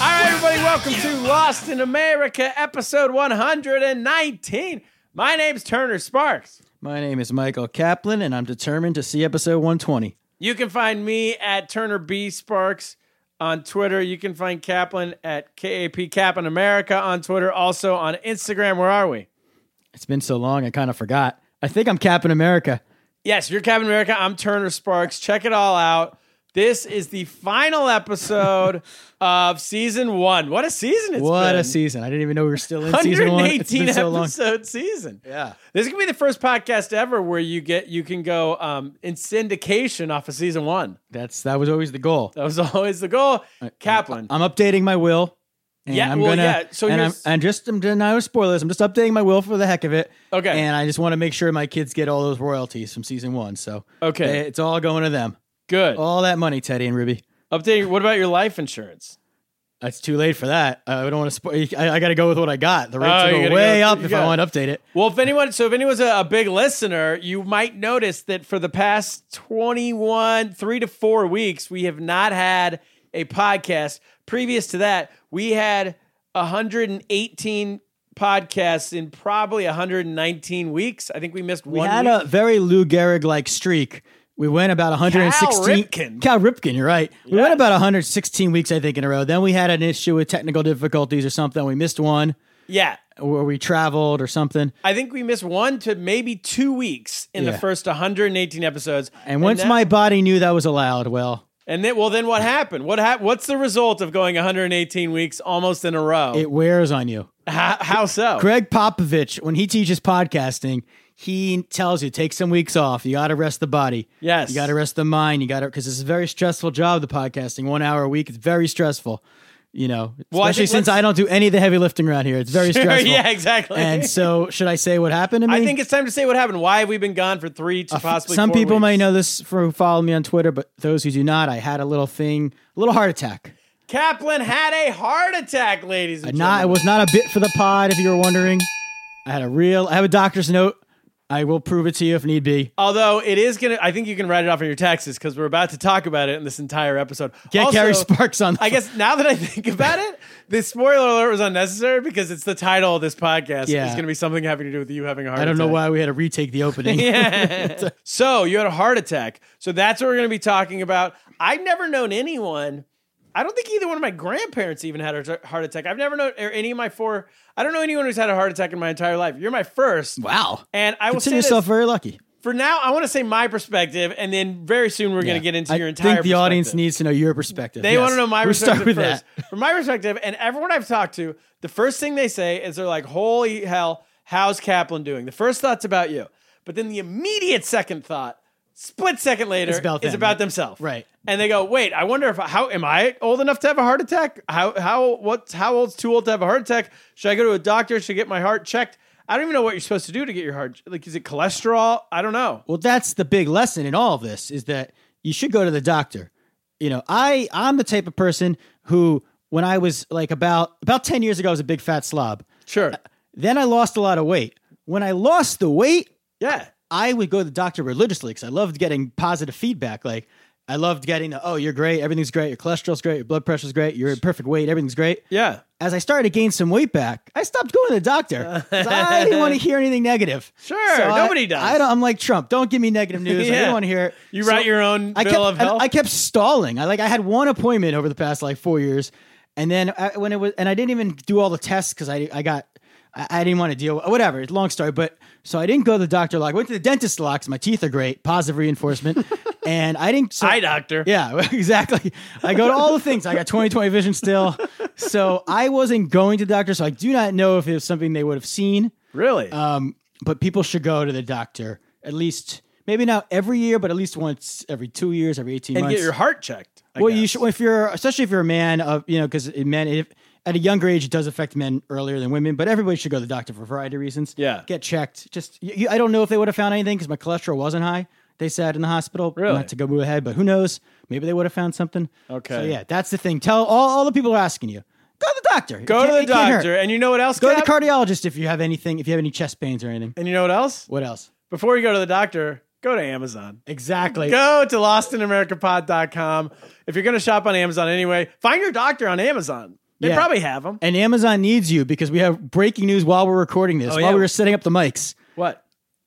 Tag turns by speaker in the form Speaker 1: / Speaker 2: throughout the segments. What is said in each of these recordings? Speaker 1: All right, everybody, welcome to Lost in America, episode 119. My name's Turner Sparks.
Speaker 2: My name is Michael Kaplan, and I'm determined to see episode 120.
Speaker 1: You can find me at Turner B Sparks on Twitter. You can find Kaplan at KAP Kaplan America on Twitter. Also on Instagram. Where are we?
Speaker 2: It's been so long, I kind of forgot. I think I'm Captain America.
Speaker 1: Yes, you're Captain America. I'm Turner Sparks. Check it all out. This is the final episode of season one. What a season it's
Speaker 2: what
Speaker 1: been.
Speaker 2: a season! I didn't even know we were still in season one. It's
Speaker 1: 118
Speaker 2: been so long.
Speaker 1: episode season.
Speaker 2: Yeah.
Speaker 1: This could be the first podcast ever where you get you can go um, in syndication off of season one.
Speaker 2: That's that was always the goal.
Speaker 1: That was always the goal. Kaplan.
Speaker 2: I'm updating my will. And
Speaker 1: Yeah,
Speaker 2: I'm
Speaker 1: well,
Speaker 2: gonna,
Speaker 1: yeah, so
Speaker 2: and I'm,
Speaker 1: here's-
Speaker 2: I'm just I'm not spoilers. I'm just updating my will for the heck of it.
Speaker 1: Okay.
Speaker 2: And I just want to make sure my kids get all those royalties from season one. So
Speaker 1: Okay.
Speaker 2: they- it's all going to them.
Speaker 1: Good.
Speaker 2: All that money, Teddy and Ruby.
Speaker 1: Update. What about your life insurance?
Speaker 2: It's too late for that. I don't want to spoil. I, I got to go with what I got. The rates
Speaker 1: Oh, you
Speaker 2: will
Speaker 1: gotta
Speaker 2: go way
Speaker 1: go-
Speaker 2: up
Speaker 1: you
Speaker 2: if
Speaker 1: got-
Speaker 2: I want to update it.
Speaker 1: Well, if anyone, so if anyone's a, a big listener, you might notice that for the past 21, three to four weeks, we have not had a podcast. Previous to that, we had 118 podcasts in probably 119 weeks. I think we missed
Speaker 2: We
Speaker 1: one.
Speaker 2: had
Speaker 1: week.
Speaker 2: a very Lou Gehrig like streak. We went about 116.
Speaker 1: Ripken.
Speaker 2: Cal Ripken, you're right. We went about 116 weeks, I think, in a row. Then we had an issue with technical difficulties or something. We missed one,
Speaker 1: yeah.
Speaker 2: or we traveled or something.
Speaker 1: I think we missed one to maybe two weeks in the
Speaker 2: Yeah.
Speaker 1: first 118 episodes.
Speaker 2: And once
Speaker 1: that-
Speaker 2: my body knew that was allowed, well,
Speaker 1: And then, well, then what happened? What hap- What's the result of going 118 weeks almost in a row?
Speaker 2: it wears on you.
Speaker 1: how, how so?
Speaker 2: Greg Popovich, when he teaches podcasting, he tells you take some weeks off. You got to rest the body.
Speaker 1: Yes.
Speaker 2: You got to rest the mind. You got to because it's a very stressful job. The podcasting, one hour a week, it's very stressful. You know,
Speaker 1: Well, I
Speaker 2: especially
Speaker 1: think
Speaker 2: since
Speaker 1: let's-
Speaker 2: I don't do any of the heavy lifting around here. It's very stressful.
Speaker 1: yeah, exactly.
Speaker 2: And so, should I say what happened to me?
Speaker 1: I think it's time to say what happened. Why have we been gone for three to possibly
Speaker 2: some
Speaker 1: four
Speaker 2: people may
Speaker 1: weeks?
Speaker 2: know this for who follow me on Twitter, but those who do not, I had a little thing, a little heart attack.
Speaker 1: Kaplan had a heart attack, ladies and
Speaker 2: Not, it
Speaker 1: gentlemen.
Speaker 2: was not a bit for the pod. If you were wondering, I had a real. I have a doctor's note. I will prove it to you if need be.
Speaker 1: Although it is gonna, I think you can write it off on your taxes because we're about to talk about it in this entire episode.
Speaker 2: Get
Speaker 1: Also,
Speaker 2: Gary Sparks on. The
Speaker 1: I guess now that I think about it, this spoiler alert was unnecessary because it's the title of this podcast.
Speaker 2: Yeah.
Speaker 1: It's going to be something having to do with you having a heart
Speaker 2: I
Speaker 1: attack.
Speaker 2: don't know why we had to retake the opening.
Speaker 1: Yeah. so you had a heart attack. So that's what we're going to be talking about. I've never known anyone. I don't think either one of my grandparents even had a heart attack. I've never known or any of my four. I don't know anyone who's had a heart attack in my entire life. You're my first.
Speaker 2: Wow.
Speaker 1: And I will say
Speaker 2: Consider yourself
Speaker 1: this,
Speaker 2: very lucky.
Speaker 1: for now. I want to say my perspective, and then very soon we're going to get into
Speaker 2: I
Speaker 1: your entire.
Speaker 2: think the audience
Speaker 1: perspective.
Speaker 2: needs to know your perspective.
Speaker 1: They
Speaker 2: Yes.
Speaker 1: want to know my
Speaker 2: we
Speaker 1: perspective
Speaker 2: start with
Speaker 1: first.
Speaker 2: that.
Speaker 1: From my perspective, and everyone I've talked to, the first thing they say is they're like, "Holy hell, how's Kaplan doing?" The first thought's about you, but then the immediate second thought, split second later,
Speaker 2: It's about
Speaker 1: is
Speaker 2: them,
Speaker 1: about
Speaker 2: right?
Speaker 1: themselves.
Speaker 2: Right.
Speaker 1: And they go, "Wait, I wonder if how am I old enough to have a heart attack? How how what's how old's too old to have a heart attack? Should I go to a doctor? Should I get my heart checked?" I don't even know what you're supposed to do to get your heart like is it cholesterol? I don't know.
Speaker 2: Well, that's the big lesson in all of this is that you should go to the doctor. You know, I I'm the type of person who when I was like about about 10 years ago, I was a big fat slob.
Speaker 1: Sure.
Speaker 2: Then I lost a lot of weight. When I lost the weight,
Speaker 1: Yeah.
Speaker 2: I would go to the doctor religiously because I loved getting positive feedback. Like I loved getting the, oh, you're great, everything's great, your cholesterol's great, your blood pressure's great, you're in perfect weight, everything's great.
Speaker 1: Yeah.
Speaker 2: As I started to gain some weight back, I stopped going to the doctor. 'cause I didn't want to hear anything negative.
Speaker 1: Sure,
Speaker 2: I-
Speaker 1: nobody does.
Speaker 2: I don't, I'm like Trump. Don't give me negative news. I
Speaker 1: Yeah.
Speaker 2: don't want to hear it.
Speaker 1: You write your own
Speaker 2: I
Speaker 1: bill
Speaker 2: kept,
Speaker 1: of
Speaker 2: and
Speaker 1: health?
Speaker 2: I kept stalling. I like I had one appointment over the past like four years, and then I, when it was, and I didn't even do all the tests because I I got I, I didn't want to deal. Whatever. It's a long story, but so I didn't go to the doctor. Like I went to the dentist a lot 'cause my teeth are great, positive reinforcement, and I didn't. So,
Speaker 1: Hi, doctor.
Speaker 2: yeah, exactly. I go to all the things. I got 20/20 vision still. So I wasn't going to the doctor. So I do not know if it was something they would have seen.
Speaker 1: Really?
Speaker 2: Um, but people should go to the doctor at least, maybe not every year, but at least once every two years, every 18
Speaker 1: and
Speaker 2: months.
Speaker 1: get your heart checked. I
Speaker 2: well, you
Speaker 1: guess.
Speaker 2: should, if you're, especially if you're a man of, you know, because men, if, at a younger age, it does affect men earlier than women, but everybody should go to the doctor for a variety of reasons.
Speaker 1: Yeah.
Speaker 2: Get checked. Just, you, you- I don't know if they would have found anything because my cholesterol wasn't high. They said in the hospital,
Speaker 1: Really?
Speaker 2: not to go ahead, but who knows? Maybe they would have found something.
Speaker 1: Okay.
Speaker 2: So, yeah, that's the thing. Tell all, all the people are asking you go to the doctor. It
Speaker 1: Go
Speaker 2: can't-
Speaker 1: to the
Speaker 2: it can't hurt.
Speaker 1: doctor. And you know what else?
Speaker 2: Go to the
Speaker 1: Cap?
Speaker 2: cardiologist if you have anything, if you have any chest pains or anything.
Speaker 1: And you know what else?
Speaker 2: What else?
Speaker 1: Before you go to the doctor, go to Amazon.
Speaker 2: Exactly.
Speaker 1: Go to lostinamericapod.com. If you're going to shop on Amazon anyway, find your doctor on Amazon. They
Speaker 2: Yeah.
Speaker 1: probably have them.
Speaker 2: And Amazon needs you because we have breaking news while we're recording this,
Speaker 1: Oh,
Speaker 2: while
Speaker 1: yeah.
Speaker 2: we were setting up the mics.
Speaker 1: What?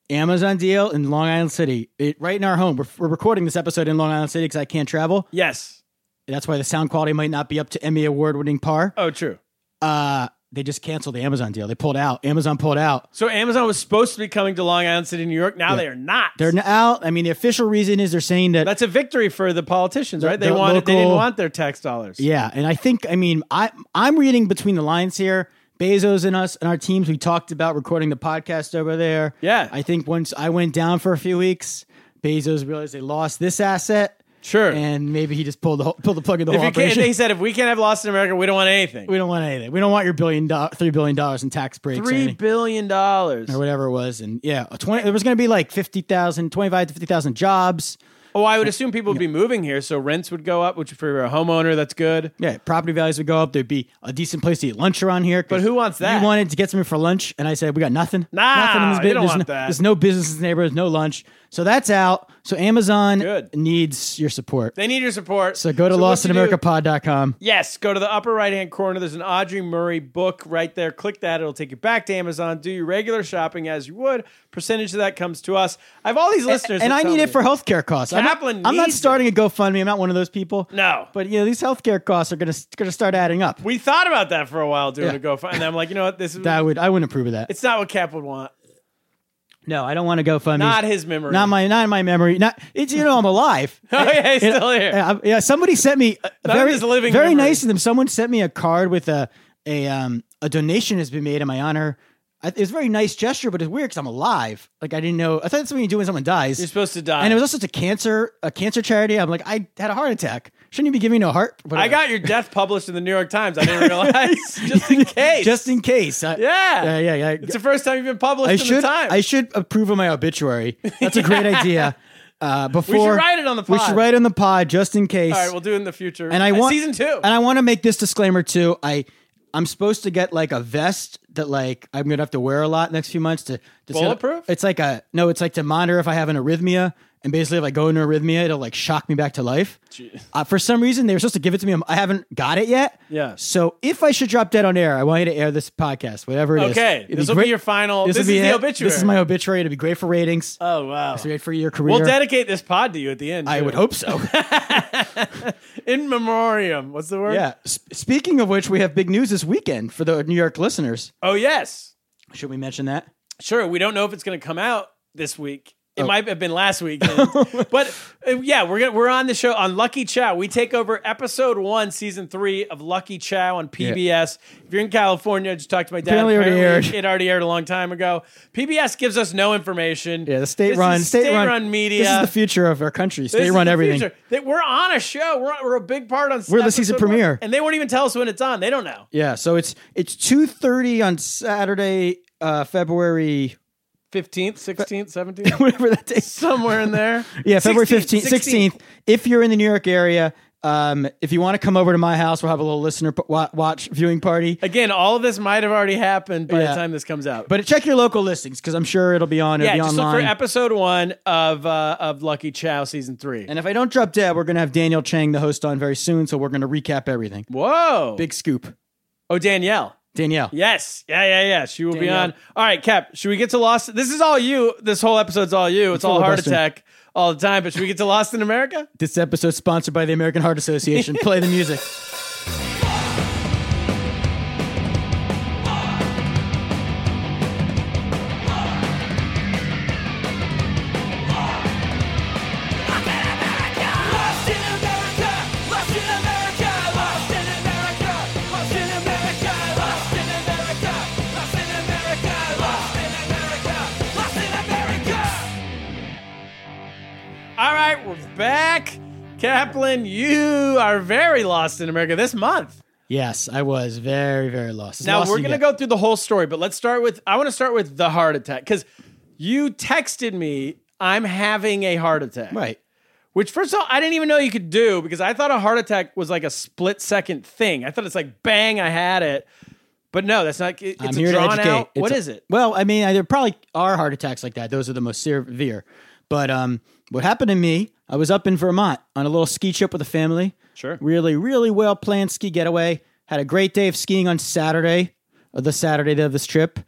Speaker 2: Amazon deal in Long Island City, it, right in our home. We're, we're recording this episode in Long Island City because I can't travel.
Speaker 1: Yes.
Speaker 2: That's why the sound quality might not be up to Emmy award winning par.
Speaker 1: Oh, true.
Speaker 2: Uh, they just canceled the Amazon deal. They pulled out. Amazon pulled out.
Speaker 1: So Amazon was supposed to be coming to Long Island City, New York. Now they are not.
Speaker 2: They're n- out. I mean, the official reason is they're saying that.
Speaker 1: That's a victory for the politicians, right? They
Speaker 2: the
Speaker 1: wanted they didn't
Speaker 2: local-
Speaker 1: want their tax dollars.
Speaker 2: yeah, and I think I mean I I'm reading between the lines here. Bezos and us and our teams. We talked about recording the podcast over there.
Speaker 1: Yeah.
Speaker 2: I think once I went down for a few weeks, Bezos realized they lost this asset,
Speaker 1: Sure.
Speaker 2: and maybe he just pulled the whole, pulled the plug of the
Speaker 1: if
Speaker 2: whole
Speaker 1: you can't,
Speaker 2: operation.
Speaker 1: they said if we can't have lost in America, we don't want anything.
Speaker 2: we don't want anything. We don't want your billion do- three billion dollars in tax breaks. or
Speaker 1: Three
Speaker 2: anything,
Speaker 1: billion dollars.
Speaker 2: or whatever it was, and yeah, twenty. There was going to be like 50,000, 25 to fifty thousand jobs.
Speaker 1: Oh, I would assume people would be moving here, so rents would go up, which for a homeowner, that's good.
Speaker 2: Yeah, property values would go up. There'd be a decent place to eat lunch around here. 'cause
Speaker 1: But who wants that?
Speaker 2: You wanted to get something for lunch, and I said we got nothing.
Speaker 1: Nah,
Speaker 2: nothing in this
Speaker 1: you
Speaker 2: bit.
Speaker 1: don't
Speaker 2: there's,
Speaker 1: want
Speaker 2: no,
Speaker 1: that.
Speaker 2: there's no business in this neighborhood. No lunch, so that's out. So Amazon
Speaker 1: Good.
Speaker 2: needs your support.
Speaker 1: They need your support.
Speaker 2: so go to
Speaker 1: what you do-
Speaker 2: lostinamericapod.com.
Speaker 1: Yes, go to the upper right hand corner. There's an Audrey Murray book right there. Click that. It'll take you back to Amazon. Do your regular shopping as you would. Percentage of that comes to us. I have all these listeners.
Speaker 2: And
Speaker 1: that
Speaker 2: I
Speaker 1: tell
Speaker 2: need it
Speaker 1: me-
Speaker 2: for healthcare costs. I'm not,
Speaker 1: Kaplan
Speaker 2: I'm not
Speaker 1: needs
Speaker 2: starting a GoFundMe. I'm not one of those people.
Speaker 1: No.
Speaker 2: But you know these healthcare costs are going to going to start adding up.
Speaker 1: We thought about that for a while doing
Speaker 2: Yeah.
Speaker 1: a GoFundMe. And I'm like, you know what? This is
Speaker 2: that would I wouldn't approve of that.
Speaker 1: it's not what Cap would want.
Speaker 2: no, I don't want to GoFundMe.
Speaker 1: Not his memory.
Speaker 2: Not my not in my memory. Not it's you know I'm alive.
Speaker 1: Oh, yeah, he's still here.
Speaker 2: Yeah, I- yeah, somebody sent me a- a
Speaker 1: That
Speaker 2: very
Speaker 1: is living
Speaker 2: very
Speaker 1: memory.
Speaker 2: nice of them. Someone sent me a card with a a um a donation has been made in my honor. I- It's a very nice gesture, but it's weird because I'm alive. Like I didn't know. I thought that's what you do when someone dies.
Speaker 1: You're supposed to die.
Speaker 2: and it was also to cancer a cancer charity. I'm like I had a heart attack. Shouldn't you be giving me a heart?
Speaker 1: I
Speaker 2: Whatever.
Speaker 1: got your death published in the New York Times. I didn't realize. just in case.
Speaker 2: just in case. I,
Speaker 1: yeah.
Speaker 2: yeah, yeah, yeah.
Speaker 1: It's the first time you've been published
Speaker 2: I
Speaker 1: in
Speaker 2: should
Speaker 1: the Times.
Speaker 2: I should approve of my obituary. That's a great idea. Uh, before
Speaker 1: write it on the
Speaker 2: We
Speaker 1: pod.
Speaker 2: should write it on the pod just in case.
Speaker 1: All right, we'll do it in the future.
Speaker 2: and I
Speaker 1: Uh,
Speaker 2: want
Speaker 1: season two.
Speaker 2: And I want to make this disclaimer too. I I'm supposed to get like a vest that like I'm gonna have to wear a lot next few months to, to
Speaker 1: Bulletproof?
Speaker 2: It's like a no. It's like to monitor if I have an arrhythmia. And basically, if I go into arrhythmia, it'll like shock me back to life. Uh, for some reason, they were supposed to give it to me. I'm- I haven't got it yet.
Speaker 1: Yeah.
Speaker 2: So if I should drop dead on air, I want you to air this podcast, whatever it is.
Speaker 1: Okay,
Speaker 2: It'd
Speaker 1: this will be your final- this
Speaker 2: would
Speaker 1: is
Speaker 2: be
Speaker 1: the
Speaker 2: it.
Speaker 1: obituary.
Speaker 2: This is my obituary. It'd be great for ratings.
Speaker 1: oh wow.
Speaker 2: It's great for your career.
Speaker 1: We'll dedicate this pod to you at the end.
Speaker 2: I
Speaker 1: too.
Speaker 2: would hope so.
Speaker 1: In memoriam. What's the word?
Speaker 2: yeah. S- speaking of which, we have big news this weekend for the New York listeners.
Speaker 1: Oh yes.
Speaker 2: Should we mention that?
Speaker 1: Sure. We don't know if it's going to come out this week. It
Speaker 2: Oh.
Speaker 1: might have been last weekend, but uh, yeah, we're gonna, we're on the show on Lucky Chow. We take over episode one, season three of Lucky Chow on PBS. If you're in California, I just talked to my dad.
Speaker 2: Apparently already aired.
Speaker 1: It already aired a long time ago. PBS gives us no information.
Speaker 2: Yeah, the state-run,
Speaker 1: state-run
Speaker 2: state-run
Speaker 1: media.
Speaker 2: This is the future of our country. State
Speaker 1: This is
Speaker 2: run
Speaker 1: the
Speaker 2: everything.
Speaker 1: future. They- we're on a show. We're, we're a big part on.
Speaker 2: We're the season
Speaker 1: episode one.
Speaker 2: premiere.
Speaker 1: and they won't even tell us when it's on. They don't know.
Speaker 2: Yeah, so it's it's two thirty on Saturday, uh, February
Speaker 1: Fifteenth, sixteenth, seventeenth,
Speaker 2: whatever that day.
Speaker 1: somewhere in there.
Speaker 2: Yeah, February
Speaker 1: 16th,
Speaker 2: fifteenth, sixteenth. If you're in the New York area, Um, if you want to come over to my house, we'll have a little listener p- wa- watch viewing party.
Speaker 1: Again, all of this might have already happened by the
Speaker 2: Yeah.
Speaker 1: time this comes out.
Speaker 2: But check your local listings because I'm sure it'll be on. It'll
Speaker 1: yeah,
Speaker 2: be
Speaker 1: just look
Speaker 2: online.
Speaker 1: for episode one of uh, of Lucky Chow season three.
Speaker 2: and if I don't drop dead, we're gonna have Daniel Chang, the host, on very soon. So we're gonna recap everything.
Speaker 1: Whoa!
Speaker 2: Big scoop,
Speaker 1: oh, Danielle.
Speaker 2: Danielle.
Speaker 1: Yes. Yeah, yeah, yeah. She will be
Speaker 2: Danielle.
Speaker 1: on. All right, Cap, should we get to Lost? This is all you. This whole episode's all you. It's all heart
Speaker 2: filibustering.
Speaker 1: attack all the time, but should we get to Lost in America?
Speaker 2: This episode sponsored by the American Heart Association. Play the music.
Speaker 3: Lost in America, lost in America, lost in America, lost in America, lost in America, lost in America, lost in America, lost in America.
Speaker 1: All right, we're back. Kaplan, you are very lost in America this month.
Speaker 2: Yes, I was very, very lost. As
Speaker 1: Now
Speaker 2: lost
Speaker 1: we're
Speaker 2: as you
Speaker 1: gonna
Speaker 2: get.
Speaker 1: go through the whole story, but let's start with I want to start with the heart attack because you texted me I'm having a heart attack,
Speaker 2: right.
Speaker 1: Which first of all I didn't even know you could do because I thought a heart attack was like a split second thing. I thought it's like bang I had it, but no, that's not. It, it's
Speaker 2: I'm
Speaker 1: a
Speaker 2: here to
Speaker 1: drawn
Speaker 2: educate.
Speaker 1: out.
Speaker 2: It's
Speaker 1: What
Speaker 2: a-
Speaker 1: is it?
Speaker 2: Well, I mean, I- there probably are heart attacks like that. Those are the most severe. But um, what happened to me? I was up in Vermont on a little ski trip with the family.
Speaker 1: Sure.
Speaker 2: Really, really well planned ski getaway. Had a great day of skiing on Saturday, uh, the Saturday of this trip.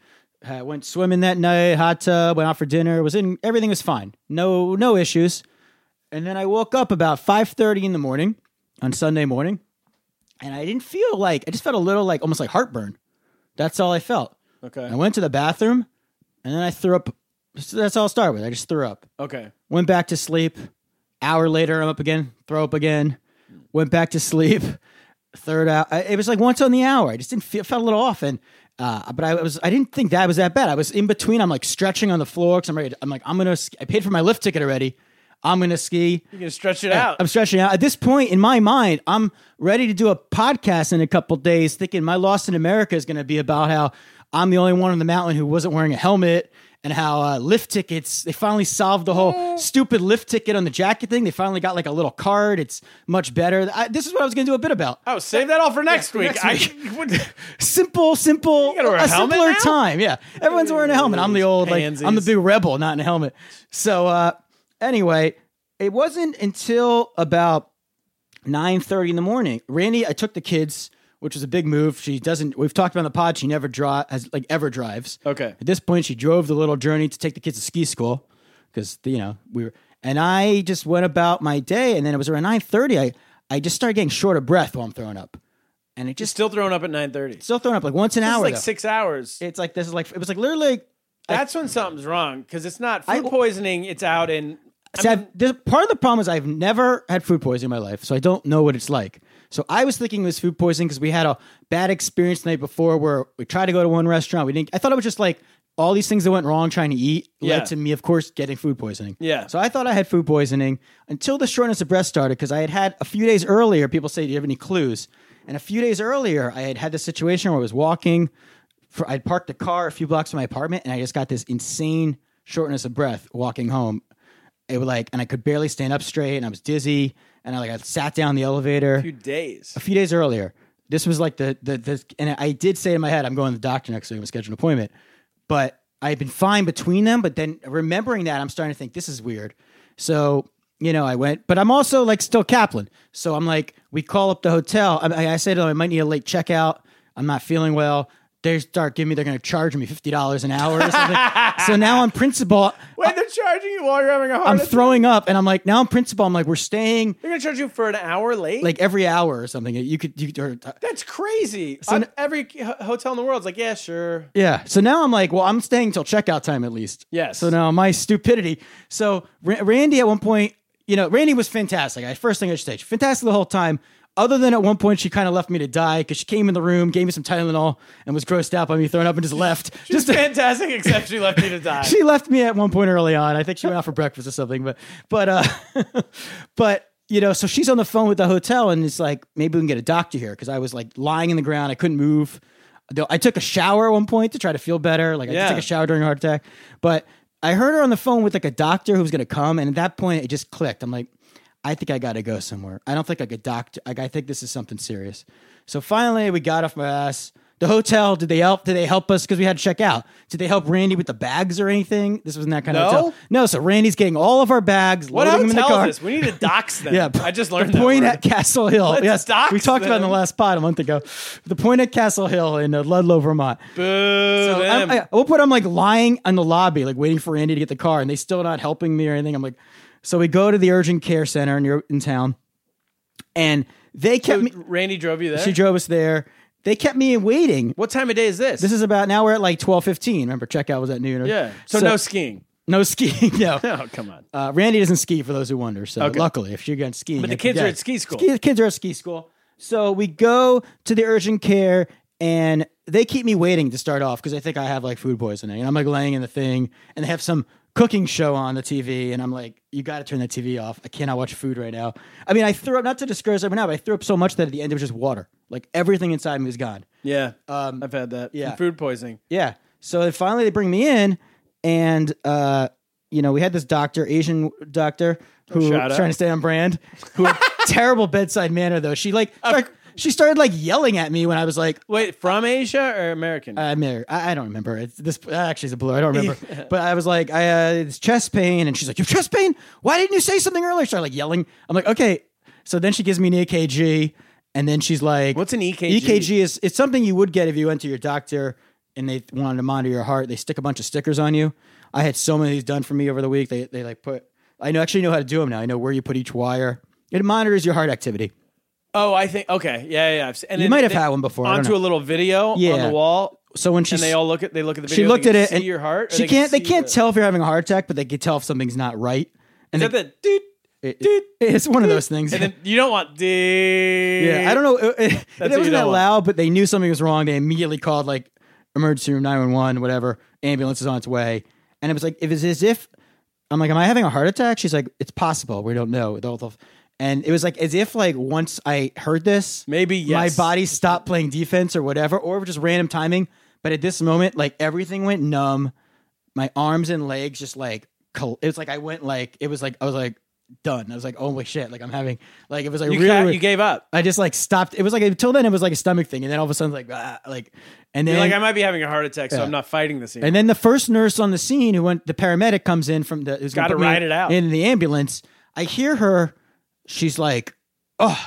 Speaker 2: Uh, went swimming that night, hot tub, went out for dinner. Was in everything was fine. No, no issues. And then I woke up about five thirty in the morning on Sunday morning, and I didn't feel like I just felt a little like almost like heartburn. That's all I felt.
Speaker 1: Okay,
Speaker 2: I went to the bathroom and then I threw up. So that's all I'll start with. I just threw up.
Speaker 1: okay.
Speaker 2: Went back to sleep. Hour later, I'm up again, throw up again. Went back to sleep. Third hour. I, it was like once on the hour. I just didn't feel, felt a little off. And, uh, but I was, I didn't think that was that bad. I was in between. I'm like stretching on the floor because I'm ready. To, I'm like, I'm going to, I paid for my lift ticket already. I'm going to ski.
Speaker 1: You can stretch it out.
Speaker 2: I'm stretching out. At this point in my mind, I'm ready to do a podcast in a couple days, thinking my Lost in America is going to be about how I'm the only one on the mountain who wasn't wearing a helmet and how uh, lift tickets, they finally solved the whole stupid lift ticket on the jacket thing. They finally got like a little card. It's much better. I, this is what I was going to do a bit about.
Speaker 1: oh, save that all for next week.
Speaker 2: next
Speaker 1: I would,
Speaker 2: Simple, simple,
Speaker 1: gotta wear a
Speaker 2: a
Speaker 1: helmet
Speaker 2: simpler
Speaker 1: now?
Speaker 2: time. Yeah. Everyone's wearing a helmet. I'm the old, like, I'm the
Speaker 1: Pansies.
Speaker 2: big rebel, not in a helmet. So, uh, anyway, it wasn't until about nine thirty in the morning. Randy, I took the kids, which was a big move. She doesn't. We've talked about on the pod. She never draw has like ever drives.
Speaker 1: Okay.
Speaker 2: At this point, she drove the little journey to take the kids to ski school because you know we were. And I just went about my day, and then it was around nine thirty. I I just started getting short of breath while I'm throwing up, and it just
Speaker 1: still throwing up at nine thirty.
Speaker 2: still throwing up like once an
Speaker 1: This is
Speaker 2: hour.
Speaker 1: like
Speaker 2: though.
Speaker 1: six hours.
Speaker 2: It's like this is like it was like literally.
Speaker 1: That's when something's wrong because it's not food
Speaker 2: I-
Speaker 1: poisoning. It's out in. I
Speaker 2: See,
Speaker 1: mean,
Speaker 2: I've, this, part of the problem is I've never had food poisoning in my life, so I don't know what it's like. So I was thinking it was food poisoning because we had a bad experience the night before where we tried to go to one restaurant. We didn't. I thought it was just like all these things that went wrong trying to eat
Speaker 1: Yeah.
Speaker 2: led to me, of course, getting food poisoning.
Speaker 1: Yeah.
Speaker 2: So I thought I had food poisoning until the shortness of breath started because I had had a few days earlier. People say, "Do you have any clues?" And a few days earlier, I had had this situation where I was walking. For, I'd parked the car a few blocks from my apartment, and I just got this insane shortness of breath walking home it was like and I could barely stand up straight and I was dizzy and I like I sat down in the elevator
Speaker 1: few days.
Speaker 2: a few days earlier. This was like the the the and I did say in my head I'm going to the doctor next week I'm scheduled an appointment. But I've been fine between them, but then remembering that I'm starting to think this is weird. So you know, I went, but I'm also like still Kaplan. So I'm like, we call up the hotel. I, I say to them, I might need a late checkout. I'm not feeling well. They start giving me, they're going to charge me $50 an hour or something. so now I'm principal.
Speaker 1: Wait, they're charging you while you're having a heart
Speaker 2: I'm
Speaker 1: attack.
Speaker 2: throwing up, and I'm like, now I'm principal. I'm like, we're staying
Speaker 1: They're gonna charge you for an hour late.
Speaker 2: like every hour or something. You could, you could or, uh,
Speaker 1: that's crazy.
Speaker 2: So
Speaker 1: On
Speaker 2: n-
Speaker 1: every ho- hotel in the world's like, yeah, sure.
Speaker 2: yeah. So now I'm like, well, I'm staying till checkout time at least.
Speaker 1: Yes.
Speaker 2: So now my stupidity. So Ra- Randy at one point, you know, Randy was fantastic. I first thing I should say, she was fantastic the whole time. Other than at one point, she kind of left me to die because she came in the room, gave me some Tylenol, and was grossed out by me throwing up and just left.
Speaker 1: Just
Speaker 2: just
Speaker 1: fantastic, except she left me to die.
Speaker 2: she left me at one point early on. I think she went out for breakfast or something, but but uh but you know, so she's on the phone with the hotel and it's like maybe we can get a doctor here because I was like lying in the ground, I couldn't move. Though I took a shower at one point to try to feel better. Like I
Speaker 1: Yeah.
Speaker 2: just took a shower during a heart attack. But I heard her on the phone with like a doctor who was gonna come, and at that point it just clicked. I'm like, I think I got to go somewhere. I don't think I could doctor. Like, I think this is something serious. So finally, we got off my ass. The hotel. Did they help? Did they help us because we had to check out? Did they help Randy with the bags or anything? This wasn't that kind
Speaker 1: No?
Speaker 2: of hotel. No. So Randy's getting all of our bags.
Speaker 1: What
Speaker 2: loading them in the
Speaker 1: hotel
Speaker 2: car.
Speaker 1: is this? We need to dox them.
Speaker 2: Yeah,
Speaker 1: I just learned
Speaker 2: the
Speaker 1: that
Speaker 2: point
Speaker 1: word.
Speaker 2: at Castle Hill.
Speaker 1: Let's
Speaker 2: yes,
Speaker 1: dox
Speaker 2: we talked about it in the
Speaker 1: them.
Speaker 2: last pod a month ago. The point at Castle Hill in uh, Ludlow, Vermont.
Speaker 1: Boo
Speaker 2: So
Speaker 1: them.
Speaker 2: I'm, I, at one point, I'm like lying in the lobby, like waiting for Andy to get the car, and they still not helping me or anything. I'm like, so we go to the urgent care center near in town, and they kept me.
Speaker 1: Randy drove you there.
Speaker 2: She drove us there. They kept me waiting.
Speaker 1: what time of day is this?
Speaker 2: This is about now. We're at like twelve fifteen. Remember, checkout was at noon.
Speaker 1: yeah. So, no skiing.
Speaker 2: no skiing. No,
Speaker 1: Oh come on.
Speaker 2: uh, Randy doesn't ski for those who wonder. So
Speaker 1: Okay.
Speaker 2: luckily, if you're going skiing,
Speaker 1: But the
Speaker 2: every
Speaker 1: kids are
Speaker 2: day-
Speaker 1: at ski school.
Speaker 2: Ski, the kids are at ski school. So we go to the urgent care, and they keep me waiting to start off because I think I have like food poisoning, and I'm like laying in the thing, and they have some cooking show on the TV, and I'm like, you got to turn the TV off. I cannot watch food right now. I mean, I threw up not to discourage everyone out, but I threw up so much that at the end it was just water. Like everything inside me was gone.
Speaker 1: Yeah. Um, I've had that.
Speaker 2: yeah.
Speaker 1: Food poisoning.
Speaker 2: Yeah. So then finally they bring me in, and uh, you know we had this doctor, Asian doctor, who
Speaker 1: shout
Speaker 2: was
Speaker 1: out.
Speaker 2: trying to stay on brand, who had terrible bedside manner though. She like start- she started like yelling at me when I was like.
Speaker 1: Wait, from Asia or American?
Speaker 2: I mean, I I don't remember. It's this uh, actually is a blur. I don't remember. But I was like, I uh, it's chest pain, and she's like, you have chest pain? Why didn't you say something earlier? She Started like yelling. I'm like, okay. So then she gives me an EKG, and then she's like,
Speaker 1: What's an E EKG?
Speaker 2: EKG is it's something you would get if you went to your doctor and they wanted to monitor your heart. They stick a bunch of stickers on you. I had so many of these done for me over the week. They they like put I know actually know how to do them now. I know where you put each wire. It monitors your heart activity.
Speaker 1: oh, I think okay. Yeah, yeah. I've s- And
Speaker 2: You
Speaker 1: then
Speaker 2: might have
Speaker 1: they-
Speaker 2: had one before, I don't
Speaker 1: Onto
Speaker 2: know.
Speaker 1: a little video on
Speaker 2: Yeah.
Speaker 1: the wall,
Speaker 2: So when she
Speaker 1: and they all look at they look at the video.
Speaker 2: she
Speaker 1: they
Speaker 2: looked
Speaker 1: can
Speaker 2: at it
Speaker 1: see
Speaker 2: and
Speaker 1: your heart. or
Speaker 2: She
Speaker 1: can
Speaker 2: can't. They
Speaker 1: see
Speaker 2: can't
Speaker 1: the-
Speaker 2: tell if you're having a heart attack, but they can tell if something's not right.
Speaker 1: Is
Speaker 2: And
Speaker 1: that
Speaker 2: they-
Speaker 1: the dude?
Speaker 2: it- it- it's one of those things.
Speaker 1: And then you don't want dude.
Speaker 2: Yeah, I don't know. It, it-
Speaker 1: what
Speaker 2: it
Speaker 1: you
Speaker 2: wasn't
Speaker 1: don't
Speaker 2: that
Speaker 1: want.
Speaker 2: loud, but they knew something was wrong. They immediately called like emergency room nine one one, whatever. Ambulance is on its way, and it was like it was as if I'm like, am I having a heart attack? She's like, it's possible. We don't know. They'll- they'll- And it was like as if like once I heard this,
Speaker 1: Maybe yes.
Speaker 2: my body stopped playing defense or whatever, or just random timing. But at this moment, like everything went numb. My arms and legs just like col- it was like I went like it was like I was like done. I was like, oh my shit! Like I'm having like it was like
Speaker 1: You,
Speaker 2: really
Speaker 1: got-
Speaker 2: weird.
Speaker 1: you gave up.
Speaker 2: I just like stopped. It was like until then it was like a stomach thing, and then all of a sudden like ah, like, and then
Speaker 1: You're like I might be having a heart attack, so
Speaker 2: Yeah.
Speaker 1: I'm not fighting this. Anymore.
Speaker 2: and then the first nurse on the scene who went, the paramedic comes in from the who's gonna
Speaker 1: Gotta
Speaker 2: put me
Speaker 1: ride it out.
Speaker 2: in the ambulance. I hear her. She's like, oh,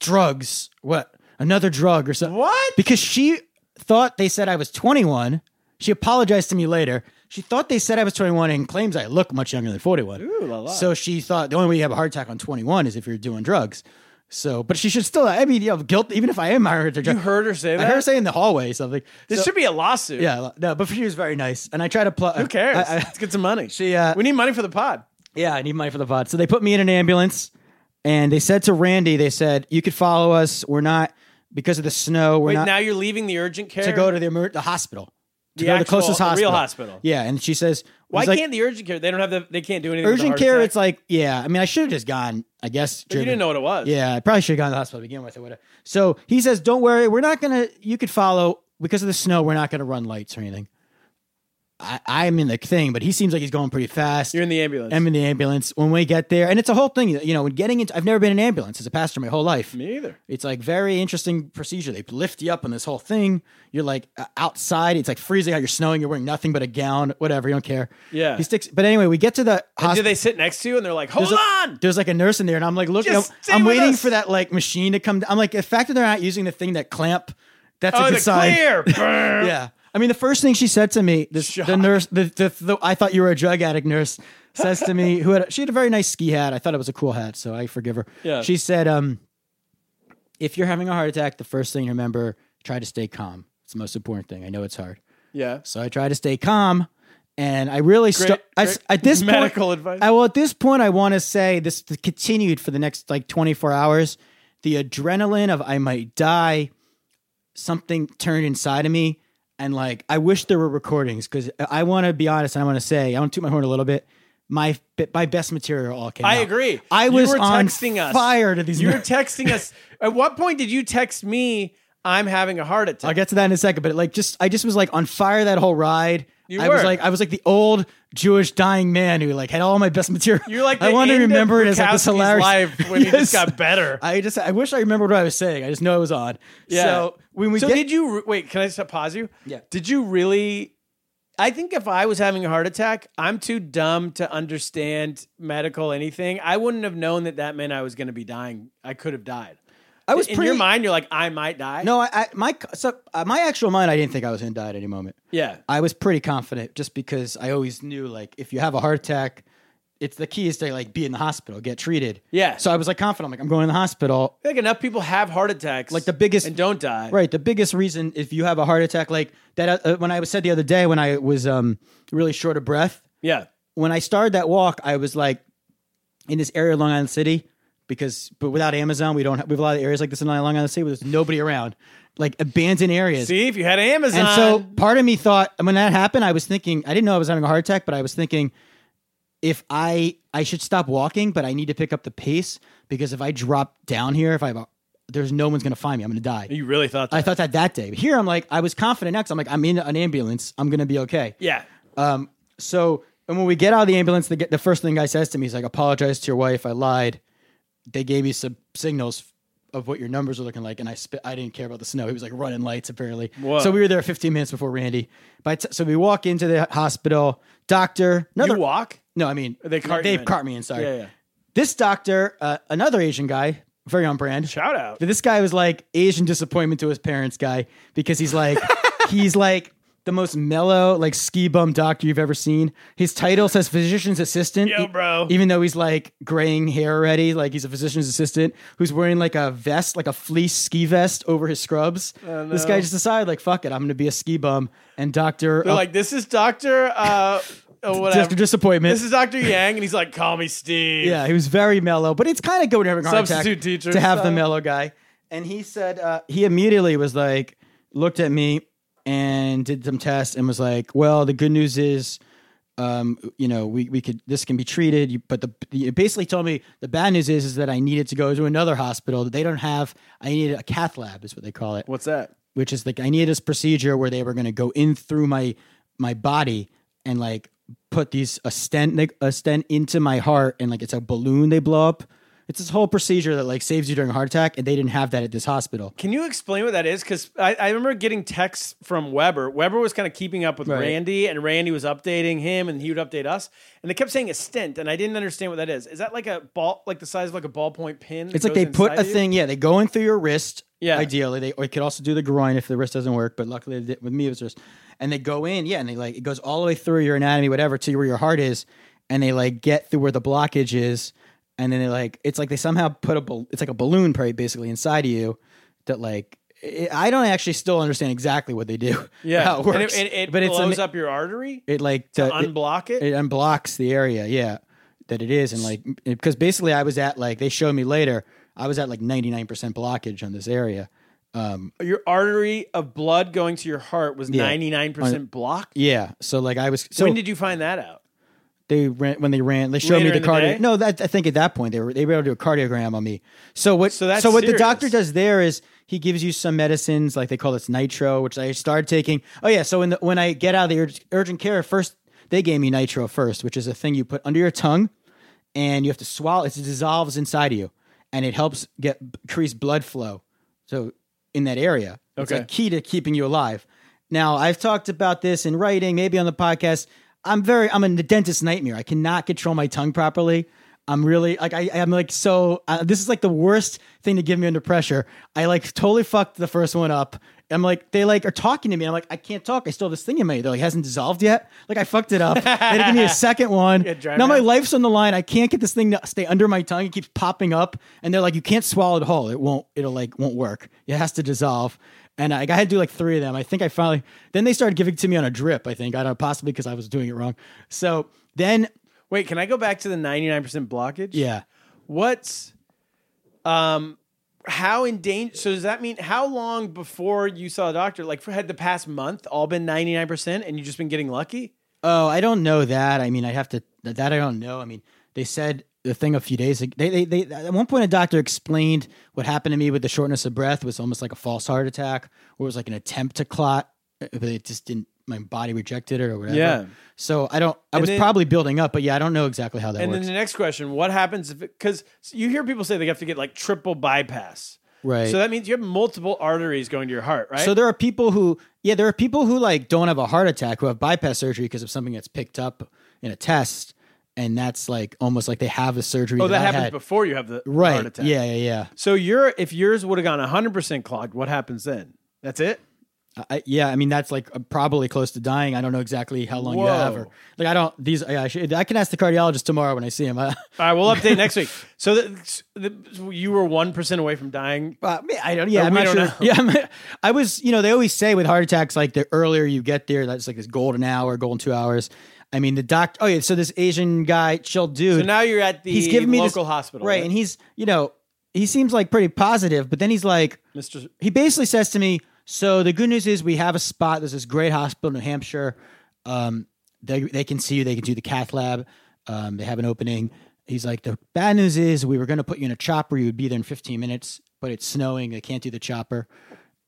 Speaker 2: drugs. What? Another drug or something?
Speaker 1: What?
Speaker 2: Because she thought they said I was 21. She apologized to me later. She thought they said I was 21 and claims I look much younger than 41.
Speaker 1: Ooh, la la.
Speaker 2: So she thought the only way you have a heart attack on 21 is if you're doing drugs. So, but she should still. I mean, you know, guilt. Even if I am hired to drug,
Speaker 1: You heard her say
Speaker 2: I
Speaker 1: that.
Speaker 2: heard her say in the hallway something.
Speaker 1: this
Speaker 2: So-
Speaker 1: should be a lawsuit.
Speaker 2: yeah, no, but she was very nice, and I try to plug.
Speaker 1: Who cares?
Speaker 2: I, I-
Speaker 1: Let's get some money.
Speaker 2: She, uh,
Speaker 1: we need money for the pod.
Speaker 2: yeah, I need money for the pod. So they put me in an ambulance, and they said to Randy, they said, "You could follow us. We're not because of the snow. We're
Speaker 1: Wait,
Speaker 2: not
Speaker 1: now you're leaving the urgent care
Speaker 2: to go to the emer- the hospital,
Speaker 1: The
Speaker 2: to go to the
Speaker 1: actual-
Speaker 2: closest
Speaker 1: the real
Speaker 2: hospital,
Speaker 1: hospital.
Speaker 2: Yeah, and she says,
Speaker 1: Why
Speaker 2: it's like,
Speaker 1: can't the urgent care? They don't have the. They can't do anything. with the
Speaker 2: urgent
Speaker 1: heart
Speaker 2: care?
Speaker 1: attack.
Speaker 2: It's like, yeah. I mean, I should have just gone. I guess
Speaker 1: But you
Speaker 2: driven.
Speaker 1: didn't know what it was.
Speaker 2: Yeah, I probably should have gone to the hospital to begin with. Or whatever. So he says, "Don't worry, we're not gonna. You could follow because of the snow. We're not gonna run lights or anything." I, I'm in the thing, but he seems like he's going pretty fast.
Speaker 1: you're in the ambulance.
Speaker 2: I'm in the ambulance when we get there, and it's a whole thing. You know, when getting into, I've never been in an ambulance as a pastor my whole life.
Speaker 1: Me either.
Speaker 2: It's like very interesting procedure. They lift you up on this whole thing. You're like uh, outside. It's like freezing out. You're snowing. You're wearing nothing but a gown. Whatever. You don't care.
Speaker 1: Yeah.
Speaker 2: He sticks. But anyway, we get to the
Speaker 1: And do
Speaker 2: hospital.
Speaker 1: they sit next to you and they're like, "Hold
Speaker 2: There's a-
Speaker 1: on"?
Speaker 2: There's like a nurse in there, and I'm like, look, I'm,
Speaker 1: Just stay
Speaker 2: I'm
Speaker 1: with
Speaker 2: waiting
Speaker 1: us.
Speaker 2: for that like machine to come. d- I'm like, the fact that they're not using the thing that clamp, that's
Speaker 1: oh,
Speaker 2: a
Speaker 1: the
Speaker 2: good sign.
Speaker 1: clear.
Speaker 2: Yeah. I mean, the first thing she said to me, this, the nurse, the, the, the, I thought you were a drug addict nurse, says to me, who had, she had a very nice ski hat. I thought it was a cool hat, so I forgive her.
Speaker 1: Yeah.
Speaker 2: She said, um, if you're having a heart attack, the first thing to remember, try to stay calm. It's the most important thing. I know it's hard.
Speaker 1: yeah.
Speaker 2: So I try to stay calm, and I really stu- I s-
Speaker 1: great
Speaker 2: at this
Speaker 1: medical
Speaker 2: point,
Speaker 1: advice.
Speaker 2: I, well, at this point, I want to say this continued for the next like twenty four hours. The adrenaline of I might die, something turned inside of me, and like I wish there were recordings because I want to be honest. And I want to say I want to toot my horn a little bit. My my best material all came.
Speaker 1: I
Speaker 2: out.
Speaker 1: agree.
Speaker 2: I
Speaker 1: You
Speaker 2: was
Speaker 1: were
Speaker 2: on
Speaker 1: texting us.
Speaker 2: fire to these.
Speaker 1: You were
Speaker 2: nerds.
Speaker 1: texting us. At what point did you text me? I'm having a heart attack.
Speaker 2: I'll get to that in a second, but like just I just was like on fire that whole ride.
Speaker 1: You
Speaker 2: I
Speaker 1: were.
Speaker 2: was like I was like the old Jewish dying man who like had all my best material.
Speaker 1: You're like
Speaker 2: I
Speaker 1: the
Speaker 2: want to
Speaker 1: end of
Speaker 2: remember it as like this
Speaker 1: Bukowski's
Speaker 2: hilarious
Speaker 1: life when he just got better.
Speaker 2: I just I wish I remembered what I was saying. I just know it was odd. So when we
Speaker 1: so
Speaker 2: get,
Speaker 1: did you re- wait? Can I just pause you?
Speaker 2: Yeah.
Speaker 1: Did you really? I think if I was having a heart attack, I'm too dumb to understand medical anything. I wouldn't have known that that meant I was going to be dying. I could have died.
Speaker 2: I was
Speaker 1: in
Speaker 2: pretty
Speaker 1: your mind. You're like, I might die.
Speaker 2: No, I, I my so uh, my actual mind I didn't think I was going to die at any moment.
Speaker 1: Yeah.
Speaker 2: I was pretty confident just because I always knew like if you have a heart attack, it's the key is to like be in the hospital, get treated.
Speaker 1: Yeah.
Speaker 2: So I was like confident. I'm like I'm going to the hospital.
Speaker 1: I think enough people have heart attacks,
Speaker 2: Like the biggest
Speaker 1: and don't die.
Speaker 2: Right. The biggest reason if you have a heart attack, like that, uh, when I was said the other day when I was um really short of breath,
Speaker 1: Yeah.
Speaker 2: when I started that walk, I was like in this area of Long Island City because, but without Amazon, we don't have, we have a lot of areas like this in Long Island City where there's nobody around, like abandoned areas.
Speaker 1: See, if you had Amazon,
Speaker 2: And so part of me thought when that happened, I was thinking I didn't know I was having a heart attack, but I was thinking if I I should stop walking, but I need to pick up the pace because if I drop down here, if I have a, there's no one's gonna find me, I'm gonna die.
Speaker 1: you really thought that.
Speaker 2: I thought that that day. But here I'm like I was confident next. I'm like I'm in an ambulance. I'm gonna be okay.
Speaker 1: yeah.
Speaker 2: Um. So and when we get out of the ambulance, the, the first thing the guy says to me is like, "Apologize to your wife. I lied. They gave me some signals." Of what your numbers were looking like, and I spit. I didn't care about the snow. He was like running lights, apparently.
Speaker 1: Whoa.
Speaker 2: So we were there 15 minutes before Randy. By t- so we walk into the hospital. Doctor, another
Speaker 1: you walk.
Speaker 2: no, I mean
Speaker 1: They cart you
Speaker 2: They
Speaker 1: in.
Speaker 2: cart me in. Sorry.
Speaker 1: Yeah, yeah.
Speaker 2: This doctor, uh, another Asian guy, very on brand.
Speaker 1: Shout out.
Speaker 2: But this guy was like Asian disappointment to his parents guy because he's like he's like the most mellow like ski bum doctor you've ever seen. His title says physician's assistant.
Speaker 1: Yo,
Speaker 2: e-
Speaker 1: bro.
Speaker 2: Even though he's like graying hair already, like he's a physician's assistant who's wearing like a vest, like a fleece ski vest over his scrubs. This guy just decided like fuck it, I'm going to be a ski bum and doctor uh,
Speaker 1: They're like, this is Doctor. Uh, uh,
Speaker 2: Doctor
Speaker 1: whatever.
Speaker 2: disappointment.
Speaker 1: This is Doctor Yang, and he's like, call me Steve.
Speaker 2: Yeah, he was very mellow, but it's kind of good when you're having a heart
Speaker 1: Substitute
Speaker 2: attack
Speaker 1: teacher
Speaker 2: to have the
Speaker 1: style.
Speaker 2: mellow guy. And he said uh, he immediately was like, looked at me and did some tests and was like, "Well, the good news is, um, you know, we, we could this can be treated." You- But the he basically told me the bad news is is that I needed to go to another hospital that they don't have. I needed a cath lab, is what they call it
Speaker 1: What's that?
Speaker 2: which is like I needed this procedure where they were going to go in through my my body and like put these a stent like, a stent into my heart and like it's a balloon they blow up. It's this whole procedure that like saves you during a heart attack, and they didn't have that at this hospital.
Speaker 1: Can you explain what that is? Because I, I remember getting texts from Weber. Weber was kind of keeping up with
Speaker 2: Right.
Speaker 1: Randy, and Randy was updating him, and he would update us. And they kept saying a stent, and I didn't understand what that is. Is that like a ball, like the size of like a ballpoint pin? that
Speaker 2: It's like
Speaker 1: goes
Speaker 2: they put
Speaker 1: inside
Speaker 2: a
Speaker 1: you?
Speaker 2: thing, yeah, they go in through your wrist.
Speaker 1: Yeah.
Speaker 2: Ideally, they or you could also do the groin if the wrist doesn't work, but luckily they did- with me it was wrist. And they go in, yeah, and they like it goes all the way through your anatomy, whatever, to where your heart is, and they like get through where the blockage is, and then they like it's like they somehow put a bal- it's like a balloon probably basically inside of you that like it, I don't actually still understand exactly what they do.
Speaker 1: Yeah,
Speaker 2: how it works,
Speaker 1: And it, it, it
Speaker 2: but it's
Speaker 1: blows
Speaker 2: an-
Speaker 1: up your artery.
Speaker 2: It like
Speaker 1: to
Speaker 2: the- it-
Speaker 1: unblock it.
Speaker 2: it unblocks the area yeah that it is and like because basically i was at like they showed me later i was at like 99% blockage on this area
Speaker 1: Your artery of blood going to your heart was ninety nine percent blocked.
Speaker 2: yeah so like i was so
Speaker 1: when did you find that out?
Speaker 2: they ran when they ran they showed
Speaker 1: Later
Speaker 2: me
Speaker 1: in
Speaker 2: the
Speaker 1: the
Speaker 2: cardio
Speaker 1: day?
Speaker 2: no that i think at that point they were they were able to do a cardiogram on me so what
Speaker 1: So that's
Speaker 2: so what
Speaker 1: serious.
Speaker 2: the doctor does there is he gives you some medicines like they call this nitro which i started taking oh yeah so when the, when i get out of the ur- urgent care first they gave me nitro first which is a thing you put under your tongue and you have to swallow it dissolves inside of you and it helps get increase blood flow so in that area it's
Speaker 1: Okay.
Speaker 2: like key to keeping you alive now i've talked about this in writing maybe on the podcast i'm very i'm a dentist nightmare i cannot control my tongue properly i'm really like I, i'm like so uh, this is like the worst thing to give me under pressure i like totally fucked the first one up I'm like, they like are talking to me. I'm like, I can't talk. I still have this thing in my ear. They're like, it hasn't dissolved yet. Like I fucked it up. they had to give me a second one.
Speaker 1: dry
Speaker 2: now my
Speaker 1: mouth.
Speaker 2: life's on the line. I can't get this thing to stay under my tongue. It keeps popping up, and they're like, "You can't swallow it whole. It won't. It'll like won't work. It has to dissolve." And I, I had to do like three of them. I think I finally. Then they started giving it to me on a drip. I think I don't know, possibly because I was doing it wrong. So then,
Speaker 1: Wait, can I go back to the ninety nine percent blockage?
Speaker 2: yeah,
Speaker 1: What's um how in danger so does that mean how long before you saw a doctor like for, had the past month all been 99% and you just been getting lucky
Speaker 2: Oh, I don't know that. I mean, I have to that I don't know. I mean, they said the thing a few days ago. They, they, they, at one point, a doctor explained what happened to me with the shortness of breath was almost like a false heart attack, or it was like an attempt to clot, uh, but it just didn't. My body rejected it or whatever.
Speaker 1: Yeah.
Speaker 2: So I don't. I
Speaker 1: And
Speaker 2: was
Speaker 1: then-
Speaker 2: probably building up, but yeah, I don't know exactly how that
Speaker 1: And then
Speaker 2: works.
Speaker 1: the next question: What happens if? Because you hear people say they have to get like triple bypass,
Speaker 2: right.
Speaker 1: so that means you have multiple arteries going to your heart, right?
Speaker 2: So there are people who, yeah, there are people who like don't have a heart attack who have bypass surgery because of something that's picked up in a test, and that's like almost like they have a surgery.
Speaker 1: oh, that
Speaker 2: I
Speaker 1: happens
Speaker 2: had.
Speaker 1: before you have the
Speaker 2: Right.
Speaker 1: heart attack.
Speaker 2: Yeah, yeah, yeah.
Speaker 1: So your if yours would have gone 100 percent clogged, what happens then? That's it.
Speaker 2: I, yeah, I mean that's like uh, probably close to dying. I don't know exactly how long you have, or
Speaker 1: Whoa.
Speaker 2: like I don't. These yeah, I, should, I can ask the cardiologist tomorrow when I see him. Uh, I,
Speaker 1: All right, we'll update next week. So the, the, you were one percent away from dying.
Speaker 2: Uh, I mean, I don't. Yeah,
Speaker 1: Or
Speaker 2: I'm
Speaker 1: we
Speaker 2: not
Speaker 1: don't
Speaker 2: sure.
Speaker 1: know.
Speaker 2: Yeah, I'm- i was. You know, they always say with heart attacks, like the earlier you get there, that's like this golden hour, golden two hours. I mean, the doc. Oh yeah, so this Asian guy, chill dude.
Speaker 1: So now you're at the
Speaker 2: he's giving me this-
Speaker 1: local hospital,
Speaker 2: right? And he's, you know, he seems like pretty positive, but then he's like,
Speaker 1: Mr.
Speaker 2: he basically says to me, "So the good news is we have a spot. There's this great hospital in New Hampshire. Um, they they can see you. They can do the cath lab. Um, they have an opening." He's like, "The bad news is we were going to put you in a chopper. You would be there in 15 minutes, but it's snowing. They can't do the chopper,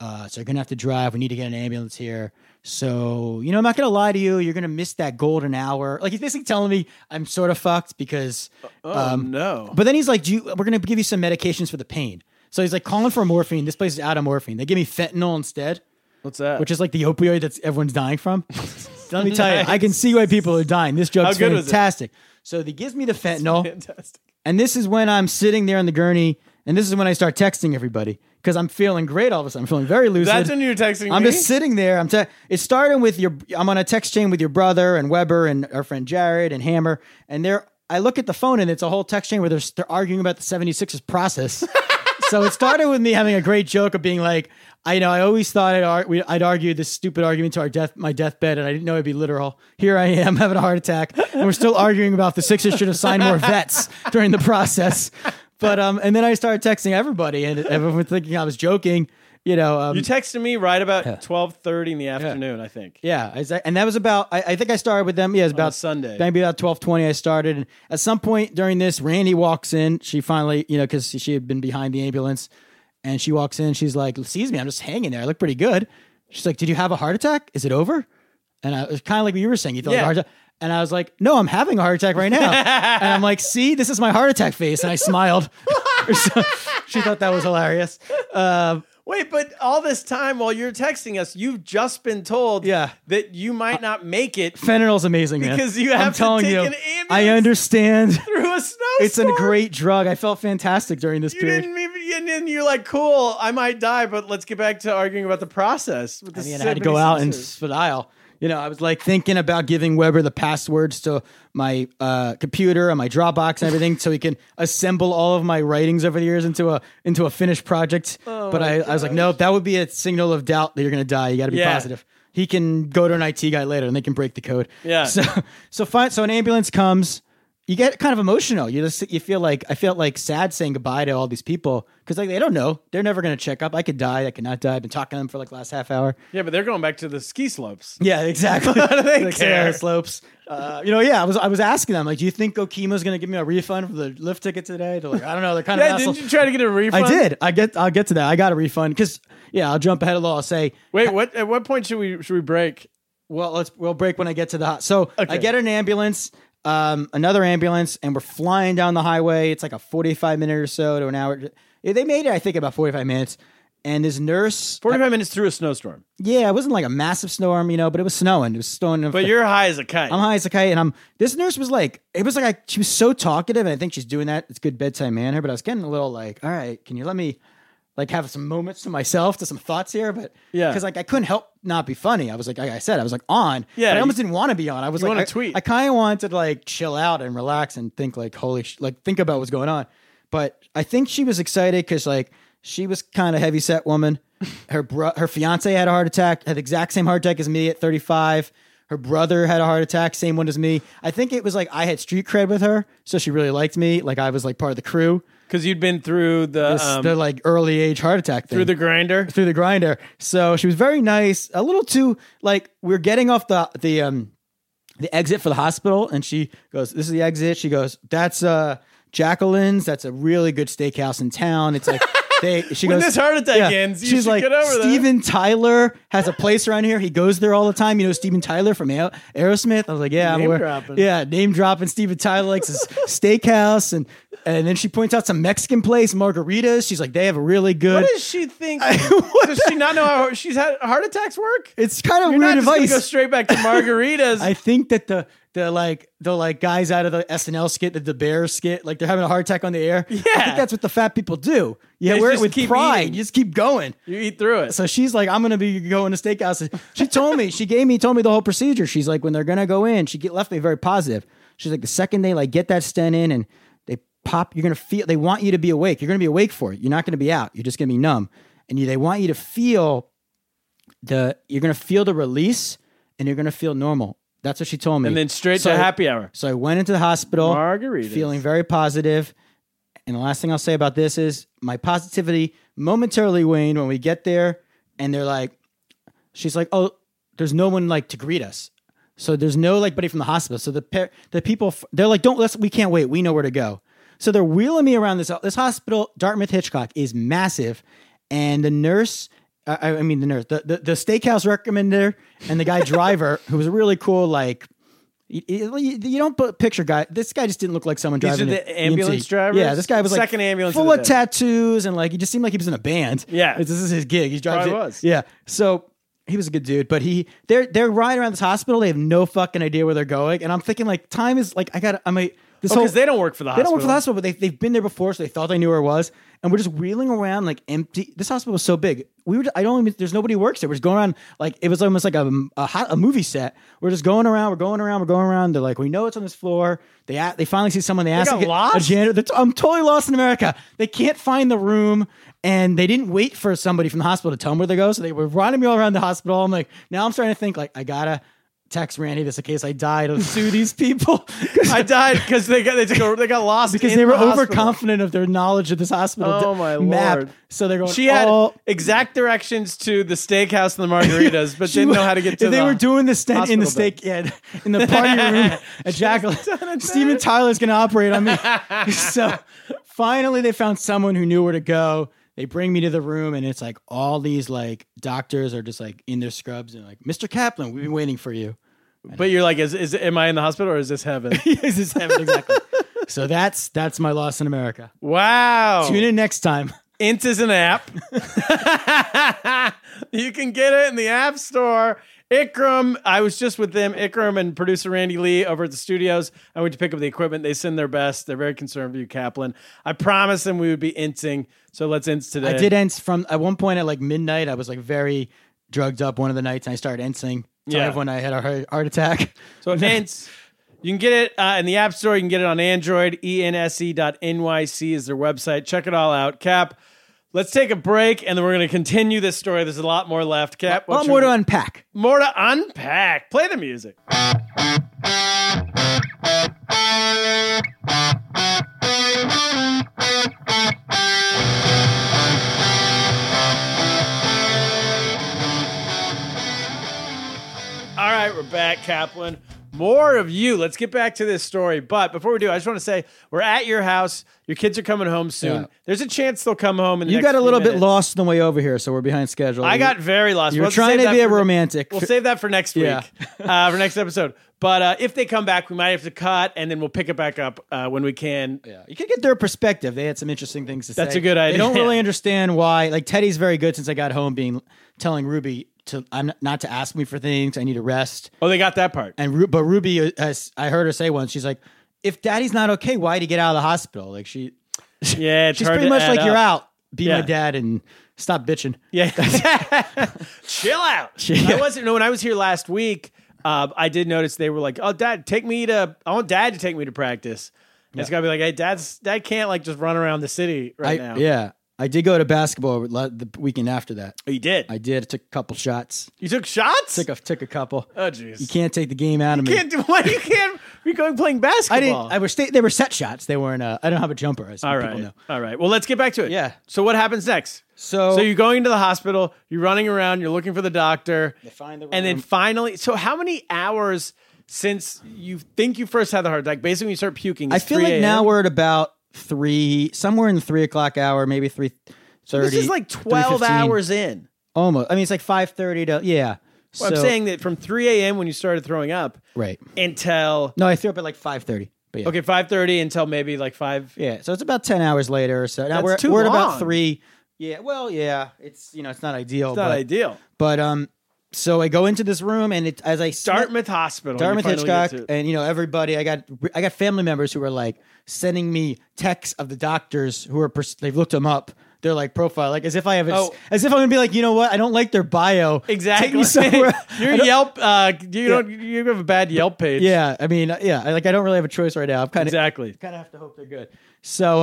Speaker 2: uh, so you're going to have to drive. We need to get an ambulance here." So, you know, I'm not going to lie to you. You're going to miss that golden hour. Like, he's basically telling me I'm sort of fucked because um,
Speaker 1: Oh no.
Speaker 2: but then he's like, Do you, "We're gonna give you some medications for the pain." So he's like calling for morphine. This place is out of morphine. They give me fentanyl instead,
Speaker 1: What's that?
Speaker 2: which is like the opioid that's everyone's dying from. Let me tell you, I can see why people are dying. This drug's
Speaker 1: good was it?
Speaker 2: fantastic. So he gives me the fentanyl,
Speaker 1: fantastic.
Speaker 2: and this is when I'm sitting there on the gurney, and this is when I start texting everybody because I'm feeling great all of a sudden. I'm feeling very lucid.
Speaker 1: That's when you were texting
Speaker 2: I'm
Speaker 1: me?
Speaker 2: just sitting there. I'm. Te- it's starting with your. I'm on a text chain with your brother and Weber and our friend Jared and Hammer, and they're. I look at the phone and it's a whole text chain where they're they're arguing about the 76ers process. so it started with me having a great joke of being like, I you know I always thought I'd, ar- we, I'd argue this stupid argument to our death my deathbed, and I didn't know it'd be literal. Here I am having a heart attack, and we're still arguing about the Sixers should have signed more vets during the process. But um, and then I started texting everybody, and everyone was thinking I was joking. You know, um,
Speaker 1: You texted me right about twelve thirty in the afternoon, I think.
Speaker 2: yeah, I was- and that was about. I, I think I started with them. Yeah, it was about
Speaker 1: Sunday.
Speaker 2: Maybe about twelve twenty. I started, and at some point during this, Randy walks in. She finally, you know, because she had been behind the ambulance, and she walks in. She's like, "Sees me. I'm just hanging there. I look pretty good." She's like, "Did you have a heart attack? Is it over?" And I it was kind of like what you were saying. You thought
Speaker 1: Yeah.
Speaker 2: a heart attack. And I was like, no, I'm having a heart attack right now. and I'm like, see, this is my heart attack face. And I smiled. So she thought that was hilarious. Uh,
Speaker 1: Wait, but all this time while you're texting us, you've just been told
Speaker 2: Yeah.
Speaker 1: that you might not make it
Speaker 2: fentanyl's amazing, man.
Speaker 1: Because you
Speaker 2: I'm
Speaker 1: have to
Speaker 2: telling
Speaker 1: take
Speaker 2: you,
Speaker 1: an
Speaker 2: I
Speaker 1: ambulance.
Speaker 2: understand.
Speaker 1: through a snowstorm.
Speaker 2: It's a great drug. I felt fantastic during this
Speaker 1: You
Speaker 2: period.
Speaker 1: didn't even, and then you're like, "Cool, I might die, but let's get back to arguing about the process." With the
Speaker 2: I mean, I had to go out and
Speaker 1: 76ers.
Speaker 2: spadile. You know, I was like thinking about giving Weber the passwords to my uh, computer and my Dropbox and everything, so he can assemble all of my writings over the years into a into a finished project.
Speaker 1: Oh
Speaker 2: but I, I was like, nope, that would be a signal of doubt that you're going to die. You got to be
Speaker 1: Yeah.
Speaker 2: positive. He can go to an IT guy later, and they can break the code.
Speaker 1: Yeah.
Speaker 2: So so fine. So an ambulance comes. You get kind of emotional. You just you feel like I felt like sad saying goodbye to all these people because like they don't know they're never going to check up. I could die. I could not die. I've been talking to them for like the last half hour.
Speaker 1: yeah, but they're going back to the ski slopes.
Speaker 2: Yeah, exactly.
Speaker 1: they
Speaker 2: Like
Speaker 1: care?
Speaker 2: Sierra slopes. Uh, you know, yeah, I was I was asking them like, do you think Okima's going to give me a refund for the lift ticket today? They're like, I don't know. They're kind of
Speaker 1: Yeah, didn't you try to get a refund?
Speaker 2: I did. I get. I'll get to that. I got a refund because yeah, I'll jump ahead a little. I'll say,
Speaker 1: Wait, what? At what point should we should we break?
Speaker 2: well, let's we'll break when I get to the hot. So
Speaker 1: Okay.
Speaker 2: I get an ambulance, um, another ambulance, and we're flying down the highway. It's like a forty-five minute or so to an hour. Yeah, They made it, I think, about forty-five minutes. And this nurse,
Speaker 1: Forty five minutes through a snowstorm,
Speaker 2: yeah, it wasn't like a massive snowstorm, you know, but it was snowing. It was snowing. enough
Speaker 1: but
Speaker 2: to-
Speaker 1: you're high as a kite.
Speaker 2: I'm high as a kite, and I'm. This nurse was like, it was like I, she was so talkative, and I think she's doing that. It's good bedtime manner, but I was getting a little like, all right, can you let me, like, have some moments to myself, to some thoughts here, but
Speaker 1: Yeah.
Speaker 2: because like I couldn't help not be funny. I was like, like I said, I was like on,
Speaker 1: Yeah,
Speaker 2: but I
Speaker 1: you-
Speaker 2: almost didn't want to be on. I was
Speaker 1: you
Speaker 2: like,
Speaker 1: wanna
Speaker 2: I,
Speaker 1: tweet.
Speaker 2: I kind of wanted to like chill out and relax and think like, holy, sh-, like think about what's going on. But I think she was excited because like she was kind of heavy set woman. Her bro- her fiance had a heart attack, had the exact same heart attack as me at 35. Her brother had a heart attack, same one as me. I think it was like I had street cred with her, so she really liked me. Like I was like part of the crew.
Speaker 1: because you'd been through the
Speaker 2: This,
Speaker 1: um,
Speaker 2: the like early age heart attack thing
Speaker 1: through the grinder.
Speaker 2: through the grinder. So she was very nice, a little too like we're getting off the the um the exit for the hospital and she goes, "This is the exit." She goes, "That's uh Jacqueline's. That's a really good steakhouse in town. It's like they. She
Speaker 1: When
Speaker 2: goes.
Speaker 1: this heart attack ends, you
Speaker 2: she's
Speaker 1: should
Speaker 2: like
Speaker 1: get over that.
Speaker 2: Steven Tyler has a place around here. He goes there all the time. You know Steven Tyler from Aer- Aerosmith. I was like, yeah, I'm
Speaker 1: Name
Speaker 2: aware.
Speaker 1: dropping.
Speaker 2: Yeah, name dropping. Steven Tyler likes his steakhouse, and and then she points out some Mexican place, margaritas. She's like, they have a really good.
Speaker 1: What does she think? does she not know how she's had heart attacks work?
Speaker 2: it's kind of
Speaker 1: You're not
Speaker 2: weird
Speaker 1: just gonna
Speaker 2: advice.
Speaker 1: go straight back to margaritas.
Speaker 2: I think that the the like the like guys out of the SNL skit, the, the bear skit, like they're having a heart attack on the air. Yeah, I think that's what the fat people do. Yeah,
Speaker 1: They
Speaker 2: wear it
Speaker 1: just
Speaker 2: with
Speaker 1: keep
Speaker 2: pride.
Speaker 1: eating.
Speaker 2: You just keep going.
Speaker 1: you eat through it.
Speaker 2: So she's like, I'm gonna be going to steakhouse. She told me, she gave me, told me the whole procedure. She's like, when they're gonna go in, she get, left me very positive. She's like, the second they like get that stent in and they pop, you're gonna feel. They want you to be awake. You're gonna be awake for it. You're not gonna be out. You're just gonna be numb. And you, they want you to feel the. You're gonna feel the release, and you're gonna feel normal. That's what she told me.
Speaker 1: and then straight
Speaker 2: So-
Speaker 1: to happy hour.
Speaker 2: so I went into the hospital,
Speaker 1: Margaritas.
Speaker 2: feeling very positive. And the last thing I'll say about this is my positivity momentarily waned when we get there, and they're like, she's like, oh, there's no one like to greet us, so there's no like buddy from the hospital. So the par- the people f- they're like, don't let's we can't wait, we know where to go. So they're wheeling me around this this hospital. Dartmouth Hitchcock is massive, and the nurse. I, I mean the nurse, the, the the steakhouse recommender, and the guy driver who was a really cool like you, you- you don't put picture guy. This guy just didn't look like someone
Speaker 1: These
Speaker 2: driving.
Speaker 1: are
Speaker 2: an
Speaker 1: the ambulance drivers?
Speaker 2: Yeah, this guy was like
Speaker 1: Second ambulance
Speaker 2: full
Speaker 1: of
Speaker 2: of
Speaker 1: the day.
Speaker 2: tattoos and like he just seemed like he was in a band.
Speaker 1: Yeah.
Speaker 2: this is his gig. He drives.
Speaker 1: Probably
Speaker 2: it-
Speaker 1: was.
Speaker 2: Yeah, so he was a good dude, but he they're they're riding around this hospital. They have no fucking idea where they're going, and I'm thinking like time is like I got to I'm a this whole
Speaker 1: Because Oh, they don't work for the
Speaker 2: they
Speaker 1: hospital.
Speaker 2: don't work for the hospital, but they, they've been there before, so they thought they knew where it was. And we're just wheeling around like empty. This hospital was so big. We were, I don't even, there's nobody who works there. We're just going around like it was almost like a, a, hot, a movie set. We're just going around, we're going around, we're going around. They're like, we know it's on this floor. They a- they finally see someone, they, ask
Speaker 1: got
Speaker 2: a, a
Speaker 1: lost?
Speaker 2: janitor. They're t- I'm totally lost in America. They can't find the room. And they didn't wait for somebody from the hospital to tell them where they go. So they were running me all around the hospital. I'm like, now I'm starting to think like, I gotta text Randy this in case I die to sue these people.
Speaker 1: I died because they got they, took a, they got lost
Speaker 2: because
Speaker 1: in
Speaker 2: they
Speaker 1: the
Speaker 2: were
Speaker 1: hospital.
Speaker 2: overconfident of their knowledge of this hospital
Speaker 1: Oh,
Speaker 2: d-
Speaker 1: my
Speaker 2: map.
Speaker 1: Lord.
Speaker 2: So they're going.
Speaker 1: She had
Speaker 2: oh.
Speaker 1: exact directions to the steakhouse and the margaritas, but
Speaker 2: She
Speaker 1: didn't
Speaker 2: wa-
Speaker 1: know how to get to.
Speaker 2: They
Speaker 1: the
Speaker 2: were doing the stent in the
Speaker 1: hospital
Speaker 2: steak, yeah, in the party room at Jacqueline. Steven Tyler's going to operate on me. so finally, they found someone who knew where to go. They bring me to the room, and it's like all these like doctors are just like in their scrubs and like, Mr. Kaplan, we've been waiting for you.
Speaker 1: But you're like, is, is am I in the hospital or is this heaven?
Speaker 2: Is this heaven exactly? so that's that's my loss in America.
Speaker 1: wow.
Speaker 2: Tune in next time.
Speaker 1: Int is an app. you can get it in the App Store. Ikram, I was just with them, Ikram and producer Randy Lee over at the studios. I went to pick up the equipment. They send their best. They're very concerned for you, Kaplan. I promised them we would be inting. So let's int today.
Speaker 2: I did ents from at one point at like midnight. I was like very drugged up one of the nights, and I started entsing. Till
Speaker 1: Yeah.
Speaker 2: everyone I had a heart, heart attack.
Speaker 1: So Ents, you can get it uh, in the App Store. You can get it on Android. E ense.nyc is their website. Check it all out. Cap, let's take a break, and then we're going to continue this story. There's a lot more left. Cap,
Speaker 2: a lot
Speaker 1: what's
Speaker 2: more
Speaker 1: your-
Speaker 2: to unpack.
Speaker 1: more to unpack. Play the music. All right, we're back, Kaplan. More of you. Let's get back to this story. But before we do, I just want to say we're at your house. Your kids are coming home soon.
Speaker 2: Yeah.
Speaker 1: There's a chance they'll come home. And
Speaker 2: You got a little bit lost on the way over here, so we're behind schedule.
Speaker 1: I got very lost.
Speaker 2: You were
Speaker 1: We'll
Speaker 2: trying
Speaker 1: save
Speaker 2: to
Speaker 1: that
Speaker 2: be a
Speaker 1: for-
Speaker 2: romantic.
Speaker 1: We'll save that for next week,
Speaker 2: Yeah.
Speaker 1: uh, for next episode. But uh, if they come back, we might have to cut, and then we'll pick it back up uh, when we can.
Speaker 2: Yeah. You could get their perspective. They had some interesting things to say.
Speaker 1: That's a good idea.
Speaker 2: They don't really understand why. Like Teddy's very good since I got home, being telling Ruby to I'm not, not to ask me for things. I need to rest.
Speaker 1: Oh, they got that part.
Speaker 2: And Ru- but Ruby, uh, as I heard her say once, she's like, "If Daddy's not okay, why did he get out of the hospital?" Like she
Speaker 1: Yeah, it's
Speaker 2: She's
Speaker 1: hard
Speaker 2: pretty
Speaker 1: to
Speaker 2: much
Speaker 1: add
Speaker 2: like
Speaker 1: up.
Speaker 2: you're out. Be
Speaker 1: Yeah.
Speaker 2: my dad and stop bitching.
Speaker 1: Yeah, chill out.
Speaker 2: Yeah.
Speaker 1: I wasn't. No, when I was here last week, uh, I did notice they were like, "Oh, Dad, take me to. I want Dad to take me to practice." And It's gotta be like, "Hey, Dad's Dad can't like just run around the city
Speaker 2: I,
Speaker 1: right now."
Speaker 2: yeah, I did go to basketball with lo- the weekend after that.
Speaker 1: oh, you did.
Speaker 2: I did. I took a couple shots.
Speaker 1: you took shots.
Speaker 2: Took a took a couple.
Speaker 1: oh, jeez.
Speaker 2: You can't take the game out of me.
Speaker 1: Can't do what you can't. You're going playing basketball.
Speaker 2: I didn't. I was. Sta- they were set shots. They weren't. Uh, I don't have a jumper. As
Speaker 1: All
Speaker 2: people
Speaker 1: right.
Speaker 2: know.
Speaker 1: All right. Well, let's get back to it.
Speaker 2: Yeah.
Speaker 1: So what happens next?
Speaker 2: So-
Speaker 1: so you're going to the hospital. You're running around. You're looking for the doctor. They
Speaker 2: find the
Speaker 1: And then
Speaker 2: room.
Speaker 1: finally, so how many hours since you think you first had the heart attack? Basically, when you start puking.
Speaker 2: I
Speaker 1: it's
Speaker 2: feel
Speaker 1: 3
Speaker 2: like now
Speaker 1: a.m.?
Speaker 2: we're at about three, somewhere in the three o'clock hour, maybe three thirty.
Speaker 1: This is like 12 hours in.
Speaker 2: almost. I mean, it's like five thirty to yeah.
Speaker 1: Well, I'm
Speaker 2: So-
Speaker 1: saying that from 3 a.m. when you started throwing up
Speaker 2: right.
Speaker 1: until
Speaker 2: No, I threw up at like five thirty. But yeah.
Speaker 1: okay 5:30 until maybe like 5.
Speaker 2: Yeah, so it's about ten hours later or so. Now
Speaker 1: That's
Speaker 2: we're
Speaker 1: too
Speaker 2: we're at
Speaker 1: long.
Speaker 2: about three. Yeah, well, yeah, it's you know it's not ideal.
Speaker 1: It's not
Speaker 2: Oh, but,
Speaker 1: ideal.
Speaker 2: But um, so I go into this room and it as I sn-
Speaker 1: Dartmouth Hospital.
Speaker 2: Dartmouth
Speaker 1: Oh, you finally get
Speaker 2: Hitchcock,
Speaker 1: to-
Speaker 2: and you know everybody. I got I got family members who were like sending me texts of the doctors who are pers- they've looked them up. They're like profile, like as if I have, a-
Speaker 1: Oh.
Speaker 2: as if I'm gonna be like, you know what? I don't like their bio.
Speaker 1: Exactly.
Speaker 2: Take me somewhere.
Speaker 1: Your
Speaker 2: I don't-
Speaker 1: Yelp, uh, you don't, you have a bad Yelp page.
Speaker 2: Yeah, I mean, uh, yeah, I- like I don't really have a choice right now. I'm kind of
Speaker 1: exactly.
Speaker 2: kind of have to hope they're good. So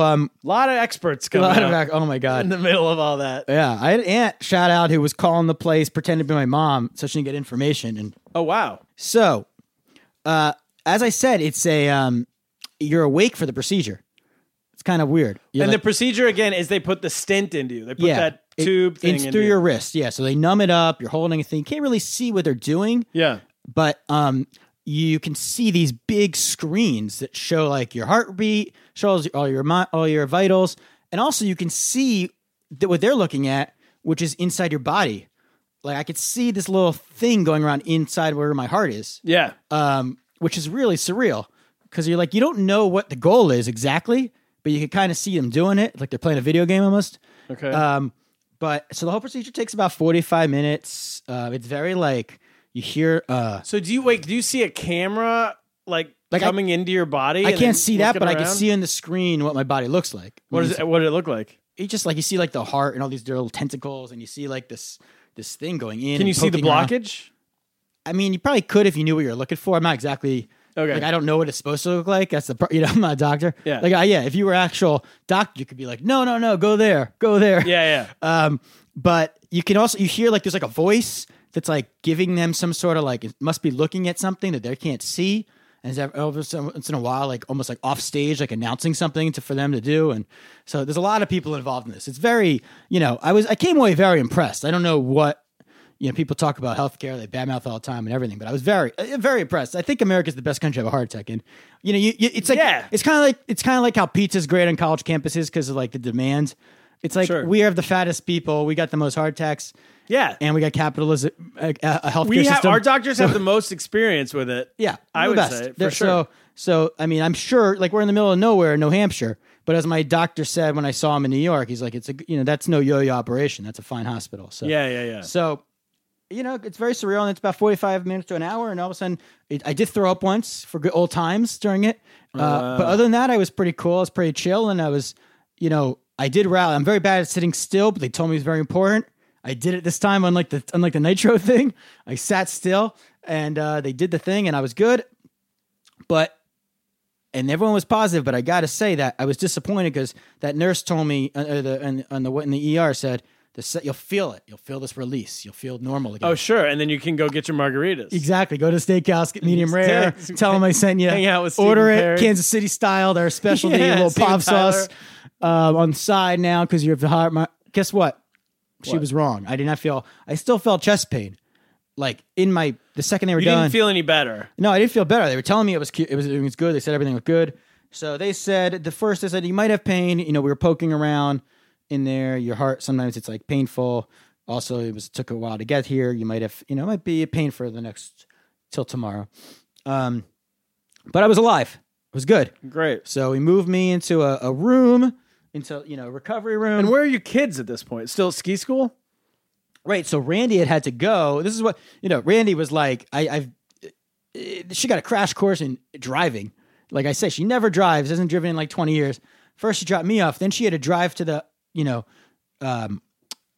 Speaker 2: um,
Speaker 1: A lot of experts
Speaker 2: a
Speaker 1: coming
Speaker 2: lot of
Speaker 1: out
Speaker 2: ac- oh my god,
Speaker 1: in the middle of all that.
Speaker 2: Yeah, I had an aunt shout out who was calling the place, pretending to be my mom, so she didn't get information. And
Speaker 1: Oh wow,
Speaker 2: so, uh, as I said, it's a um, you're awake for the procedure. It's kind of weird. You're
Speaker 1: and
Speaker 2: like-
Speaker 1: the procedure again is they put the stint into you. They put that
Speaker 2: it-
Speaker 1: tube thing
Speaker 2: it's
Speaker 1: into
Speaker 2: through
Speaker 1: you.
Speaker 2: your wrist. Yeah, so they numb it up. You're holding a thing. You can't really see what they're doing,
Speaker 1: Yeah.
Speaker 2: but um, you can see these big screens that show like your heartbeat, shows all your mi- all your vitals, and also you can see that what they're looking at, which is inside your body. Like I could see this little thing going around inside where my heart is,
Speaker 1: Yeah.
Speaker 2: um, which is really surreal because you're like you don't know what the goal is exactly, but you can kind of see them doing it, like they're playing a video game almost.
Speaker 1: Okay.
Speaker 2: Um, but so the whole procedure takes about 45 minutes. Uh, it's very like you hear, uh,
Speaker 1: so do you wait? Do you see a camera like,
Speaker 2: Like, I-
Speaker 1: coming into your body?
Speaker 2: I
Speaker 1: and
Speaker 2: can't
Speaker 1: then
Speaker 2: see that,
Speaker 1: looking
Speaker 2: but I can
Speaker 1: around?
Speaker 2: see on the screen what my body looks like.
Speaker 1: What
Speaker 2: You
Speaker 1: is
Speaker 2: see-
Speaker 1: it? What did it look like?
Speaker 2: It just like you see like the heart and all these little tentacles, and you see like this this thing going in.
Speaker 1: Can
Speaker 2: and
Speaker 1: you see the
Speaker 2: poking around.
Speaker 1: blockage?
Speaker 2: I mean, you probably could if you knew what you were looking for. I'm not exactly
Speaker 1: Okay.
Speaker 2: Like I don't know what it's supposed to look like. That's the pro- you know I'm not a doctor.
Speaker 1: Yeah.
Speaker 2: Like I, yeah, if you were actual doctor, you could be like, no, no, no, go there, go there.
Speaker 1: Yeah. Yeah.
Speaker 2: Um, but you can also you hear like there's like a voice that's like giving them some sort of like it must be looking at something that they can't see, and it's ev- over some- once in a while like almost like off stage like announcing something to for them to do, and so there's a lot of people involved in this. It's very you know I was I came away very impressed. I don't know what. You know, people talk about healthcare; they badmouth all the time and everything. But I was very, uh, very impressed. I think America's the best country to have a heart attack in. You know, you, you, it's like
Speaker 1: Yeah.
Speaker 2: it's kind of like it's kind of like how pizza's great on college campuses because of like the demand. It's like
Speaker 1: Sure.
Speaker 2: we have the fattest people, we got the most heart attacks,
Speaker 1: yeah.
Speaker 2: and we got capitalism, a, a a healthcare
Speaker 1: we have
Speaker 2: system.
Speaker 1: our doctors have the most experience with it.
Speaker 2: yeah,
Speaker 1: I
Speaker 2: the
Speaker 1: would
Speaker 2: best.
Speaker 1: say for
Speaker 2: They're-
Speaker 1: sure.
Speaker 2: So, so I mean, I'm sure like we're in the middle of nowhere in New Hampshire, but as my doctor said when I saw him in New York, he's like, it's a you know that's no yo-yo operation. That's a fine hospital. So
Speaker 1: yeah. Yeah. Yeah.
Speaker 2: so, you know, it's very surreal, and it's about forty-five minutes to an hour, and all of a sudden, it, I did throw up once for good old times during it. Uh, but other than that, I was pretty cool. I was pretty chill, and I was, you know, I did rally. I'm very bad at sitting still, but they told me it was very important. I did it this time, unlike the unlike the nitro thing. I sat still, and uh, they did the thing, and I was good. But and everyone was positive, but I got to say that I was disappointed because that nurse told me uh, uh, the and on the in the ER said the se- you'll feel it, you'll feel this release, you'll feel normal again.
Speaker 1: oh sure, and then you can go get your margaritas.
Speaker 2: exactly. Go to steakhouse, get medium rare.
Speaker 1: Exactly.
Speaker 2: Tell them I sent you.
Speaker 1: Hang out with Stephen
Speaker 2: order it
Speaker 1: Perry.
Speaker 2: Kansas City style, their specialty
Speaker 1: Yeah,
Speaker 2: little
Speaker 1: Steven
Speaker 2: pop
Speaker 1: Tyler.
Speaker 2: sauce um, on the side now because you have the heart. My, guess what? She was wrong. I did not feel. I still felt chest pain, like in my the second they were
Speaker 1: You
Speaker 2: done.
Speaker 1: didn't feel any better.
Speaker 2: No, I didn't feel better. They were telling me it was cute. It was, it was good. They said everything was good. So they said the first they said you might have pain. You know, we were poking around in there. Your heart sometimes it's like painful. Also, it was took a while to get here. You might have you know it might be a pain for the next till tomorrow. Um, but I was alive. It was good.
Speaker 1: Great.
Speaker 2: So he moved me into a, a room, into you know recovery room.
Speaker 1: And where are your kids at this point? Still at ski school?
Speaker 2: Right. So Randy had had to go. This is what you know. Randy was like, I, I've. eh, She got a crash course in driving. Like I said, she never drives. Hasn't driven in like twenty years. First, she dropped me off. Then she had to drive to the you know, um,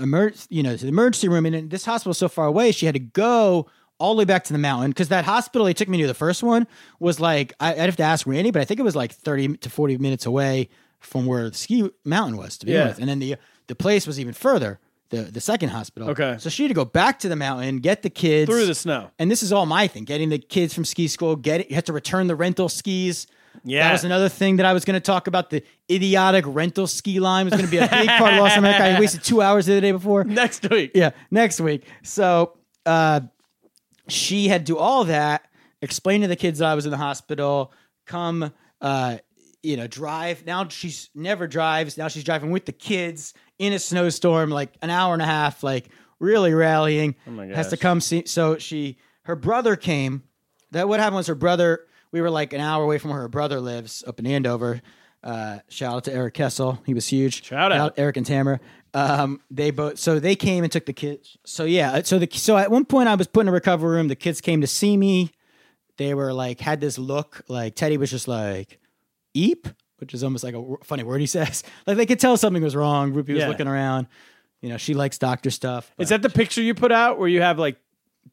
Speaker 2: emer- you know, to the emergency room. And then this hospital is so far away, she had to go all the way back to the mountain because that hospital they took me to the first one was like I, I'd have to ask Randy, but I think it was like thirty to forty minutes away from where the ski mountain was to begin
Speaker 1: Yeah.
Speaker 2: with. And then the the place was even further. The, the second hospital.
Speaker 1: Okay.
Speaker 2: So she had to go back to the mountain, get the kids
Speaker 1: Through the snow.
Speaker 2: And this is all my thing: getting the kids from ski school. Get it. You had to return the rental skis.
Speaker 1: Yeah.
Speaker 2: That was another thing that I was going to talk about. The idiotic rental ski line was going to be a big part of Lost America. I wasted two hours the other day before.
Speaker 1: Next week.
Speaker 2: Yeah, next week. So uh, she had to do all that, explain to the kids that I was in the hospital, come, uh, you know, drive. Now she's never drives. Now she's driving with the kids in a snowstorm, like an hour and a half, like really rallying. Oh my Has to
Speaker 1: gosh.
Speaker 2: come see. So she, her brother came. That what happened was her brother. We were like an hour away from where her brother lives up in Andover. Uh, shout out to Eric Kessel. He was huge.
Speaker 1: Shout out.
Speaker 2: Eric and Tamara. Um, they both so they came and took the kids. So yeah, uh, so the so at one point I was put in a recovery room. The kids came to see me. They were like had this look like Teddy was just like eep, which is almost like a w- funny word he says. Like they could tell something was wrong. Ruby was
Speaker 1: Yeah.
Speaker 2: looking around. You know, she likes doctor stuff.
Speaker 1: Is
Speaker 2: but-
Speaker 1: that the picture you put out where you have like?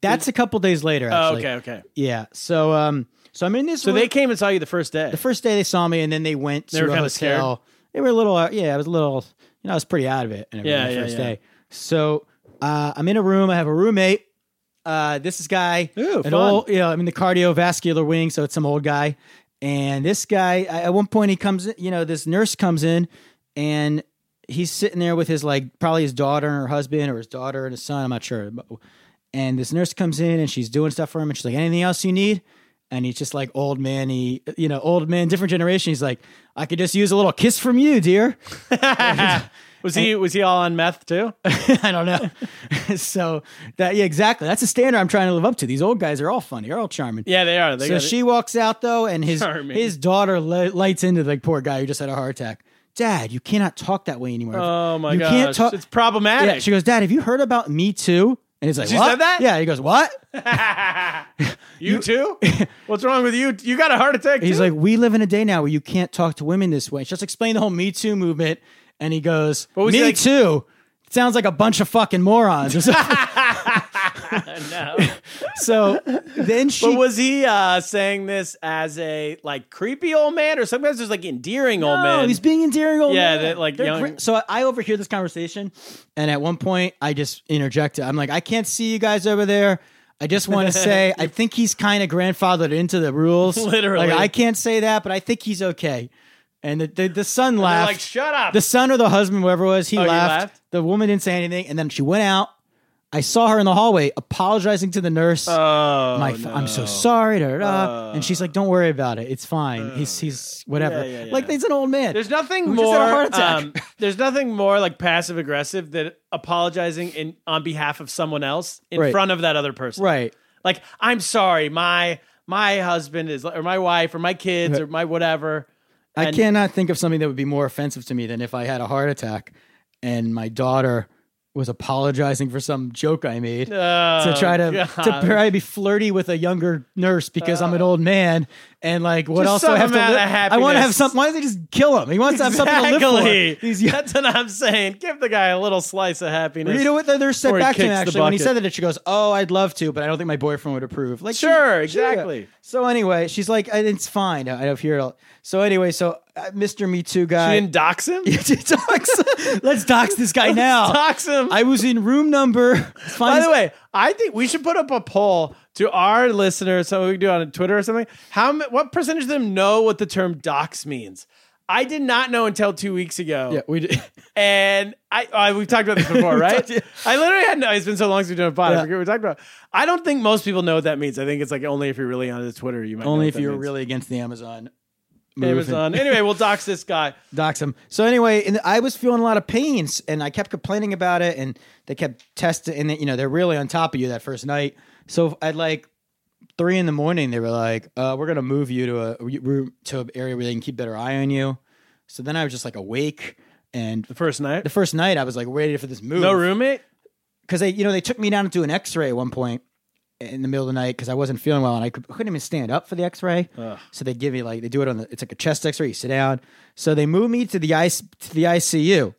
Speaker 2: that's a couple days later?
Speaker 1: Oh,
Speaker 2: Actually.
Speaker 1: okay, okay.
Speaker 2: Yeah. So um, so I'm in this.
Speaker 1: So
Speaker 2: room-
Speaker 1: they came and saw you the first day.
Speaker 2: the first day they saw me, and then they went
Speaker 1: They
Speaker 2: to
Speaker 1: were
Speaker 2: a
Speaker 1: kinda scared?
Speaker 2: hotel. They were a little, uh, yeah, I was a little, you know, I was pretty out of it. And everything
Speaker 1: Yeah,
Speaker 2: the
Speaker 1: yeah,
Speaker 2: first
Speaker 1: yeah.
Speaker 2: day. So uh, I'm in a room. I have a roommate. Uh, this is guy,
Speaker 1: Ooh,
Speaker 2: an
Speaker 1: fun.
Speaker 2: old, you know, I'm in the cardiovascular wing, so it's some old guy. And this guy, I- at one point, he comes, in- you know, this nurse comes in, and he's sitting there with his like probably his daughter and her husband or his daughter and his son. I'm not sure. And this nurse comes in and she's doing stuff for him, and she's like, "Anything else you need?" And he's just like old man. He, you know, old man, different generation. He's like, "I could just use a little kiss from you, dear."
Speaker 1: was he was he all on meth too?
Speaker 2: I don't know. so that yeah, exactly. That's a standard I'm trying to live up to. These old guys are all funny. They're all charming.
Speaker 1: yeah, they are. They
Speaker 2: So
Speaker 1: got
Speaker 2: she walks out though, and his
Speaker 1: Charming.
Speaker 2: his daughter li- lights into the poor guy who just had a heart attack. Dad, you cannot talk that way anymore.
Speaker 1: Oh my
Speaker 2: you
Speaker 1: gosh,
Speaker 2: can't talk.
Speaker 1: it's problematic.
Speaker 2: Yeah, she goes, Dad, have you heard about Me Too? And he's like,
Speaker 1: She
Speaker 2: what?
Speaker 1: said that?
Speaker 2: Yeah. He goes, what?
Speaker 1: you, too? What's wrong with you? You got a heart attack.
Speaker 2: He's
Speaker 1: too?
Speaker 2: like, we live in a day now where you can't talk to women this way. She just explained the whole Me Too movement, and he goes,
Speaker 1: was
Speaker 2: Me
Speaker 1: he like-
Speaker 2: Too. Sounds like a bunch of fucking morons. Or something. so then she
Speaker 1: But was he uh, saying this as a like creepy old man, or sometimes there's like endearing old
Speaker 2: No,
Speaker 1: man?
Speaker 2: he's being endearing old
Speaker 1: Yeah,
Speaker 2: man.
Speaker 1: that, like,
Speaker 2: They're
Speaker 1: young-
Speaker 2: great. So I overhear this conversation, and at one point I just interjected. I'm like, I can't see you guys over there. I just want to say, I think he's kind of grandfathered into the rules.
Speaker 1: Literally.
Speaker 2: like I can't say that, but I think he's okay. And the the, the son
Speaker 1: They're
Speaker 2: laughed.
Speaker 1: like, shut up.
Speaker 2: the son or the husband, whoever it was, he
Speaker 1: Oh, he
Speaker 2: laughed.
Speaker 1: laughed?
Speaker 2: The woman didn't say anything, and then she went out. I saw her in the hallway apologizing to the nurse.
Speaker 1: oh, Uh.
Speaker 2: My, I'm so sorry, da, da, da. and she's like, "Don't worry about it. It's fine. he's he's whatever.
Speaker 1: yeah, yeah.
Speaker 2: Like he's an old man.
Speaker 1: There's nothing
Speaker 2: Who just
Speaker 1: more.
Speaker 2: had a heart attack.
Speaker 1: um, there's nothing more like passive aggressive than apologizing in on behalf of someone else in
Speaker 2: Right.
Speaker 1: front of that other person.
Speaker 2: Right.
Speaker 1: Like, I'm sorry, my my husband is or my wife or my kids or my whatever.
Speaker 2: I
Speaker 1: And-
Speaker 2: cannot think of something that would be more offensive to me than if I had a heart attack and my daughter was apologizing for some joke I made to try to to
Speaker 1: Oh, God. Oh.
Speaker 2: try to be flirty with a younger nurse because I'm an old man and like what
Speaker 1: Just
Speaker 2: else do
Speaker 1: some
Speaker 2: I have to
Speaker 1: amount
Speaker 2: live?
Speaker 1: of
Speaker 2: I want to have
Speaker 1: happiness.
Speaker 2: some. Why don't they just kill him? He wants to have something to live for.
Speaker 1: Exactly. That's what I'm saying. Give the guy a little slice of happiness.
Speaker 2: You know what the nurse said
Speaker 1: Or he
Speaker 2: back to him
Speaker 1: kicks the
Speaker 2: actually when he
Speaker 1: bucket.
Speaker 2: said that she goes, "Oh, I'd love to, but I don't think my boyfriend would approve." Like,
Speaker 1: Sure,
Speaker 2: she- she- yeah.
Speaker 1: exactly.
Speaker 2: So anyway, she's like, "I- "It's fine. I don't hear it all." So anyway, so uh, Mr. Me Too
Speaker 1: She
Speaker 2: guy,
Speaker 1: didn't dox him?
Speaker 2: She dox- Let's dox this guy now.
Speaker 1: dox him.
Speaker 2: I was in room number.
Speaker 1: By the way, I think we should put up a poll to our listeners, so we can do it on Twitter or something. How m- what percentage of them know what the term dox means? I did not know until two weeks ago,
Speaker 2: yeah, we did.
Speaker 1: and I, I oh, we've talked about this before, right?
Speaker 2: yeah.
Speaker 1: I literally had no. It's been so long since we've done a pod. I
Speaker 2: Yeah.
Speaker 1: forget what we talked about. I don't think most people know what that means. I think it's like only if you're really on the Twitter, you might know
Speaker 2: Only
Speaker 1: what
Speaker 2: if
Speaker 1: that
Speaker 2: you were
Speaker 1: means.
Speaker 2: really against the Amazon. move and
Speaker 1: Amazon. anyway, we'll dox this guy.
Speaker 2: dox him. So anyway, and I was feeling a lot of pains, and I kept complaining about it, and they kept testing, and they, you know they're really on top of you that first night. So at like three in the morning, they were like, uh, "We're gonna move you to a room to an area where they can keep better eye on you." So then I was just like awake, and
Speaker 1: The first night,
Speaker 2: the first night I was like ready for this move.
Speaker 1: no roommate.
Speaker 2: because they, you know, they took me down to do an X-ray at one point in the middle of the night because I wasn't feeling well and I could, couldn't even stand up for the X-ray. So they give me like they do it on the it's like a chest X-ray. You sit down. So they moved me to the ice to the ICU,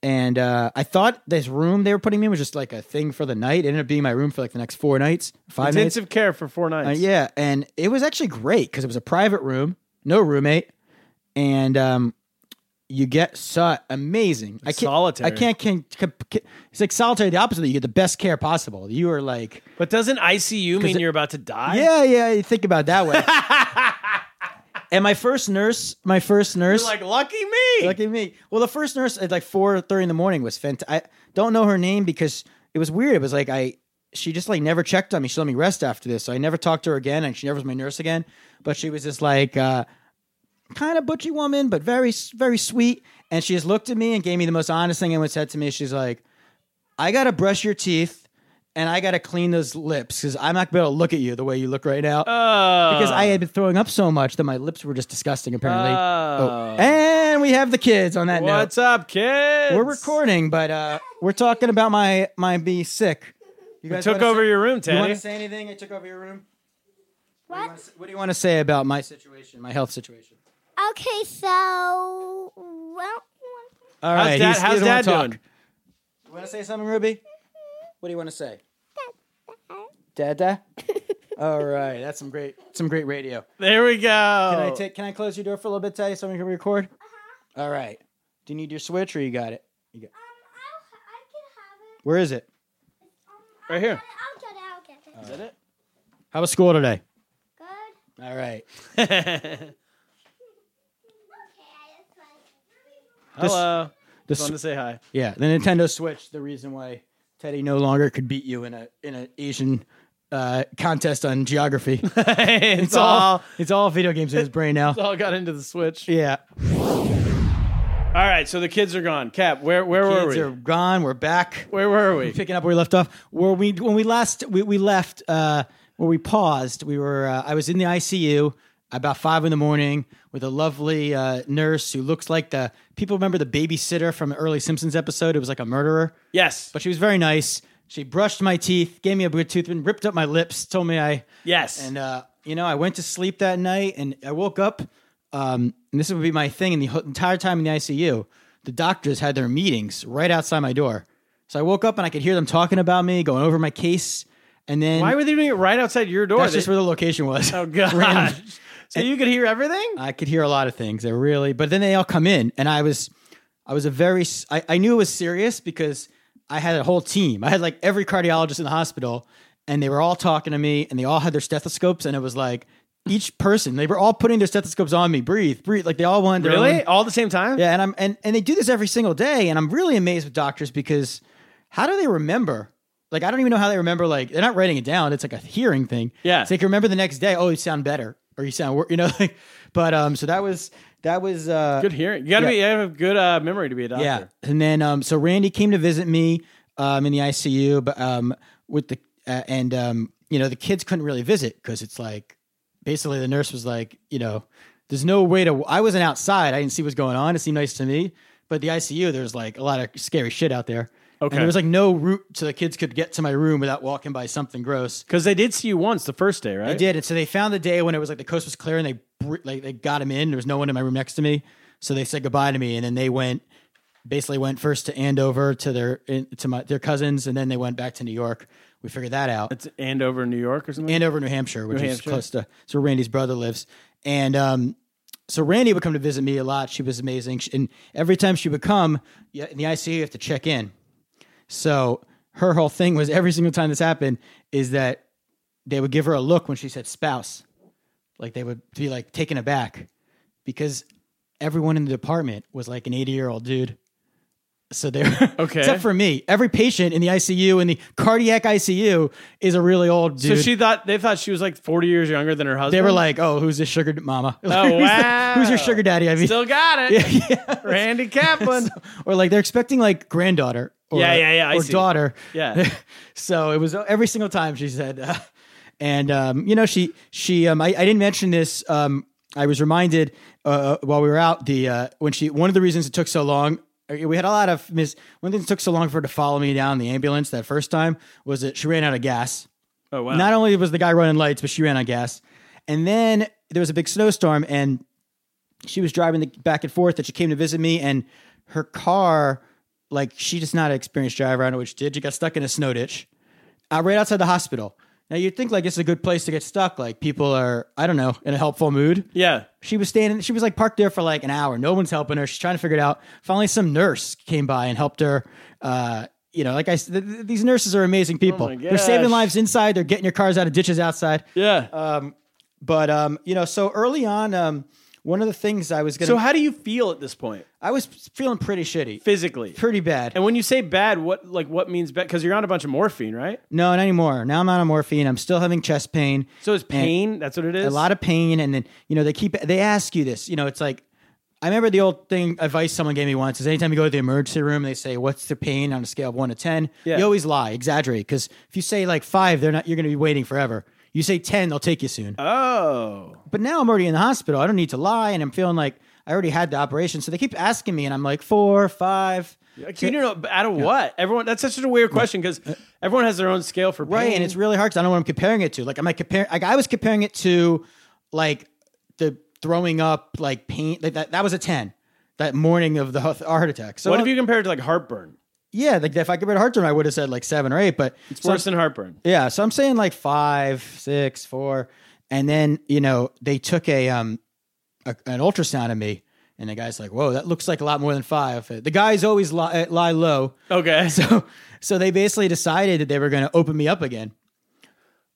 Speaker 2: and uh, I thought this room they were putting me in was just like a thing for the night. It ended up being my room for like the next four nights, five nights.
Speaker 1: Intensive care for four
Speaker 2: Uh,
Speaker 1: nights.
Speaker 2: yeah, and it was actually great because it was a private room, no roommate, and um, you get so amazing. I can't,
Speaker 1: solitary.
Speaker 2: I can't, can can- can- It's like solitary. The opposite. You get the best care possible. You are like,
Speaker 1: But doesn't ICU mean you're about to die?
Speaker 2: yeah, yeah. You think about it that way. and my first nurse, my first nurse,
Speaker 1: You're like lucky me.
Speaker 2: Look at me. Well, the first nurse at like four thirty in the morning was fant. I don't know her name because it was weird. It was like I she just like never checked on me. She let me rest after this, so I never talked to her again, and she never was my nurse again. But she was just like, uh, kind of butchy woman, but very, very sweet. And she just looked at me and gave me the most honest thing anyone said to me. She's like, I gotta brush your teeth and I gotta clean those lips because I'm not gonna be able to look at you the way you look right now. because I had been throwing up so much that my lips were just disgusting, apparently. Oh. And we have the kids on that note.
Speaker 1: What's up, kids?
Speaker 2: We're recording, but uh, we're talking about my my be sick. You guys
Speaker 1: Took
Speaker 2: wanna
Speaker 1: over
Speaker 2: say,
Speaker 1: your room,
Speaker 2: You want
Speaker 1: Teddy.
Speaker 2: to say anything? I took over your room.
Speaker 4: What?
Speaker 2: What do you want to say about my situation, my health situation?
Speaker 4: Okay, so well, um,
Speaker 1: How's
Speaker 2: All right,
Speaker 1: dad,
Speaker 2: he's- he
Speaker 1: how's
Speaker 2: doesn't wanna
Speaker 1: dad
Speaker 2: talk.
Speaker 1: doing?
Speaker 2: You want to say something, Ruby? What do you want to say? Dada. All right, that's some great some great radio.
Speaker 1: There we go.
Speaker 2: Can I take? Can I close your door for a little bit, Teddy, so we can record? All right. Do you need your switch, or you got it? You got-
Speaker 4: um, I'll, I can have it.
Speaker 2: Where is it?
Speaker 4: Um,
Speaker 1: Right here.
Speaker 4: I'll get it. I'll get it. I'll get it.
Speaker 2: How was school today?
Speaker 4: Good.
Speaker 2: All right.
Speaker 4: Okay, I just want
Speaker 2: This-
Speaker 1: Hello.
Speaker 2: The
Speaker 1: Just wanted to say hi.
Speaker 2: Yeah, the Nintendo Switch. The reason why Teddy no longer could beat you in a in an Asian uh, contest on geography. it's,
Speaker 1: it's, all,
Speaker 2: it's all video games in his brain now.
Speaker 1: it's all got into the switch.
Speaker 2: Yeah,
Speaker 1: All right, so the kids are gone. Cap, where where were
Speaker 2: kids
Speaker 1: we?
Speaker 2: are gone. We're back.
Speaker 1: Where were we?
Speaker 2: Picking up where we left off. Where we when we last we, we left uh, where we paused. We were uh, I was in the ICU about five in the morning with a lovely uh, nurse who looks like the people remember the babysitter from an early Simpsons episode. It was like a murderer.
Speaker 1: Yes.
Speaker 2: but she was very nice. She brushed my teeth, gave me a good toothpin, ripped up my lips, told me I.
Speaker 1: Yes.
Speaker 2: And uh, you know, I went to sleep that night, and I woke up. Um, and this would be my thing. And the ho- entire time in the ICU, the doctors had their meetings right outside my door. So I woke up and I could hear them talking about me, going over my case, and then
Speaker 1: Why were they doing it right outside your door?
Speaker 2: that's
Speaker 1: They-
Speaker 2: just where the location was.
Speaker 1: oh gosh. so you could hear everything?
Speaker 2: I could hear a lot of things. They really, but then they all come in, and I was, I was a very, s- I, I knew it was serious because I had a whole team. I had like every cardiologist in the hospital, and they were all talking to me, and they all had their stethoscopes, and it was like each person, they were all putting their stethoscopes on me, breathe, breathe, like they all wanted. their
Speaker 1: Really?
Speaker 2: own-
Speaker 1: All at the same time?
Speaker 2: yeah, and I'm and and they do this every single day, and I'm really amazed with doctors because how do they remember? Like I don't even know how they remember. Like they're not writing it down. It's like a hearing thing.
Speaker 1: Yeah.
Speaker 2: so they can remember the next day. Oh, you sound better, or you sound, wor-, you know. Like, but um, so that was that was uh,
Speaker 1: Good hearing. You gotta
Speaker 2: Yeah.
Speaker 1: be you have a good uh, memory to be a doctor.
Speaker 2: yeah, and then um, so Randy came to visit me um, in the ICU, but um, with the uh, and um, you know the kids couldn't really visit because it's like basically the nurse was like, you know, there's no way to. I wasn't outside. I didn't see what's going on. It seemed nice to me, but the ICU there's like a lot of scary shit out there.
Speaker 1: Okay.
Speaker 2: and there was like no route so the kids could get to my room without walking by something gross.
Speaker 1: Because they did see you once the first day, right?
Speaker 2: They did, and so they found the day when it was like the coast was clear, and they br- like they got him in. There was no one in my room next to me, so they said goodbye to me, and then they went basically went first to Andover to their in, to my their cousins, and then they went back to New York. We figured that out.
Speaker 1: It's Andover, New York or something.
Speaker 2: Andover, New Hampshire, which is
Speaker 1: Hampshire.
Speaker 2: close to it's where Randy's brother lives, and um, so Randy would come to visit me a lot. She was amazing, She- and every time she would come yeah, in the ICU, you have to check in. So her whole thing was every single time this happened is that they would give her a look when she said spouse, like they would be like taken aback because everyone in the department was like an eighty year old dude. So they were
Speaker 1: Okay.
Speaker 2: except for me. Every patient in the ICU in the cardiac ICU is a really old
Speaker 1: so
Speaker 2: dude.
Speaker 1: she thought they thought she was like forty years younger than her husband.
Speaker 2: They were like, "Oh, who's this sugar d- mama?
Speaker 1: Oh,
Speaker 2: who's,
Speaker 1: wow.
Speaker 2: who's your sugar daddy?" I mean,
Speaker 1: Still got it.
Speaker 2: yeah,
Speaker 1: Randy Kaplan.
Speaker 2: or like they're expecting like granddaughter, or,
Speaker 1: Yeah, yeah, yeah, I
Speaker 2: or
Speaker 1: see.
Speaker 2: daughter.
Speaker 1: Yeah.
Speaker 2: so it was uh, every single time she said, uh, and um, you know, she she um, I, I didn't mention this. Um, I was reminded uh, while we were out the uh, when she one of the reasons it took so long. uh, We had a lot of mis. One thing that took so long for her to follow me down the ambulance that first time was that she ran out of gas.
Speaker 1: oh wow.
Speaker 2: Not only was the guy running lights, but she ran on gas. And then there was a big snowstorm, and she was driving the, back and forth. And she came to visit me, and her car, like she just not an experienced driver. I don't know what she did. She got stuck in a snow ditch, out right outside the hospital. Now you'd think like it's a good place to get stuck. Like people are, I don't know, in a helpful mood.
Speaker 1: yeah.
Speaker 2: She was standing. She was like parked there for like an hour. No one's helping her. She's trying to figure it out. Finally, some nurse came by and helped her. Uh, you know, like I, s- th- th- these nurses are amazing people.
Speaker 1: Oh my
Speaker 2: they're saving
Speaker 1: gosh.
Speaker 2: lives inside.
Speaker 1: Uh,
Speaker 2: They're getting your cars out of ditches outside.
Speaker 1: Yeah.
Speaker 2: But um, you know, so early on, um, one of the things I was gonna.
Speaker 1: So how do you feel at this point
Speaker 2: I was feeling pretty shitty,
Speaker 1: physically?
Speaker 2: pretty bad.
Speaker 1: And when you say bad, what like what means bad? Because you're on a bunch of morphine, right?
Speaker 2: No, not anymore. Now I'm out of morphine. I'm still having chest pain.
Speaker 1: So it's
Speaker 2: And-
Speaker 1: pain. that's what it is.
Speaker 2: a lot of pain and then you know they keep they ask you this you know it's like i remember the old thing advice someone gave me once is anytime you go to the emergency room they say what's the pain on a scale of 1 to 10
Speaker 1: Yeah.
Speaker 2: you always lie exaggerate because if you say like 5 they're not you're going to be waiting forever you say 10 they'll take you soon
Speaker 1: Oh,
Speaker 2: but now i'm already in the hospital i don't need to lie and i'm feeling like i already had the operation so they keep asking me and i'm like 4 5
Speaker 1: like, you know, out of what? Everyone. That's such a weird question because everyone has their own scale for pain.
Speaker 2: Right, and it's really hard because I don't know what I'm comparing it to. Like, am I comparing? Like, I was comparing it to, like, the throwing up, like pain. Like that. That was a ten. That morning of the heart- heart attack. So
Speaker 1: what if you compare it to like heartburn?
Speaker 2: Yeah, like if I compared heart to, I would have said like seven or eight. But
Speaker 1: It's worse than heartburn.
Speaker 2: yeah, so I'm saying like five, six, four, and then you know they took a um a, an ultrasound of me, and the guy's like, "Whoa, that looks like a lot more than five. The guys always lie, lie low,
Speaker 1: Okay,
Speaker 2: so so they basically decided that they were going to open me up again.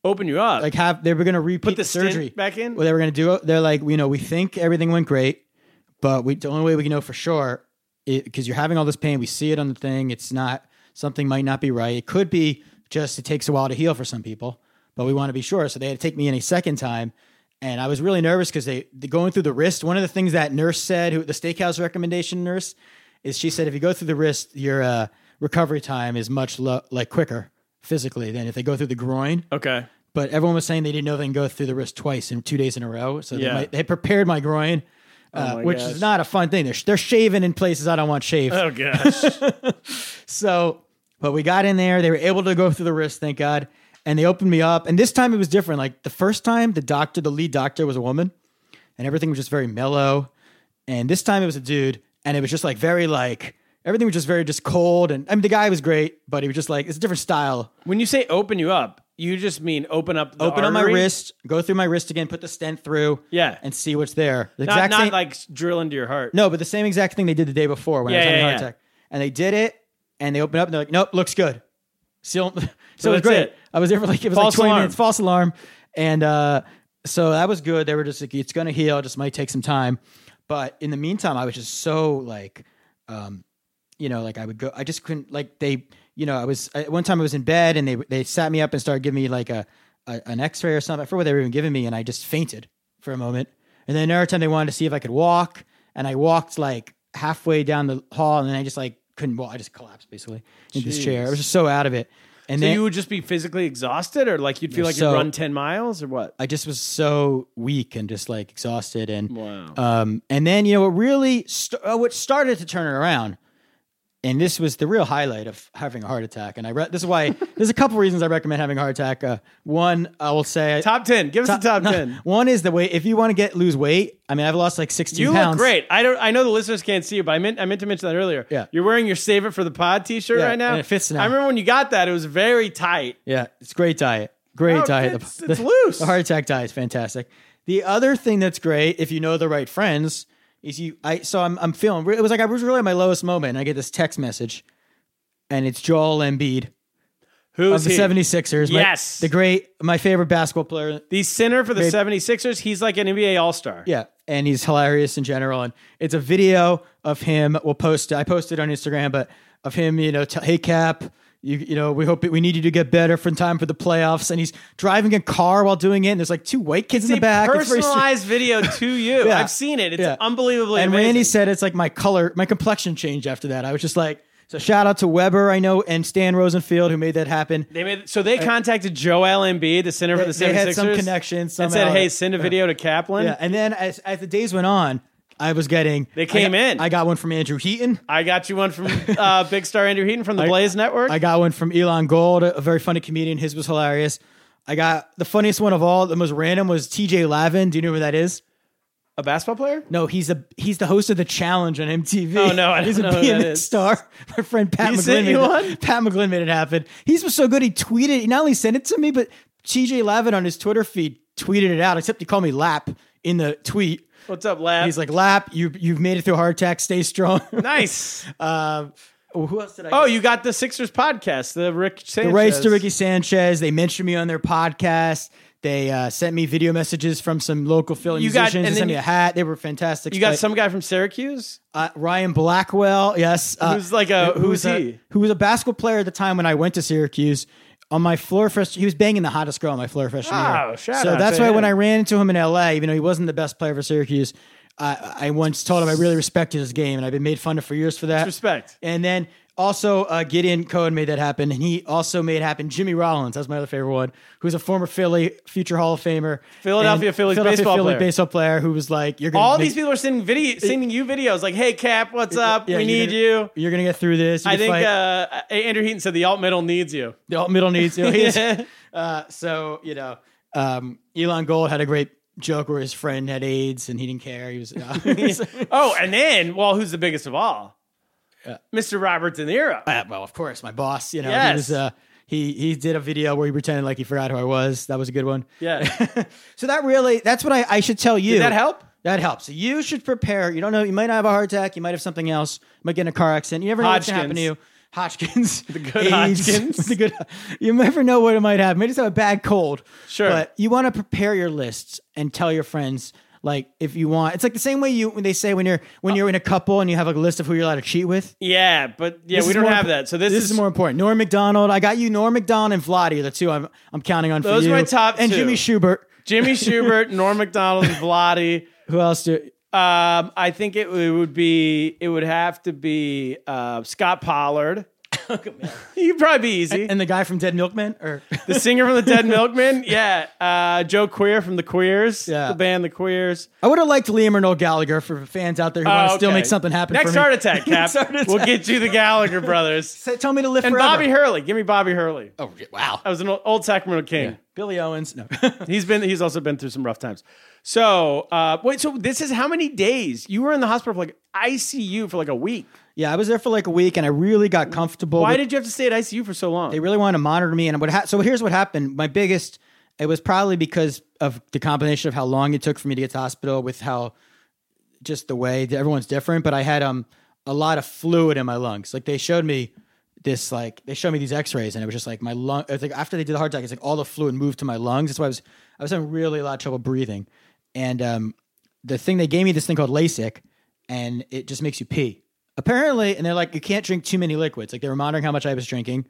Speaker 1: open you up.
Speaker 2: like have they were going to repeat
Speaker 1: the stint
Speaker 2: surgery
Speaker 1: back in?
Speaker 2: Well, they were going to do it. They're like, you know, we think everything went great, but we the only way we can know for sure because you're having all this pain. We see it on the thing. It's not something might not be right. It could be just it takes a while to heal for some people, but we want to be sure. So they had to take me in a second time. And I was really nervous because they the- going through the wrist. One of the things that nurse said, who the steakhouse recommendation nurse, is she said if you go through the wrist, your uh, recovery time is much lo- like quicker physically than if they go through the groin
Speaker 1: okay,
Speaker 2: but everyone was saying they didn't know they can go through the wrist twice in two days in a row. So
Speaker 1: Yeah.
Speaker 2: they, might, they prepared my groin, uh,
Speaker 1: Oh my
Speaker 2: which
Speaker 1: gosh.
Speaker 2: is not a fun thing. They're, they're shaving in places I don't want shaved.
Speaker 1: oh gosh,
Speaker 2: So, but we got in there. They were able to go through the wrist, thank God. And they opened me up. And this time it was different. Like the first time, the doctor, the lead doctor was a woman and everything was just very mellow. And this time it was a dude and it was just like very like, everything was just very just cold. And I mean, the guy was great, but he was just like, it's a different style.
Speaker 1: when you say open you up, you just mean open up. The
Speaker 2: open up my
Speaker 1: artery?
Speaker 2: wrist, go through my wrist again, put the stent through,
Speaker 1: Yeah.
Speaker 2: and see what's there. The
Speaker 1: Not,
Speaker 2: exact
Speaker 1: not
Speaker 2: same,
Speaker 1: like s- drill into your heart.
Speaker 2: no, but the same exact thing they did the day before when I
Speaker 1: Yeah,
Speaker 2: was having
Speaker 1: yeah,
Speaker 2: a heart
Speaker 1: yeah.
Speaker 2: attack, and they did it, and they opened up, and they're like, "Nope, looks good." So, so, it was
Speaker 1: that's
Speaker 2: great.
Speaker 1: it.
Speaker 2: I was there for like it was
Speaker 1: False
Speaker 2: like twenty
Speaker 1: alarm.
Speaker 2: minutes, false alarm, and uh, so that was good. They were just like, "It's gonna heal, it just might take some time," but in the meantime, I was just so like, um, you know, like I would go, I just couldn't like they, you know, I was I, one time I was in bed and they they sat me up and started giving me like a, a an X ray or something. I forget what they were even giving me, and I just fainted for a moment. And then another time they wanted to see if I could walk, and I walked like halfway down the hall, and then I just like couldn't walk. I just collapsed basically in this chair. I was just so out of it. And
Speaker 1: So
Speaker 2: then
Speaker 1: you would just be physically exhausted, or like you'd feel like
Speaker 2: So-
Speaker 1: you run ten miles, or what?
Speaker 2: I just was so weak and just like exhausted and
Speaker 1: Wow.
Speaker 2: um and then you know what really st- uh, what started to turn it around and this was the real highlight of having a heart attack and I re- this is why there's a couple reasons I recommend having a heart attack uh, one I will say
Speaker 1: Top ten. Give us the top
Speaker 2: no,
Speaker 1: ten.
Speaker 2: one is the way if you want to get lose weight I mean I've lost like 16
Speaker 1: You
Speaker 2: pounds
Speaker 1: look great. I don't. I know the listeners can't see you, but I meant I meant to mention that earlier.
Speaker 2: Yeah.
Speaker 1: you're wearing your "Save It for the Pod" T-shirt
Speaker 2: Yeah,
Speaker 1: right now.
Speaker 2: and it fits now.
Speaker 1: I remember when you got that; it was very tight.
Speaker 2: Yeah, it's great diet. Great
Speaker 1: No,
Speaker 2: diet.
Speaker 1: Oh, it's- it's loose.
Speaker 2: The heart attack diet is fantastic. The other thing that's great, if you know the right friends, is you. I so I'm I'm feeling. It was like I was really at my lowest moment, and I get this text message, and it's Joel Embiid of
Speaker 1: Who's
Speaker 2: the
Speaker 1: he?
Speaker 2: 76ers. my-
Speaker 1: Yes.
Speaker 2: the great, my favorite basketball player.
Speaker 1: The center for the
Speaker 2: Maybe-
Speaker 1: 76ers. He's like an NBA All Star.
Speaker 2: Yeah, and he's hilarious in general. And it's a video of him. We'll post. it. I posted on Instagram, but of him, you know, tell, hey Cap, you you know, we hope we need you to get better for time for the playoffs. And he's driving a car while doing it. And there's like two white kids in the back. It's very strange.
Speaker 1: personalized video to you.
Speaker 2: Yeah.
Speaker 1: I've seen it. It's
Speaker 2: Yeah.
Speaker 1: unbelievably
Speaker 2: And
Speaker 1: amazing.
Speaker 2: Randy said it's like my color, my complexion changed after that. I was just like, so shout out to Weber, I know, and Stan Rosenfield who made that happen.
Speaker 1: they made so they contacted Joel Embiid, the center for the 76ers.
Speaker 2: Uh, They- they had some connection
Speaker 1: and
Speaker 2: somehow.
Speaker 1: said, "Hey, send a video to Kaplan."
Speaker 2: Yeah, and then as, as the days went on, I was getting
Speaker 1: They came
Speaker 2: I got-
Speaker 1: in.
Speaker 2: I got one from Andrew Heaton.
Speaker 1: I got you one from uh, Big Star Andrew Heaton from the Blaze Network.
Speaker 2: I got one from Elon Gold, a very funny comedian. His was hilarious. I got the funniest one of all, the most random was TJ Lavin. Do you know who that is?
Speaker 1: a basketball player?
Speaker 2: No, he's a he's the host of the challenge on MTV.
Speaker 1: Oh, no, I don't
Speaker 2: he's a
Speaker 1: know who that
Speaker 2: BMX
Speaker 1: is.
Speaker 2: star. My friend Pat
Speaker 1: He
Speaker 2: McGlynn
Speaker 1: sent
Speaker 2: made
Speaker 1: you
Speaker 2: it-
Speaker 1: one?
Speaker 2: Pat McGlynn made it happen. He's was so good. He tweeted. He not only sent it to me, but TJ Lavin on his Twitter feed tweeted it out. Except he called me Lap in the tweet.
Speaker 1: What's up, lad?
Speaker 2: He's like Lap, you you've made it through a heart attack. Stay strong.
Speaker 1: nice.
Speaker 2: Um, who else did I?
Speaker 1: Oh, you got the Sixers podcast, the Rick Sanchez.
Speaker 2: the rights to Ricky Sanchez. They mentioned me on their podcast. They uh, sent me video messages from some local Philly
Speaker 1: You got-
Speaker 2: musicians.
Speaker 1: and
Speaker 2: they
Speaker 1: then
Speaker 2: sent me a hat. They were fantastic.
Speaker 1: You got
Speaker 2: But,
Speaker 1: some guy from Syracuse?
Speaker 2: uh, Ryan Blackwell. Yes, uh,
Speaker 1: Who's like a-
Speaker 2: who
Speaker 1: who's
Speaker 2: was a-
Speaker 1: he?
Speaker 2: who was a basketball player at the time when I went to Syracuse. On my floor fresh, he was banging the hottest girl on my floor freshman
Speaker 1: Oh,
Speaker 2: year.
Speaker 1: shout
Speaker 2: so
Speaker 1: out
Speaker 2: that's
Speaker 1: to
Speaker 2: why
Speaker 1: him.
Speaker 2: when I ran into him in L.A., even though he wasn't the best player for Syracuse, I, I once told him I really respected his game, and I've been made fun of for years for that.
Speaker 1: Respect.
Speaker 2: And then also uh, Gideon Cohen made that happen, and he also made happen Jimmy Rollins. That's my other favorite one, who's a former Philly, future Hall of Famer,
Speaker 1: Philadelphia
Speaker 2: and
Speaker 1: Phillies
Speaker 2: Philadelphia
Speaker 1: baseball
Speaker 2: Philly
Speaker 1: player.
Speaker 2: baseball player, who was like, "You're gonna
Speaker 1: All
Speaker 2: make-
Speaker 1: these people are sending video, sending you videos like, "Hey Cap, what's up?
Speaker 2: Yeah,
Speaker 1: we
Speaker 2: you're
Speaker 1: need
Speaker 2: gonna-
Speaker 1: you."
Speaker 2: You're gonna get through this. You
Speaker 1: I
Speaker 2: can
Speaker 1: think
Speaker 2: fight.
Speaker 1: uh, Andrew Heaton said the alt middle needs you.
Speaker 2: the alt middle needs you. He's-
Speaker 1: Yeah.
Speaker 2: uh, so you know, um, Elon Gold had a great joke where his friend had AIDS and he didn't care. He was "Uh, no.
Speaker 1: Oh, and then, well, who's the biggest of all? Mr. Robert De Niro.
Speaker 2: Uh, well, of course, my boss. You know,
Speaker 1: Yes.
Speaker 2: he was. Uh, he he did a video where he pretended like he forgot who I was. That was a good one.
Speaker 1: Yeah.
Speaker 2: So that really, that's what I, I should tell you.
Speaker 1: Did that help?
Speaker 2: That helps. So you should prepare. You don't know. You might not have a heart attack. You might have something else. You might get in a car accident. You never know what's going to happen to you. Hodgkins. The
Speaker 1: good Hodgkins.
Speaker 2: the good. You never know what it might happen. Maybe just have a bad cold.
Speaker 1: Sure.
Speaker 2: But you want to prepare your lists and tell your friends. Like if you want, it's like the same way you when they say when you're when you're in a couple and you have like a list of who you're allowed to cheat with.
Speaker 1: Yeah, but yeah,
Speaker 2: This
Speaker 1: we
Speaker 2: is
Speaker 1: don't
Speaker 2: more
Speaker 1: have
Speaker 2: impo-
Speaker 1: that. So this,
Speaker 2: This is, more important. Norm Macdonald, I got you. Norm Macdonald and Vladi are the two I'm I'm counting on for
Speaker 1: Those
Speaker 2: you.
Speaker 1: are my top
Speaker 2: and
Speaker 1: two.
Speaker 2: Jimmy Schubert.
Speaker 1: Jimmy Schubert, Norm Macdonald, and Vladi.
Speaker 2: Who else do?
Speaker 1: Um, I think it, w- would be it would have to be uh, Scott Pollard. He'd probably be easy.
Speaker 2: Oh, And the guy from Dead Milkman, or
Speaker 1: the singer from the Dead Milkmen, yeah. Uh, Joe Queer from the Queers,
Speaker 2: Yeah.
Speaker 1: the band the Queers.
Speaker 2: I would have liked Liam or Noel Gallagher for fans out there who want to
Speaker 1: Oh,
Speaker 2: still
Speaker 1: okay.
Speaker 2: make something happen.
Speaker 1: Next
Speaker 2: for me.
Speaker 1: heart attack, Cap.
Speaker 2: Next heart
Speaker 1: We'll
Speaker 2: attack.
Speaker 1: get you the Gallagher brothers
Speaker 2: Say- Tell me to live
Speaker 1: and
Speaker 2: forever.
Speaker 1: Bobby Hurley. Give me Bobby Hurley.
Speaker 2: Oh wow.
Speaker 1: I was an old, old Sacramento King.
Speaker 2: Billy Owens. No.
Speaker 1: He's been he's also been through some rough times. So uh, wait, so this is how many days you were in the hospital for like ICU for like a week?
Speaker 2: yeah, I was there for like a week, and I really got comfortable.
Speaker 1: Why
Speaker 2: with-
Speaker 1: did you have to stay at ICU for so long?
Speaker 2: they really wanted to monitor me? And what? Ha- so here's what happened. My biggest. It was probably because of the combination of how long it took for me to get to hospital, with how just the way that everyone's different. But I had um a lot of fluid in my lungs. Like they showed me this like they showed me these X-rays, and it was just like my lung. It's like after they did the heart attack, it's like all the fluid moved to my lungs. That's why I was I was having really a lot of trouble breathing. And um, the thing they gave me this thing called LASIK, and it just makes you pee. Apparently, and they're like you can't drink too many liquids. Like they were monitoring how much I was drinking,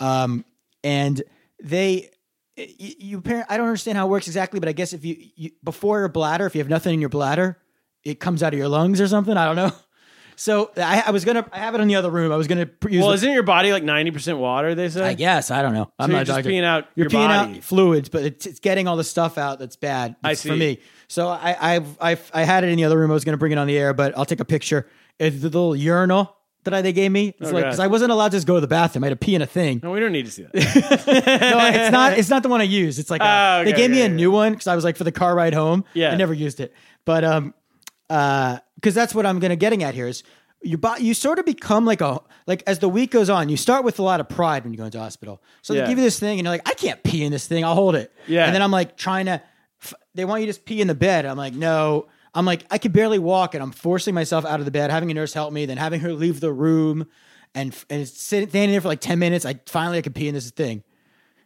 Speaker 2: um, and they you, you appar- I don't understand how it works exactly, but I guess if you, you before your bladder, if you have nothing in your bladder, it comes out of your lungs or something. I don't know. So I, I was gonna, I have it in the other room. I was gonna pr- use.
Speaker 1: well,
Speaker 2: the-
Speaker 1: isn't your body like ninety percent water? They say.
Speaker 2: I guess I don't know. I'm
Speaker 1: So
Speaker 2: not
Speaker 1: you're
Speaker 2: a
Speaker 1: just
Speaker 2: doctor.
Speaker 1: peeing out
Speaker 2: You're
Speaker 1: your
Speaker 2: peeing
Speaker 1: body.
Speaker 2: out fluids, but it's, it's getting all the stuff out that's bad.
Speaker 1: I
Speaker 2: It's
Speaker 1: see.
Speaker 2: for me. So I, I, I, I had it in the other room. I was gonna bring it on the air, but I'll take a picture. It's the little urinal that I, they gave me. It's
Speaker 1: Oh,
Speaker 2: like
Speaker 1: God.
Speaker 2: because I wasn't allowed to just go to the bathroom. I had to pee in a thing.
Speaker 1: No, we don't need to see that.
Speaker 2: No, it's not. It's not the one I use. It's like a,
Speaker 1: Oh, okay,
Speaker 2: they gave me
Speaker 1: okay,
Speaker 2: a
Speaker 1: okay.
Speaker 2: new one because I was like for the car ride home.
Speaker 1: Yeah.
Speaker 2: I never used it, but um, uh, because that's what I'm gonna getting at here is you bo- you sort of become like a like as the week goes on, you start with a lot of pride when you go into hospital. So
Speaker 1: Yeah.
Speaker 2: they give you this thing and you're like, I can't pee in this thing. I'll hold it.
Speaker 1: Yeah.
Speaker 2: and then I'm like trying to. F- they want you to just pee in the bed. I'm like, no. I'm like, I could barely walk, and I'm forcing myself out of the bed, having a nurse help me, then having her leave the room, and f- and sitting standing there for like ten minutes. I finally I could pee in this thing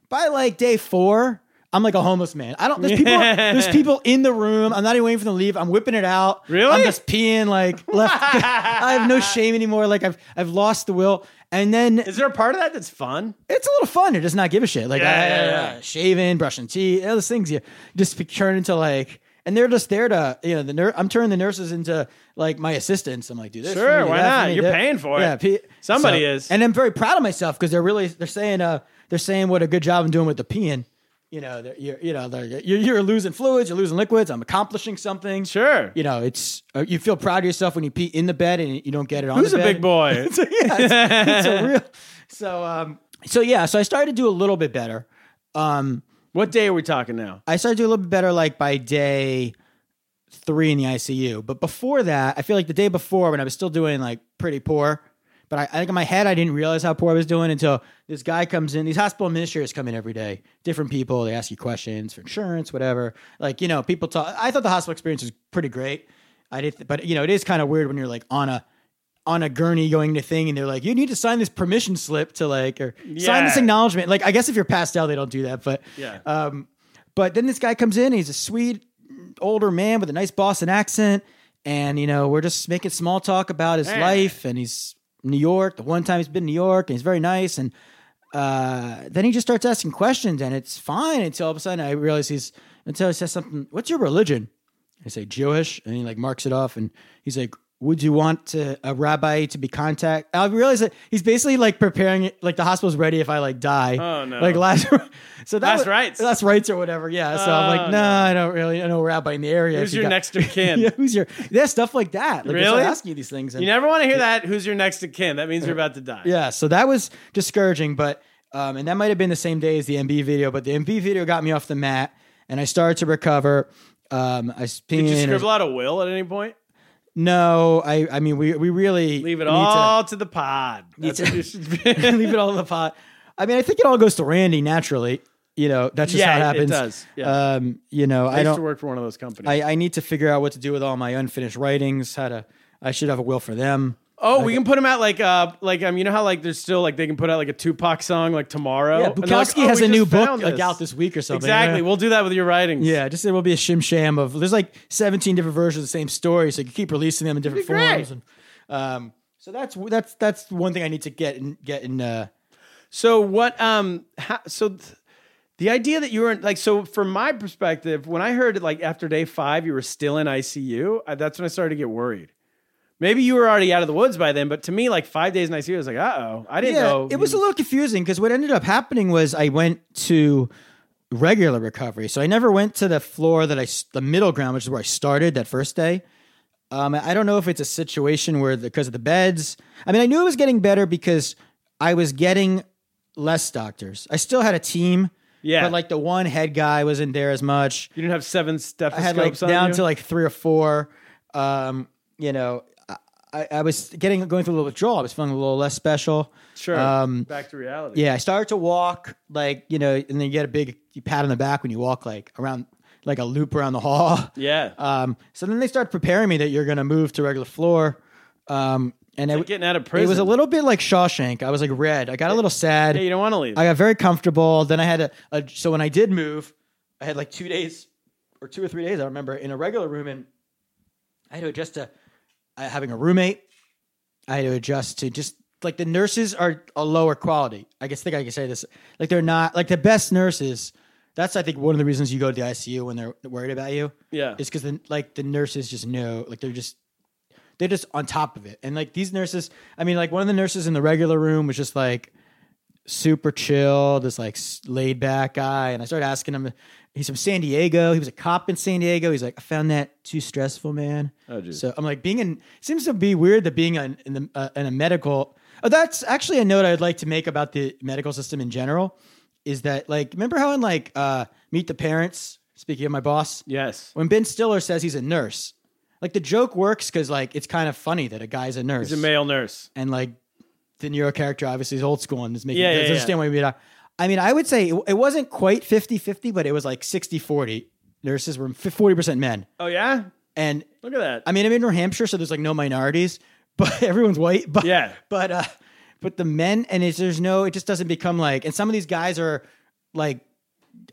Speaker 2: by like day four, I'm like a homeless man. I don't. There's people. there's people in the room. I'm not even waiting for them to leave. I'm whipping it out.
Speaker 1: Really?
Speaker 2: I'm just peeing like left. I have no shame anymore. Like I've I've lost the will. And then
Speaker 1: Is there a part of that that's fun?
Speaker 2: it's a little fun to just not give a shit. Like
Speaker 1: Yeah,
Speaker 2: I-
Speaker 1: yeah,
Speaker 2: I-
Speaker 1: yeah.
Speaker 2: I- shaving, brushing teeth, all those things. You just be- turn into like, and they're just there to you know the nurse. I'm turning the nurses into like my assistants. I'm like, do this. for
Speaker 1: Sure,
Speaker 2: me, do
Speaker 1: why
Speaker 2: that for
Speaker 1: not?
Speaker 2: me,
Speaker 1: You're
Speaker 2: do that."
Speaker 1: paying for it.
Speaker 2: Yeah, pe-
Speaker 1: Somebody is.
Speaker 2: and I'm very proud of myself because they're really they're saying uh they're saying what a good job I'm doing with the peeing. You know, they're- you're, you know, they're, you're, you're losing fluids, you're losing liquids. I'm accomplishing something.
Speaker 1: Sure.
Speaker 2: You know, it's uh, you feel proud of yourself when you pee in the bed and you don't get it on.
Speaker 1: Who's
Speaker 2: the
Speaker 1: a
Speaker 2: bed.
Speaker 1: big boy?
Speaker 2: So, yeah, it's, it's a real. So um, so yeah, so I started to do a little bit better. Um,
Speaker 1: what day are we talking now?
Speaker 2: I started to do a little bit better like by day three in the ICU. But before that, I feel like the day before when I was still doing like pretty poor. But I, I think in my head I didn't realize how poor I was doing until this guy comes in. These hospital administrators come in every day, different people. They ask you questions for insurance, whatever. Like you know, people talk. I thought the hospital experience was pretty great. I did, but you know, it is kind of weird when you're like on a on a gurney going to thing, and they're like, you need to sign this permission slip to like or sign this
Speaker 1: Yeah.
Speaker 2: acknowledgement. Like I guess if you're passed out, they don't do that, but
Speaker 1: Yeah.
Speaker 2: um, But then this guy comes in. He's a Swede, older man with a nice Boston accent, and you know we're just making small talk about his life, and he's New York. The one time he's been in New York, and he's very nice, and uh, then he just starts asking questions, and it's fine until all of a sudden I realize he's until he says something. What's your religion? I say Jewish, and he like marks it off, and he's like, "Would you want to, a rabbi to be contact?" I realize that he's basically like preparing it, like the hospital's ready if I like die.
Speaker 1: Oh, no.
Speaker 2: Like last, so that
Speaker 1: Last
Speaker 2: was-
Speaker 1: rights.
Speaker 2: last rights or whatever. Yeah. So I'm
Speaker 1: Oh,
Speaker 2: like, no, I don't really I know a rabbi in the area.
Speaker 1: Who's
Speaker 2: If you
Speaker 1: your
Speaker 2: got-
Speaker 1: next of kin?
Speaker 2: yeah, who's your? Yeah, stuff like that. Like, they start
Speaker 1: Really?
Speaker 2: asking you these things. and-
Speaker 1: You never want to hear that. Who's your next of kin? That means you're about to die.
Speaker 2: yeah, so that was discouraging, but um, and that might have been the same day as the MB video, but the MB video got me off the mat, and I started to recover. Um, I
Speaker 1: Did you
Speaker 2: peeing-
Speaker 1: scribble out a will at any point?
Speaker 2: No, I I mean we we really
Speaker 1: Leave it
Speaker 2: need to-
Speaker 1: all to, the pod. That's
Speaker 2: to-
Speaker 1: what you should be.
Speaker 2: leave it all in the pot. I mean, I think it all goes to Randy naturally. You know, that's just
Speaker 1: Yeah,
Speaker 2: how
Speaker 1: it-
Speaker 2: it
Speaker 1: it
Speaker 2: happens.
Speaker 1: does. Yeah.
Speaker 2: Um, you know,
Speaker 1: I
Speaker 2: I
Speaker 1: used to
Speaker 2: don't.
Speaker 1: work for one of those companies.
Speaker 2: I, I need to figure out what to do with all my unfinished writings. How to. I should have a will for them.
Speaker 1: oh, we can put them out like uh like um you know how like there's still like they can put out like a Tupac song like tomorrow.
Speaker 2: Yeah,
Speaker 1: And they're like,
Speaker 2: Bukowski
Speaker 1: "Oh,
Speaker 2: has
Speaker 1: we
Speaker 2: a new
Speaker 1: just
Speaker 2: book
Speaker 1: found
Speaker 2: like out this week or something.
Speaker 1: Exactly. We'll do that with your writings.
Speaker 2: Yeah, just it will be a shim sham of there's like 17 different versions of the same story, so you keep releasing them in different
Speaker 1: It'd be great.
Speaker 2: forms. And, um, so that's that's that's one thing I need to get in get in. Uh,
Speaker 1: So what? Um. How, so th- the idea that you were in, like, so from my perspective, when I heard it, like after day five, you were still in ICU. I, that's when I started to get worried. Maybe you were already out of the woods by then, but to me, like five days in ICU, I was like, uh oh, I didn't know.
Speaker 2: It was a little confusing because what ended up happening was I went to regular recovery. So I never went to the floor that I, s- the middle ground, which is where I started that first day. Um, I don't know if it's a situation where because of the beds. I mean, I knew it was getting better because I was getting less doctors. I still had a team.
Speaker 1: Yeah.
Speaker 2: But like the one head guy wasn't there as much.
Speaker 1: You didn't have seven
Speaker 2: I had like
Speaker 1: stethoscopes on
Speaker 2: down
Speaker 1: you?
Speaker 2: to like three or four. Um, you know, I- I, I was getting going through a little withdrawal. I was feeling a little less special.
Speaker 1: sure.
Speaker 2: um,
Speaker 1: Back to reality.
Speaker 2: Yeah, I started to walk like you know, and then you get a big pat on the back when you walk like around like a loop around the hall.
Speaker 1: Yeah.
Speaker 2: Um, so then they start preparing me that you're gonna move to regular floor. Um, and it,
Speaker 1: getting out of
Speaker 2: it was a
Speaker 1: prison.
Speaker 2: little bit like Shawshank. I was like red. I got a little sad.
Speaker 1: yeah. You don't want to leave.
Speaker 2: I got very comfortable. Then I had a, a so when I did move, I had like two days or two or three days. I remember in a regular room, and I had to adjust to uh, having a roommate. I had to adjust to just like the nurses are a lower quality. I guess think I can say this like they're not like the best nurses. That's I think one of the reasons you go to the ICU when they're worried about you
Speaker 1: yeah.
Speaker 2: is because like the nurses just know like they're just they're just on top of it and like these nurses i mean like one of the nurses in the regular room was just like super chill this like laid back guy and i started asking him he's from san diego he was a cop in san diego he's like i found that too stressful man oh,
Speaker 1: geez.
Speaker 2: so i'm like being in seems to be weird that being an, in, the, uh, in a medical oh that's actually a note i'd like to make about the medical system in general is that like remember how in like uh meet the parents speaking of my boss
Speaker 1: Yes.
Speaker 2: when Ben Stiller says he's a nurse, like the joke works because like it's kind of funny that a guy's a nurse
Speaker 1: He's a male nurse.
Speaker 2: and like the Nero character obviously is old school and is making
Speaker 1: Yeah, yeah,
Speaker 2: doesn't
Speaker 1: yeah.
Speaker 2: understand why we not. I mean, I would say it, it wasn't quite 50-50, but it was like 60-40. Nurses were forty percent men,
Speaker 1: Oh yeah.
Speaker 2: and
Speaker 1: Look at that.
Speaker 2: I mean, I'm in New Hampshire, so there's like no minorities, but everyone's white. But
Speaker 1: Yeah.
Speaker 2: but uh, but the men and it's, there's no, it just doesn't become like. And some of these guys are like,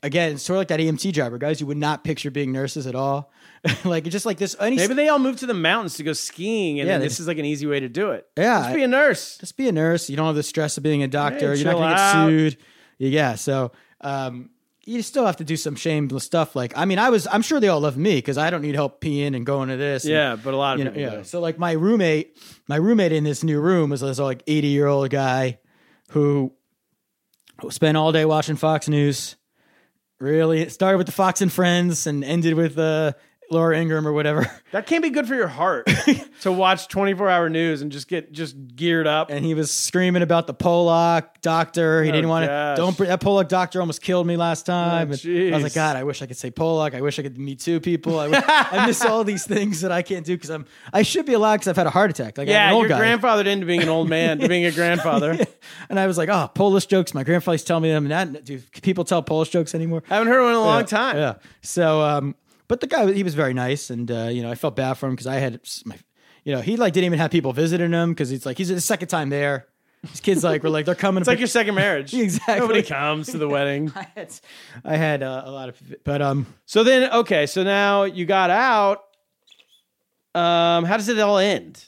Speaker 2: again, sort of like that EMT driver guys you would not picture being nurses at all. like it's just like this. Any,
Speaker 1: Maybe they all moved to the mountains to go skiing, and
Speaker 2: Yeah,
Speaker 1: then
Speaker 2: they-
Speaker 1: this is like an easy way to do it.
Speaker 2: Yeah.
Speaker 1: Just be a nurse.
Speaker 2: just be a nurse. You don't have the stress of being a doctor.
Speaker 1: Hey,
Speaker 2: You're not
Speaker 1: chill
Speaker 2: going to
Speaker 1: out.
Speaker 2: get sued. Yeah. So um, you still have to do some shameless stuff. Like I mean, I was I'm sure they all love me because I don't need help peeing and going to this. and-
Speaker 1: Yeah, but a lot of
Speaker 2: you know,
Speaker 1: people.
Speaker 2: yeah.
Speaker 1: do.
Speaker 2: So like my roommate, my roommate in this new room was this like 80 year old guy who spent all day watching Fox News. Really, it started with the Fox and Friends and ended with uh, Laura Ingram or whatever.
Speaker 1: That can't be good for your heart to watch 24 hour news and just get just geared up.
Speaker 2: And he was screaming about the Pollock doctor. He
Speaker 1: Oh,
Speaker 2: didn't want
Speaker 1: gosh.
Speaker 2: to. Don't br- that Pollock doctor almost killed me last time.
Speaker 1: Oh,
Speaker 2: And I was
Speaker 1: jeez.
Speaker 2: like, God, I wish I could say Pollock. I wish I could meet two people. I, wish, I miss all these things that I can't do because I'm. I should be allowed because I've had a heart attack. Like I'm
Speaker 1: yeah,
Speaker 2: an old
Speaker 1: you're
Speaker 2: guy.
Speaker 1: grandfathered into being an old man, to being a grandfather.
Speaker 2: And I was like, oh, Polish jokes. My grandfather used to tell me them. And that, do people tell Polish jokes anymore?
Speaker 1: I haven't heard one in a long
Speaker 2: Yeah,
Speaker 1: time.
Speaker 2: Yeah. So, um, but the guy, he was very nice, and uh, you know, I felt bad for him because I had my, you know, he like didn't even have people visiting him because it's like he's the second time there. These kids like were like they're coming.
Speaker 1: It's like your second marriage.
Speaker 2: Exactly.
Speaker 1: Nobody comes to the wedding.
Speaker 2: I had, I had uh, a lot of, but um,
Speaker 1: So then, okay, so now you got out. Um, how does it all end?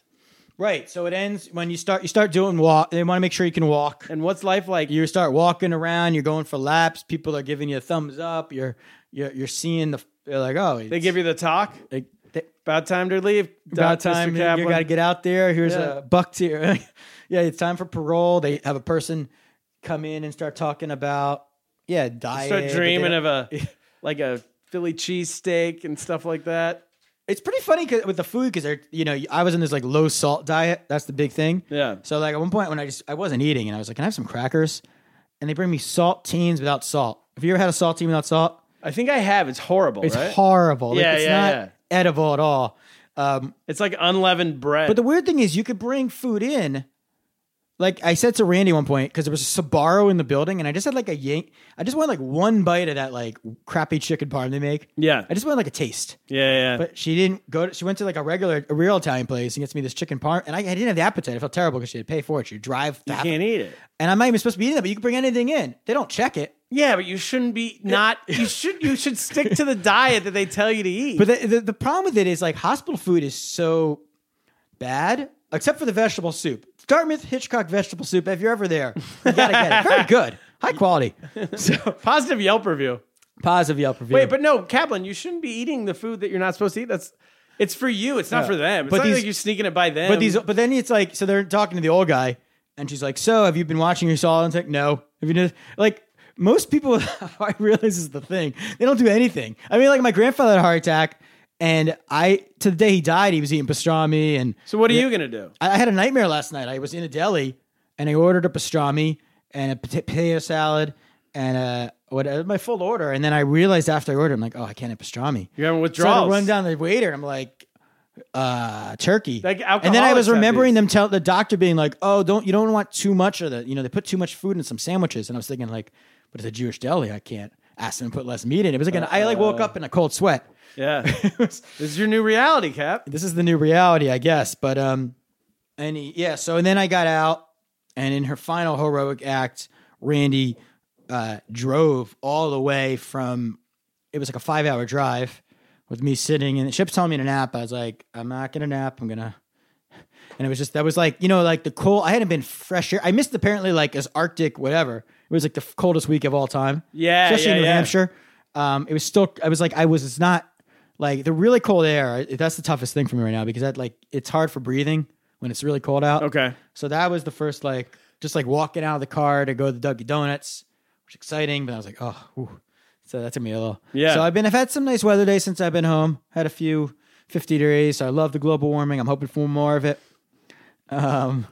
Speaker 2: right. So it ends when you start. You start doing walk. They want to make sure you can walk.
Speaker 1: And what's life like?
Speaker 2: you start walking around. You're going for laps. People are giving you a thumbs up. You're you're, you're seeing the. They're like, oh,
Speaker 1: They give you the talk.
Speaker 2: they, they,
Speaker 1: About time to leave.
Speaker 2: about
Speaker 1: Doc- Mr.
Speaker 2: time. You,
Speaker 1: Kaplan.
Speaker 2: got to get out there. Here's
Speaker 1: Yeah.
Speaker 2: a buck to your yeah, it's time for parole. They have a person come in and start talking about yeah diet. but
Speaker 1: start
Speaker 2: they
Speaker 1: dreaming
Speaker 2: don't-
Speaker 1: of a like a Philly cheesesteak and stuff like that.
Speaker 2: It's pretty funny 'cause- with the food because they're you know I was in this like low salt diet. That's the big thing.
Speaker 1: Yeah.
Speaker 2: So like at one point when I just I wasn't eating and I was like, can I have some crackers? And they bring me saltines without salt. Have you ever had a saltine without salt?
Speaker 1: I think I have. It's horrible,
Speaker 2: It's
Speaker 1: right?
Speaker 2: horrible. Like,
Speaker 1: Yeah,
Speaker 2: it's
Speaker 1: yeah,
Speaker 2: not
Speaker 1: yeah.
Speaker 2: edible at all. Um,
Speaker 1: it's like unleavened bread.
Speaker 2: but the weird thing is, you could bring food in. Like I said to Randy one point, because there was a Sbarro in the building, and I just had like a yank. I just wanted like one bite of that like crappy chicken parm they make.
Speaker 1: yeah,
Speaker 2: I just wanted like a taste.
Speaker 1: yeah, yeah.
Speaker 2: But she didn't go. To, she went to like a regular, a real Italian place and gets me this chicken parm, and I, I didn't have the appetite. I felt terrible because she had to pay for it. She drive,
Speaker 1: you
Speaker 2: half-
Speaker 1: can't eat it.
Speaker 2: and I'm not even supposed to be eating that. But you can bring anything in. They don't check it.
Speaker 1: Yeah, but you shouldn't be not. You should you should stick to the diet that they tell you to eat.
Speaker 2: But the, the, the problem with it is like hospital food is so bad, except for the vegetable soup. Dartmouth Hitchcock vegetable soup. If you're ever there, you gotta get it. Very good, high quality. So
Speaker 1: positive Yelp review.
Speaker 2: positive Yelp review.
Speaker 1: Wait, but no, Kaplan, you shouldn't be eating the food that you're not supposed to eat. That's it's for you. It's not
Speaker 2: Yeah.
Speaker 1: for them. It's
Speaker 2: But
Speaker 1: not
Speaker 2: these-
Speaker 1: like you're sneaking it by them.
Speaker 2: but these but then it's like so they're talking to the old guy, and she's like, "So have you been watching your salt?" And it's like, "No." Have you done like? Most people, I realize this is the thing. They don't do anything. I mean, like my grandfather had a heart attack, and I to the day he died, he was eating pastrami and
Speaker 1: So what are you gonna do?
Speaker 2: I I had a nightmare last night. I was in a deli and I ordered a pastrami and a pota- potato salad and a what uh, my full order. And then I realized after I ordered, I'm like, oh, I can't have pastrami.
Speaker 1: You're having
Speaker 2: So I had to
Speaker 1: withdrawals.
Speaker 2: run down the waiter. and I'm like, uh, turkey.
Speaker 1: Like
Speaker 2: and then I
Speaker 1: alcoholics
Speaker 2: was
Speaker 1: have
Speaker 2: remembering
Speaker 1: these.
Speaker 2: them tell the doctor being like, oh, don't you don't want too much of the you know they put too much food in some sandwiches. And I was thinking like, but it's a Jewish deli. I can't ask them to put less meat in. It was like an, I like woke up in a cold sweat.
Speaker 1: Yeah, this is your new reality, Cap.
Speaker 2: this is the new reality, I guess. But um, and he, yeah, so and then I got out, and in her final heroic act, Randy uh, drove all the way from. It was like a five-hour drive, with me sitting, and the ship's telling me to nap. I was like, I'm not gonna nap. I'm gonna. And it was just that was like you know like the cold. I hadn't been fresh air. I missed apparently like as Arctic whatever. It was like the f- coldest week of all time.
Speaker 1: Yeah,
Speaker 2: especially
Speaker 1: yeah,
Speaker 2: in New
Speaker 1: yeah.
Speaker 2: Hampshire. Um, it was still. I was like, I was not like the really cold air. That's the toughest thing for me right now because that like it's hard for breathing when it's really cold out.
Speaker 1: Okay.
Speaker 2: So that was the first like just like walking out of the car to go to Dunkin' Donuts, which is exciting. But I was like, oh, whew. so that took me a little.
Speaker 1: Yeah.
Speaker 2: So I've been I've had some nice weather days since I've been home. Had a few fifty degrees. So I love the global warming. I'm hoping for more of it. Um,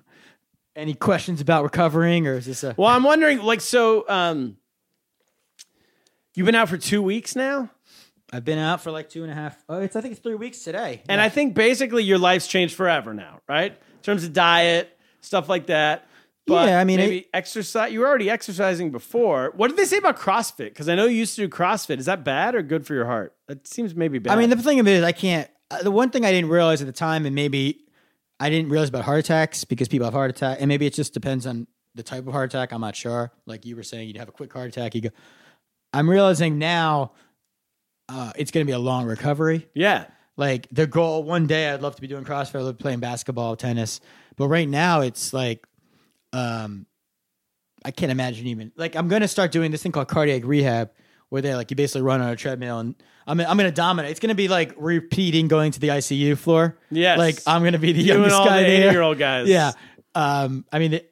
Speaker 2: any questions about recovering or is this a
Speaker 1: Well, I'm wondering, like, so um, you've been out for two weeks now,
Speaker 2: I've been out for like two and a half. Oh, it's I think it's three weeks today.
Speaker 1: and I think basically your life's changed forever now, right? In terms of diet, stuff like that. But
Speaker 2: Yeah, I mean,
Speaker 1: maybe exercise. You were already exercising before. What did they say about CrossFit? Because I know you used to do CrossFit. Is that bad or good for your heart? That seems maybe bad.
Speaker 2: I mean, the thing of it is, I can't. uh, The one thing I didn't realize at the time, and maybe I didn't realize about heart attacks because people have heart attack, and maybe it just depends on the type of heart attack. I'm not sure. Like you were saying, you'd have a quick heart attack. You go. I'm realizing now, uh, it's going to be a long recovery.
Speaker 1: yeah.
Speaker 2: Like the goal, one day I'd love to be doing CrossFit, I'd love playing basketball, tennis, but right now it's like, um, I can't imagine even like I'm gonna start doing this thing called cardiac rehab, where they like you basically run on a treadmill and I'm I'm gonna dominate. It's gonna be like repeating going to the ICU floor.
Speaker 1: Yes.
Speaker 2: like I'm gonna be the
Speaker 1: You and
Speaker 2: youngest
Speaker 1: all
Speaker 2: guy
Speaker 1: the
Speaker 2: there.
Speaker 1: eighty-year-old guys.
Speaker 2: Yeah, um, I mean, it-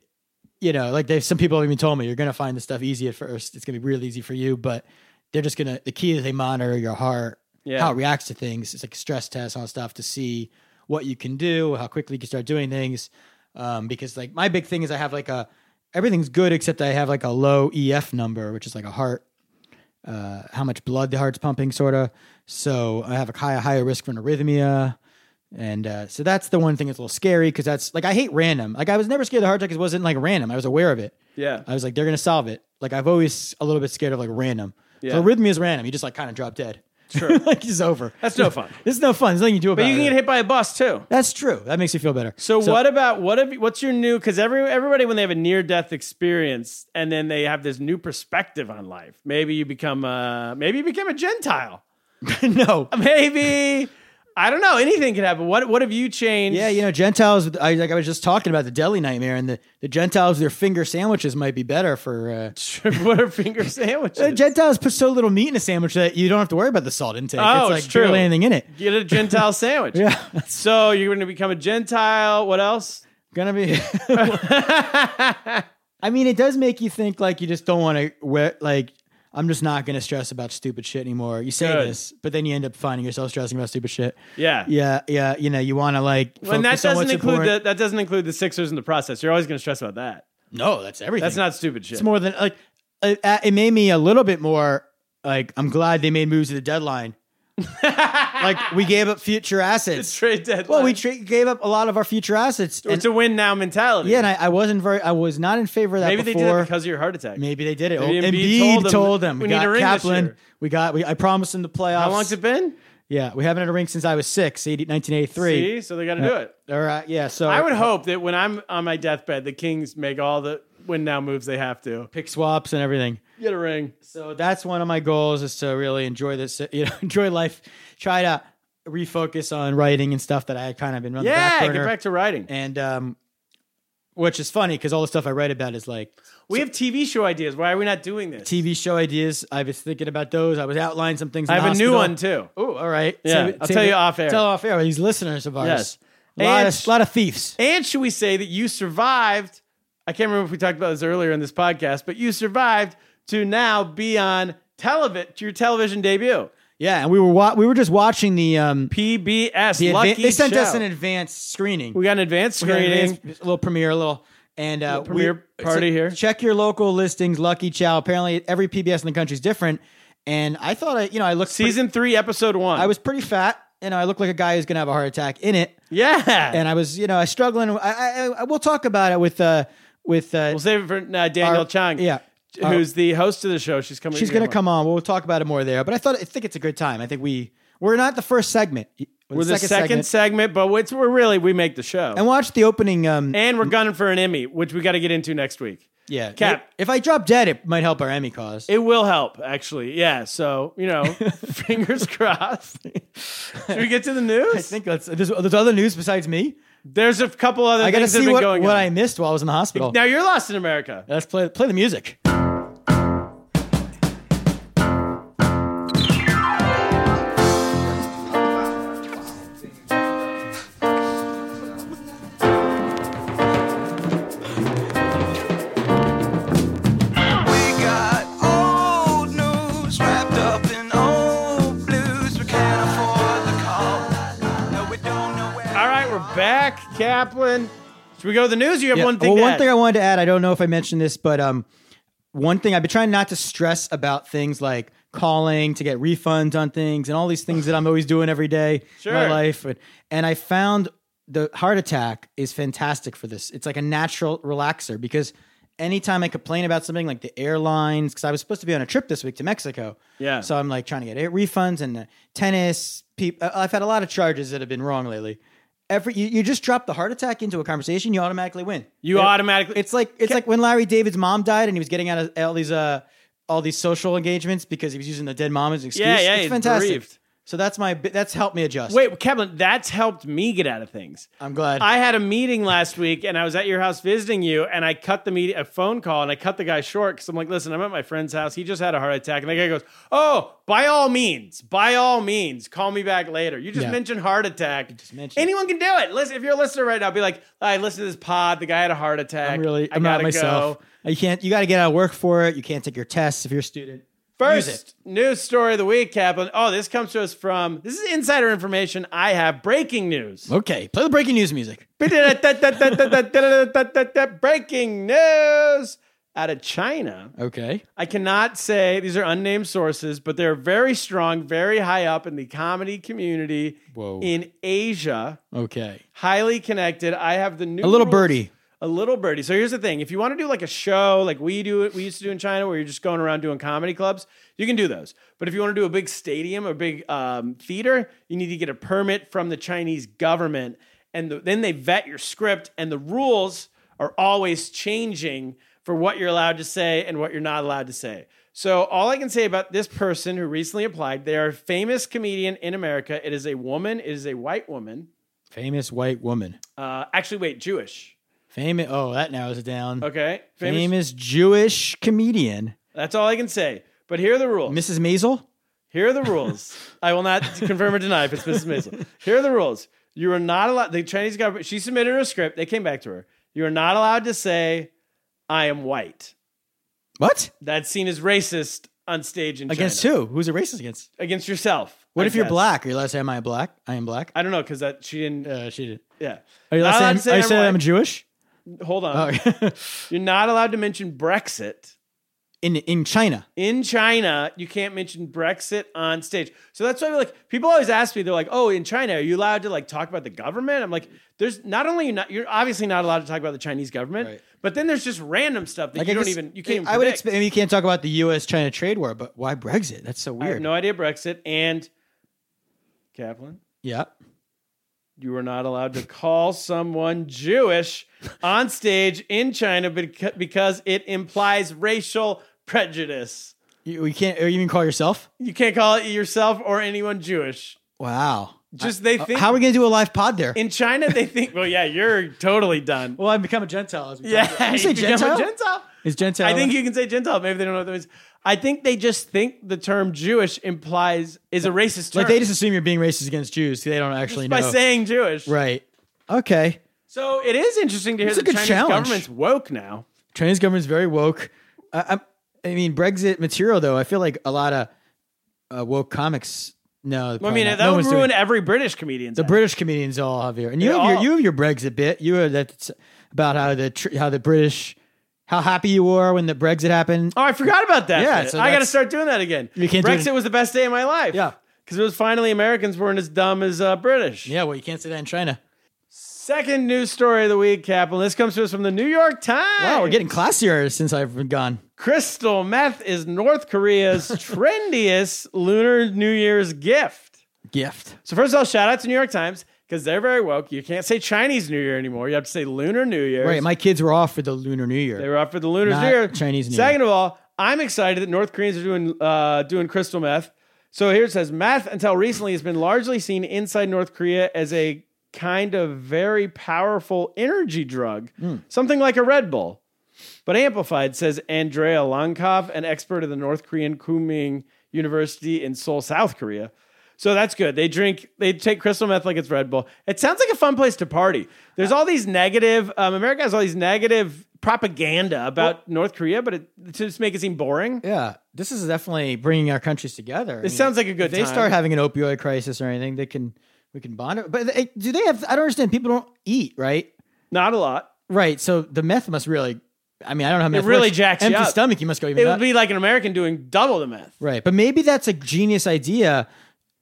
Speaker 2: you know, like they some people have even told me you're gonna find this stuff easy at first. It's gonna be real easy for you, but they're just gonna. The key is they monitor your heart,
Speaker 1: Yeah.
Speaker 2: how it reacts to things. It's like stress tests on stuff to see what you can do, how quickly you can start doing things. Um, because like my big thing is I have like a everything's good except I have like a low EF number, which is like a heart uh, how much blood the heart's pumping, sort of. So I have a high, higher risk for an arrhythmia. And uh, so that's the one thing that's a little scary because that's like I hate random. Like I was never scared of the heart attack 'cause it wasn't like random. I was aware of it.
Speaker 1: Yeah.
Speaker 2: I was like, they're gonna solve it. Like I've always a little bit scared of like random.
Speaker 1: Yeah.
Speaker 2: So arrhythmia is random. You just like kind of drop dead.
Speaker 1: Sure.
Speaker 2: like it's over.
Speaker 1: That's no fun.
Speaker 2: This is no fun. There's nothing you can do about
Speaker 1: But
Speaker 2: it.
Speaker 1: you can get hit by a bus too.
Speaker 2: That's true. That makes you feel better.
Speaker 1: So, what about what? Have, what's your new? Because every everybody when they have a near death experience and then they have this new perspective on life. Maybe you become a maybe you become a Gentile.
Speaker 2: no.
Speaker 1: Maybe I don't know. Anything could happen. What what have you changed?
Speaker 2: Yeah, you know, Gentiles. I like I was just talking about the deli nightmare, and the, the Gentiles, their finger sandwiches might be better for. Uh,
Speaker 1: what are finger sandwiches?
Speaker 2: The Gentiles put so little meat in a sandwich that you don't have to worry about the salt intake.
Speaker 1: Oh,
Speaker 2: it's like
Speaker 1: it's true.
Speaker 2: barely anything in it.
Speaker 1: Get a Gentile sandwich.
Speaker 2: Yeah,
Speaker 1: So you're going to become a Gentile. What else?
Speaker 2: gonna be. I mean, it does make you think like you just don't want to wear like. I'm just not gonna stress about stupid shit anymore. You say
Speaker 1: Good.
Speaker 2: this, but then you end up finding yourself stressing about stupid shit.
Speaker 1: Yeah.
Speaker 2: Yeah, yeah. You know, you want to like.
Speaker 1: And that
Speaker 2: focus on
Speaker 1: doesn't
Speaker 2: what's
Speaker 1: include
Speaker 2: important.
Speaker 1: the, that doesn't include the Sixers in the process. You're always going to stress about that.
Speaker 2: No, that's everything.
Speaker 1: That's not stupid shit.
Speaker 2: It's more than like uh, uh, it made me a little bit more like I'm glad they made moves at the deadline. like we gave up future assets.
Speaker 1: trade deadline.
Speaker 2: Well, we tra- gave up a lot of our future assets. And,
Speaker 1: it's a win now mentality.
Speaker 2: yeah, and I, I wasn't very. I was not in favor of that
Speaker 1: maybe they
Speaker 2: before.
Speaker 1: did that because of your heart attack.
Speaker 2: Maybe they did it.
Speaker 1: Maybe
Speaker 2: oh,
Speaker 1: Embiid
Speaker 2: Embiid,
Speaker 1: told them,
Speaker 2: told them. We,
Speaker 1: "We need
Speaker 2: got
Speaker 1: a ring this
Speaker 2: Kaplan.
Speaker 1: year."
Speaker 2: We got. We, I promised them the playoffs.
Speaker 1: How long's it been?
Speaker 2: Yeah, we haven't had a ring since I was six, 80, 1983.
Speaker 1: See, so they got to do it.
Speaker 2: All right. Yeah. So
Speaker 1: I would hope that when I'm on my deathbed, the Kings make all the win now moves they have to
Speaker 2: pick swaps and everything.
Speaker 1: get a ring.
Speaker 2: So that's one of my goals is to really enjoy this, you know, enjoy life, try to refocus on writing and stuff that I had kind of been running
Speaker 1: Yeah,
Speaker 2: back
Speaker 1: get
Speaker 2: burner.
Speaker 1: back to writing.
Speaker 2: and um, which is funny because all the stuff I write about is like
Speaker 1: We have TV show ideas. Why are we not doing this?
Speaker 2: TV show ideas. I was thinking about those. I was outlining some things.
Speaker 1: I
Speaker 2: in
Speaker 1: have
Speaker 2: the
Speaker 1: a new
Speaker 2: hospital.
Speaker 1: one too.
Speaker 2: Oh, all right.
Speaker 1: Yeah,
Speaker 2: Save it-
Speaker 1: I'll
Speaker 2: save
Speaker 1: tell you
Speaker 2: it-
Speaker 1: off air.
Speaker 2: Tell off air. These listeners of ours.
Speaker 1: Yes.
Speaker 2: A lot,
Speaker 1: And-
Speaker 2: of, lot of thieves.
Speaker 1: And should we say that you survived? I can't remember if we talked about this earlier in this podcast, but you survived to now be on television, your television debut.
Speaker 2: Yeah, and we were wa- we were just watching the um.
Speaker 1: PBS.
Speaker 2: The advan-
Speaker 1: lucky
Speaker 2: they sent us
Speaker 1: show.
Speaker 2: an advanced screening.
Speaker 1: We got an advanced
Speaker 2: We're gonna
Speaker 1: screening.
Speaker 2: advance- a little premiere, a little and uh,
Speaker 1: Little premiere
Speaker 2: we-
Speaker 1: party here.
Speaker 2: Check your local listings, Lucky Chow. Apparently, every PBS in the country is different. And I thought I, you know, I looked pretty-
Speaker 1: Season three, episode one.
Speaker 2: I was pretty fat. You know, I looked like a guy who's gonna have a heart attack in it.
Speaker 1: yeah.
Speaker 2: And I was, you know, I struggling. I, I, I we'll talk about it with uh with uh.
Speaker 1: we'll save it for uh, Danielle
Speaker 2: Our-
Speaker 1: Chang,
Speaker 2: yeah. Our-
Speaker 1: who's the host of the show. She's coming.
Speaker 2: she's gonna come on. We'll talk about it more there. But I thought I think it's a good time. I think we we're not the first segment.
Speaker 1: We're the second, segment. but it's, we're really we make the show,
Speaker 2: and
Speaker 1: and,
Speaker 2: watch the opening. Um,
Speaker 1: we're gunning for an Emmy, which we got to get into next week.
Speaker 2: yeah,
Speaker 1: Cap.
Speaker 2: If I drop dead, it might help our Emmy cause.
Speaker 1: It will help, actually. Yeah. So you know, fingers crossed. Should we get to the news?
Speaker 2: I think that's there's, there's other news besides me.
Speaker 1: There's a couple other
Speaker 2: I got to
Speaker 1: things that have
Speaker 2: see
Speaker 1: been
Speaker 2: what,
Speaker 1: going
Speaker 2: what
Speaker 1: on.
Speaker 2: I missed while I was in the hospital.
Speaker 1: now you're lost in America.
Speaker 2: Let's play play the music.
Speaker 5: We got old news wrapped up in old blues. We can't afford the call. No, we don't know where.
Speaker 1: All right, we're back, Kaplan. Should we go to the news? You have
Speaker 2: Yeah.
Speaker 1: one thing.
Speaker 2: well,
Speaker 1: to
Speaker 2: one
Speaker 1: add.
Speaker 2: thing I wanted to add, I don't know if I mentioned this, but um, one thing I've been trying not to stress about things like calling to get refunds on things and all these things that I'm always doing every day in
Speaker 1: Sure.
Speaker 2: my life. And, and I found the heart attack is fantastic for this. It's like a natural relaxer because anytime I complain about something like the airlines, because I was supposed to be on a trip this week to Mexico.
Speaker 1: Yeah.
Speaker 2: So I'm like trying to get air- refunds and the tennis. Peop- I- I've had a lot of charges that have been wrong lately. Every you, you just drop the heart attack into a conversation, you automatically win.
Speaker 1: You
Speaker 2: It-
Speaker 1: automatically-
Speaker 2: It's like it's like when Larry David's mom died and he was getting out of all these uh all these social engagements because he was using the dead mom as an excuse.
Speaker 1: Yeah, yeah,
Speaker 2: it's
Speaker 1: he's
Speaker 2: fantastic.
Speaker 1: bereaved.
Speaker 2: So that's my bi- that's helped me adjust.
Speaker 1: Wait, Kaplan, that's helped me get out of things.
Speaker 2: I'm glad.
Speaker 1: I had a meeting last week and I was at your house visiting you and I cut the meet a phone call and I cut the guy short because I'm like, listen, I'm at my friend's house. He just had a heart attack. And the guy goes, Oh, by all means, by all means, call me back later. You just
Speaker 2: Yeah.
Speaker 1: mentioned heart attack. Just
Speaker 2: mentioned-
Speaker 1: Anyone can do it. Listen, if you're a listener right now, be like, I listened to this pod, the guy had a heart attack.
Speaker 2: I'm really
Speaker 1: I
Speaker 2: I'm not
Speaker 1: gotta
Speaker 2: myself.
Speaker 1: go."
Speaker 2: You can't you got to get out of work for it. You can't take your tests if you're a student.
Speaker 1: First news story of the week, Kaplan. Oh, this comes to us from this is insider information I have. Breaking news.
Speaker 2: Okay, play the breaking news music.
Speaker 1: Breaking news out of China.
Speaker 2: Okay.
Speaker 1: I cannot say these are unnamed sources, but they're very strong, very high up in the comedy community
Speaker 2: Whoa.
Speaker 1: in Asia,
Speaker 2: Okay.
Speaker 1: highly connected. I have the new
Speaker 2: A little
Speaker 1: rules-
Speaker 2: birdie.
Speaker 1: A little birdie. So here's the thing: if you want to do like a show, like we do, it, we used to do in China, where you're just going around doing comedy clubs, you can do those. But if you want to do a big stadium or big um, theater, you need to get a permit from the Chinese government, and the, then they vet your script, and the rules are always changing for what you're allowed to say and what you're not allowed to say. So all I can say about this person who recently applied, they are a famous comedian in America. It is a woman. It is a white woman.
Speaker 2: Famous white woman.
Speaker 1: Uh, actually, wait, Jewish.
Speaker 2: Famous. Oh, that narrows it down.
Speaker 1: Okay.
Speaker 2: Famous, Jewish comedian,
Speaker 1: That's all I can say. But here are the rules.
Speaker 2: Mrs. Maisel.
Speaker 1: Here are the rules. I will not confirm or deny if it's Mrs. Maisel. Here are the rules. You are not allowed. The Chinese government. She submitted her script. They came back to her. You are not allowed to say, "I am white."
Speaker 2: What?
Speaker 1: That's seen as racist on stage in
Speaker 2: Against
Speaker 1: China.
Speaker 2: who? Who's it racist against?
Speaker 1: Against yourself.
Speaker 2: What
Speaker 1: I
Speaker 2: if you're
Speaker 1: guess.
Speaker 2: black? Are you allowed to say, am I black? I am black.
Speaker 1: I don't know because that she didn't.
Speaker 2: Uh, she did.
Speaker 1: yeah.
Speaker 2: Are you
Speaker 1: Not
Speaker 2: allowed,
Speaker 1: allowed
Speaker 2: to say, I'm, are you
Speaker 1: to say
Speaker 2: saying
Speaker 1: I'm
Speaker 2: I'm
Speaker 1: white.
Speaker 2: Jewish?
Speaker 1: Hold on.
Speaker 2: Oh, okay.
Speaker 1: You're not allowed to mention Brexit.
Speaker 2: in in China.
Speaker 1: in China, you can't mention Brexit on stage. So that's why like people always ask me, they're like, "Oh, in China, are you allowed to like talk about the government?" I'm like, "There's not only you're not you're obviously not allowed to talk about the Chinese government,
Speaker 2: Right.
Speaker 1: but then there's just random stuff that
Speaker 2: Like,
Speaker 1: you
Speaker 2: I
Speaker 1: don't
Speaker 2: guess-
Speaker 1: even you can't. Even
Speaker 2: I would
Speaker 1: predict.
Speaker 2: expect I mean, you can't talk about the U.S. China trade war, but why Brexit? That's so
Speaker 1: I have
Speaker 2: weird.
Speaker 1: no idea Brexit and Kaplan.
Speaker 2: yeah.
Speaker 1: You were not allowed to call someone Jewish on stage in China beca- because it implies racial prejudice.
Speaker 2: You, we can't or you even call yourself.
Speaker 1: You can't call it yourself or anyone Jewish.
Speaker 2: Wow.
Speaker 1: Just they
Speaker 2: Uh,
Speaker 1: think
Speaker 2: How are we gonna do a live pod there?
Speaker 1: In China, they think, well, yeah, you're totally done.
Speaker 2: well, I've become a Gentile. As we
Speaker 1: yeah,
Speaker 2: talked about. you say
Speaker 1: become a
Speaker 2: Gentile?
Speaker 1: Gentile.
Speaker 2: Is Gentile?
Speaker 1: I think you can say Gentile. Maybe they don't know what that means. I think they just think the term Jewish implies is a racist term.
Speaker 2: like they just assume you're being racist against Jews. 'cause They don't actually
Speaker 1: Just by
Speaker 2: know.
Speaker 1: saying Jewish.
Speaker 2: right. Okay.
Speaker 1: So it is interesting to hear
Speaker 2: It's a
Speaker 1: the
Speaker 2: good
Speaker 1: Chinese
Speaker 2: challenge.
Speaker 1: government's woke now.
Speaker 2: Chinese government's very woke. I, I'm, I mean, Brexit material though. I feel like a lot of uh, woke comics. No,
Speaker 1: I mean, that
Speaker 2: no
Speaker 1: would
Speaker 2: one's doing-
Speaker 1: ruin every British comedian's.
Speaker 2: The
Speaker 1: act.
Speaker 2: British comedians all have your and you
Speaker 1: They
Speaker 2: have your
Speaker 1: all-
Speaker 2: you have your Brexit bit. You have that's about how the tr- how the British how happy you were when the Brexit happened.
Speaker 1: Oh, I forgot about that.
Speaker 2: Yeah,
Speaker 1: bit.
Speaker 2: so
Speaker 1: I got to
Speaker 2: that's-
Speaker 1: start doing that again.
Speaker 2: You can't do
Speaker 1: Brexit
Speaker 2: it-
Speaker 1: was the best day of my life.
Speaker 2: Yeah.
Speaker 1: Because it was finally Americans weren't as dumb as uh, British.
Speaker 2: Yeah, well, you can't say that in China.
Speaker 1: Second news story of the week, Kaplan. This comes to us from the New York Times.
Speaker 2: Wow, we're getting classier since I've been gone.
Speaker 1: Crystal meth is North Korea's trendiest Lunar New Year's gift.
Speaker 2: Gift.
Speaker 1: So first of all, shout out to New York Times because they're very woke. You can't say Chinese New Year anymore. You have to say Lunar New Year.
Speaker 2: Right, my kids were off for the Lunar New
Speaker 1: they
Speaker 2: Year.
Speaker 1: were up for the Lunar
Speaker 2: Not
Speaker 1: New Year.
Speaker 2: Chinese New Year.
Speaker 1: Second of all, I'm excited that North Koreans are doing uh, doing crystal meth. So here it says meth until recently has been largely seen inside North Korea as a kind of very powerful energy drug,
Speaker 2: Hmm.
Speaker 1: something like a Red Bull. But Amplified says Andrea Lankov, an expert at the North Korean Kuming University in Seoul, South Korea. So that's good. They drink, they take crystal meth like it's Red Bull. It sounds like a fun place to party. There's all these negative, um, America has all these negative propaganda about North Korea, but it, to just make it seem boring.
Speaker 2: Yeah, this is definitely bringing our countries together.
Speaker 1: It sounds like a good
Speaker 2: If they
Speaker 1: time.
Speaker 2: start having an opioid crisis or anything, they can we can bond. But they, do they have? I don't understand. People don't eat, right?
Speaker 1: Not a lot.
Speaker 2: Right. So the meth must really. I mean, I don't know how meth
Speaker 1: really
Speaker 2: works.
Speaker 1: jacks you
Speaker 2: Empty
Speaker 1: up.
Speaker 2: stomach, you must go even.
Speaker 1: It
Speaker 2: nut-
Speaker 1: would be like an American doing double the meth.
Speaker 2: Right. But maybe that's a genius idea.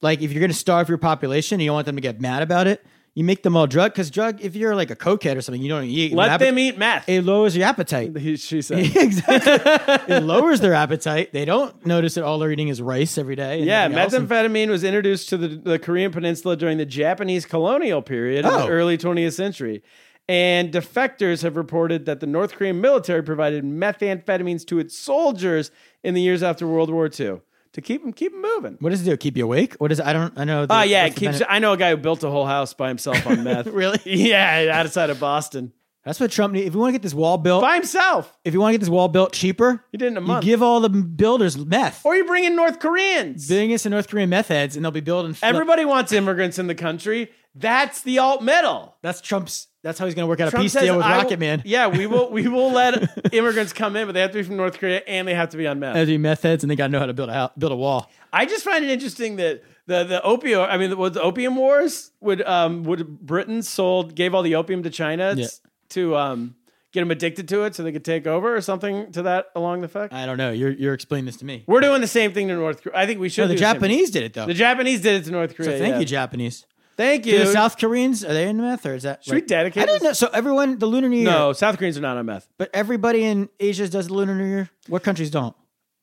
Speaker 2: Like if you're going to starve your population and you don't want them to get mad about it, you make them all drug. Because drug, if you're like a cokehead or something, you don't eat.
Speaker 1: Let
Speaker 2: appe-
Speaker 1: them eat meth.
Speaker 2: It lowers your appetite.
Speaker 1: He- she said.
Speaker 2: exactly. it lowers their appetite. They don't notice that all they're eating is rice every day. and
Speaker 1: Yeah,
Speaker 2: nothing else. And-
Speaker 1: methamphetamine was introduced to the, the Korean peninsula during the Japanese colonial period in the
Speaker 2: Oh.
Speaker 1: early 20th century. And defectors have reported that the North Korean military provided methamphetamines to its soldiers in the years after World War II to keep them keep 'em moving.
Speaker 2: What does it do? Keep you awake? What is I don't I know. the-
Speaker 1: Oh yeah,
Speaker 2: what's
Speaker 1: it
Speaker 2: the
Speaker 1: keeps.
Speaker 2: benefit-
Speaker 1: I know a guy who built a whole house by himself on meth.
Speaker 2: Really?
Speaker 1: Yeah, outside of Boston
Speaker 2: That's what Trump need If you want to get this wall built,
Speaker 1: by himself.
Speaker 2: if you want to get this wall built cheaper,
Speaker 1: He did it in a
Speaker 2: you
Speaker 1: month.
Speaker 2: give all the builders meth.
Speaker 1: Or you bring in North Koreans.
Speaker 2: Bring us some North Korean meth heads, and they'll be building.
Speaker 1: Everybody wants immigrants in the country. That's the alt middle.
Speaker 2: That's Trump's. That's how he's going to work out a
Speaker 1: Trump
Speaker 2: peace
Speaker 1: says,
Speaker 2: deal with
Speaker 1: "I will-
Speaker 2: Rocket Man.
Speaker 1: Yeah, we will we will let immigrants come in, but they have to be from North Korea and they have to be on meth.
Speaker 2: As you meth heads, and they got to know how to build a house, build a wall.
Speaker 1: I just find it interesting that the the opio I mean the, the opium wars would um would Britain sold gave all the opium to China
Speaker 2: Yeah.
Speaker 1: to um get them addicted to it so they could take over or something to that along the fact.
Speaker 2: I don't know. You're you're explaining this to me.
Speaker 1: We're doing the same thing to North Korea. I think we should.
Speaker 2: No, the
Speaker 1: do same thing.
Speaker 2: Japanese did it though.
Speaker 1: The Japanese did it to North Korea.
Speaker 2: so thank
Speaker 1: yeah.
Speaker 2: you, Japanese.
Speaker 1: Thank
Speaker 2: Do
Speaker 1: you.
Speaker 2: the South Koreans are they in meth or is that
Speaker 1: Should we
Speaker 2: like-
Speaker 1: dedicate
Speaker 2: I didn't
Speaker 1: this?
Speaker 2: know. So everyone, the Lunar New Year.
Speaker 1: no, South Koreans are not on meth.
Speaker 2: but everybody in Asia does the Lunar New Year. What countries don't?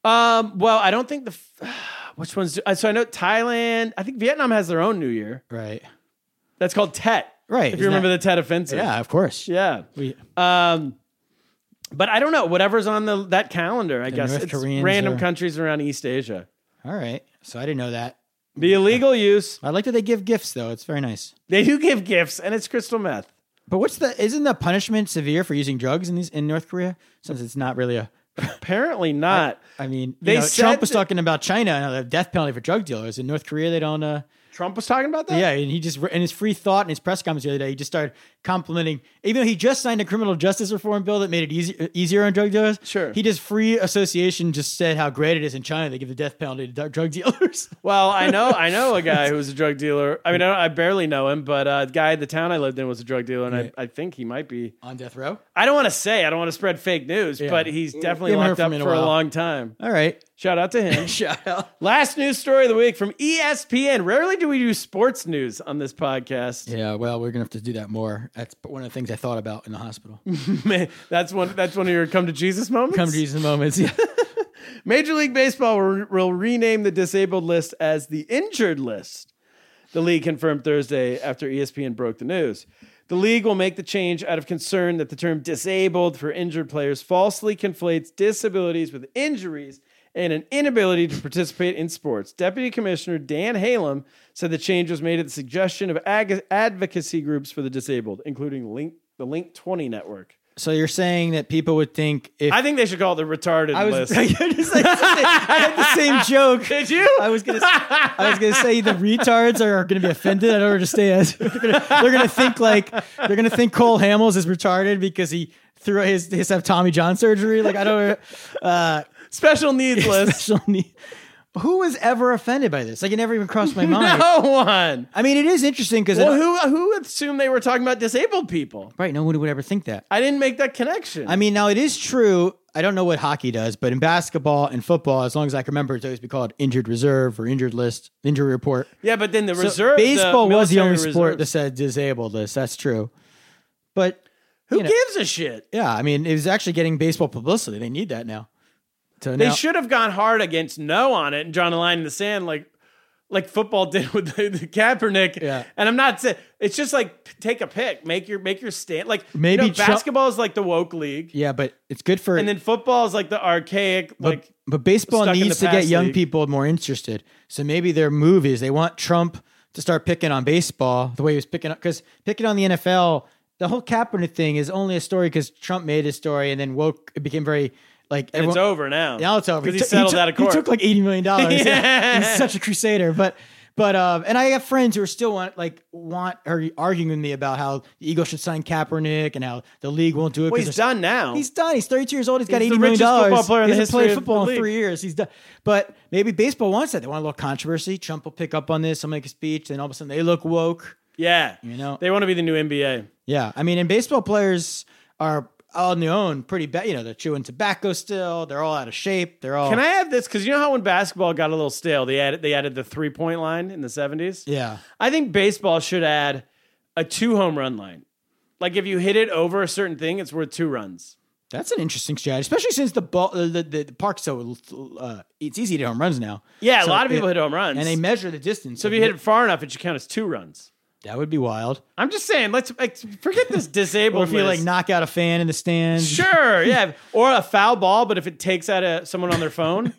Speaker 1: Um, well, I don't think the f- which ones. Do, uh, so I know Thailand. I think Vietnam has their own New Year.
Speaker 2: Right.
Speaker 1: That's called Tet.
Speaker 2: Right.
Speaker 1: If you
Speaker 2: Isn't
Speaker 1: remember
Speaker 2: that-
Speaker 1: the Tet Offensive.
Speaker 2: yeah, of course.
Speaker 1: Yeah.
Speaker 2: We,
Speaker 1: Um, but I don't know. Whatever's on the that calendar, I guess
Speaker 2: North
Speaker 1: it's
Speaker 2: Koreans
Speaker 1: random
Speaker 2: are-
Speaker 1: countries around East Asia.
Speaker 2: all right. So I didn't know that.
Speaker 1: The illegal use.
Speaker 2: I like that they give gifts though. It's very nice.
Speaker 1: They do give gifts, and it's crystal meth.
Speaker 2: But what's the? Isn't the punishment severe for using drugs in these in North Korea? Since it's not really a.
Speaker 1: Apparently not.
Speaker 2: I mean, you
Speaker 1: They
Speaker 2: know,
Speaker 1: said
Speaker 2: Trump was
Speaker 1: that-
Speaker 2: talking about China and the death penalty for drug dealers in North Korea. They don't. Uh,
Speaker 1: Trump was talking about that.
Speaker 2: Yeah, and he just in his free thought in his press conference the other day, he just started complimenting. Even though he just signed a criminal justice reform bill that made it easy, easier on drug dealers,
Speaker 1: Sure.
Speaker 2: he just free association just said how great it is in China they give the death penalty to drug dealers.
Speaker 1: Well, I know, I know a guy who was a drug dealer. I mean, I, don't, I barely know him, but uh, the guy in the town I lived in was a drug dealer, and I, I think he might be.
Speaker 2: on death row.
Speaker 1: I don't want to say, I don't want to spread fake news, but he's definitely
Speaker 2: haven't heard
Speaker 1: locked
Speaker 2: from
Speaker 1: up
Speaker 2: him in
Speaker 1: for
Speaker 2: a
Speaker 1: a
Speaker 2: while.
Speaker 1: long time.
Speaker 2: All right,
Speaker 1: Shout out to him.
Speaker 2: shout out.
Speaker 1: Last news story of the week from E ESPN. Rarely do we do sports news on this podcast.
Speaker 2: Yeah, well, we're gonna have to do that more. That's one of the things I thought about in the hospital.
Speaker 1: Man, that's one. That's one of your come to Jesus moments.
Speaker 2: Come to Jesus moments. Yeah.
Speaker 1: Major League Baseball will, will rename the disabled list as the injured list. The league confirmed Thursday after E ESPN broke the news. The league will make the change out of concern that the term disabled for injured players falsely conflates disabilities with injuries and an inability to participate in sports. Deputy Commissioner Dan Halem said the change was made at the suggestion of ag- advocacy groups for the disabled, including Link, the Link 20 network.
Speaker 2: so you're saying that people would think if
Speaker 1: I think they should call it the retarded
Speaker 2: I was
Speaker 1: list.
Speaker 2: I had the same- I had the same joke.
Speaker 1: Did you?
Speaker 2: I was gonna, I was gonna say the retards are gonna be offended. I don't understand. They're gonna, they're gonna think like they're gonna think Cole Hamels is retarded because he threw his his have Tommy John surgery. Like I don't uh,
Speaker 1: Special needs list.
Speaker 2: special need. Who was ever offended by this? Like it never even crossed my mind.
Speaker 1: No one.
Speaker 2: I mean, it is interesting because
Speaker 1: Well, who who assumed they were talking about disabled people?
Speaker 2: right, no one would ever think that.
Speaker 1: I didn't make that connection.
Speaker 2: I mean, now it is true. I don't know what hockey does, but in basketball and football, as long as I can remember, it's always been called injured reserve or injured list, injury report.
Speaker 1: yeah, but then the
Speaker 2: So
Speaker 1: reserve.
Speaker 2: baseball was the
Speaker 1: military
Speaker 2: only sport that
Speaker 1: reserves.
Speaker 2: said disabled list. That's true. But
Speaker 1: Who
Speaker 2: you know.
Speaker 1: gives a shit?
Speaker 2: yeah, I mean, it was actually getting baseball publicity. They need that now. So
Speaker 1: They
Speaker 2: now-
Speaker 1: should have gone hard against no on it and drawn a line in the sand, like like football did with the, the Kaepernick.
Speaker 2: Yeah.
Speaker 1: And I'm not saying it's just like p- take a pick, make your make your stand. Like you
Speaker 2: Maybe
Speaker 1: know,
Speaker 2: Trump-
Speaker 1: basketball is like the woke league,
Speaker 2: Yeah, but it's good for
Speaker 1: and then football is like the archaic.
Speaker 2: but,
Speaker 1: Like
Speaker 2: but baseball
Speaker 1: stuck in
Speaker 2: needs
Speaker 1: the
Speaker 2: to get
Speaker 1: past
Speaker 2: young
Speaker 1: league.
Speaker 2: people more interested. So maybe their move is they want Trump to start picking on baseball the way he was picking up because picking on the NFL. The whole Kaepernick thing is only a story because Trump made his story and then woke. It became very like
Speaker 1: and it's
Speaker 2: everyone-
Speaker 1: over now.
Speaker 2: Now it's over.
Speaker 1: because he
Speaker 2: took-
Speaker 1: settled
Speaker 2: took-
Speaker 1: out of court.
Speaker 2: He took like eighty million dollars.
Speaker 1: Yeah.
Speaker 2: He's such a crusader. But but um, and I have friends who are still want like want are arguing with me about how the Eagles should sign Kaepernick and how the league won't do it.
Speaker 1: well,
Speaker 2: 'cause
Speaker 1: he's
Speaker 2: they're-
Speaker 1: done now.
Speaker 2: He's done. He's thirty two years old. He's got
Speaker 1: He's the
Speaker 2: eighty million
Speaker 1: richest
Speaker 2: dollars.
Speaker 1: football player in
Speaker 2: he
Speaker 1: the
Speaker 2: hasn't played
Speaker 1: history of
Speaker 2: football
Speaker 1: the
Speaker 2: in three years. He's done. But maybe baseball wants that. They want a little controversy. Trump will pick up on this. He'll make a speech. Then all of a sudden they look woke.
Speaker 1: yeah,
Speaker 2: You know.
Speaker 1: they want to be the new NBA.
Speaker 2: Yeah, I mean, and baseball players are on their own pretty bad. You know, they're chewing tobacco still. They're all out of shape. They're all.
Speaker 1: Can I have this? Because you know how when basketball got a little stale, they added they added the three point line in the seventies.
Speaker 2: Yeah.
Speaker 1: I think baseball should add a two home run line. Like if you hit it over a certain thing, it's worth two runs.
Speaker 2: That's an interesting strategy, especially since the ball, the, the, the park's so uh, it's easy to hit home runs now.
Speaker 1: Yeah, a
Speaker 2: So
Speaker 1: lot of people
Speaker 2: it-
Speaker 1: hit home runs,
Speaker 2: and they measure the distance.
Speaker 1: so if you hit it far enough, it should count as two runs.
Speaker 2: that would be wild.
Speaker 1: I'm just saying, let's like, forget this
Speaker 2: Or
Speaker 1: disabled.
Speaker 2: if you like
Speaker 1: list.
Speaker 2: knock out a fan in the stands,
Speaker 1: Sure, yeah, or a foul ball, but if it takes out a, someone on their phone,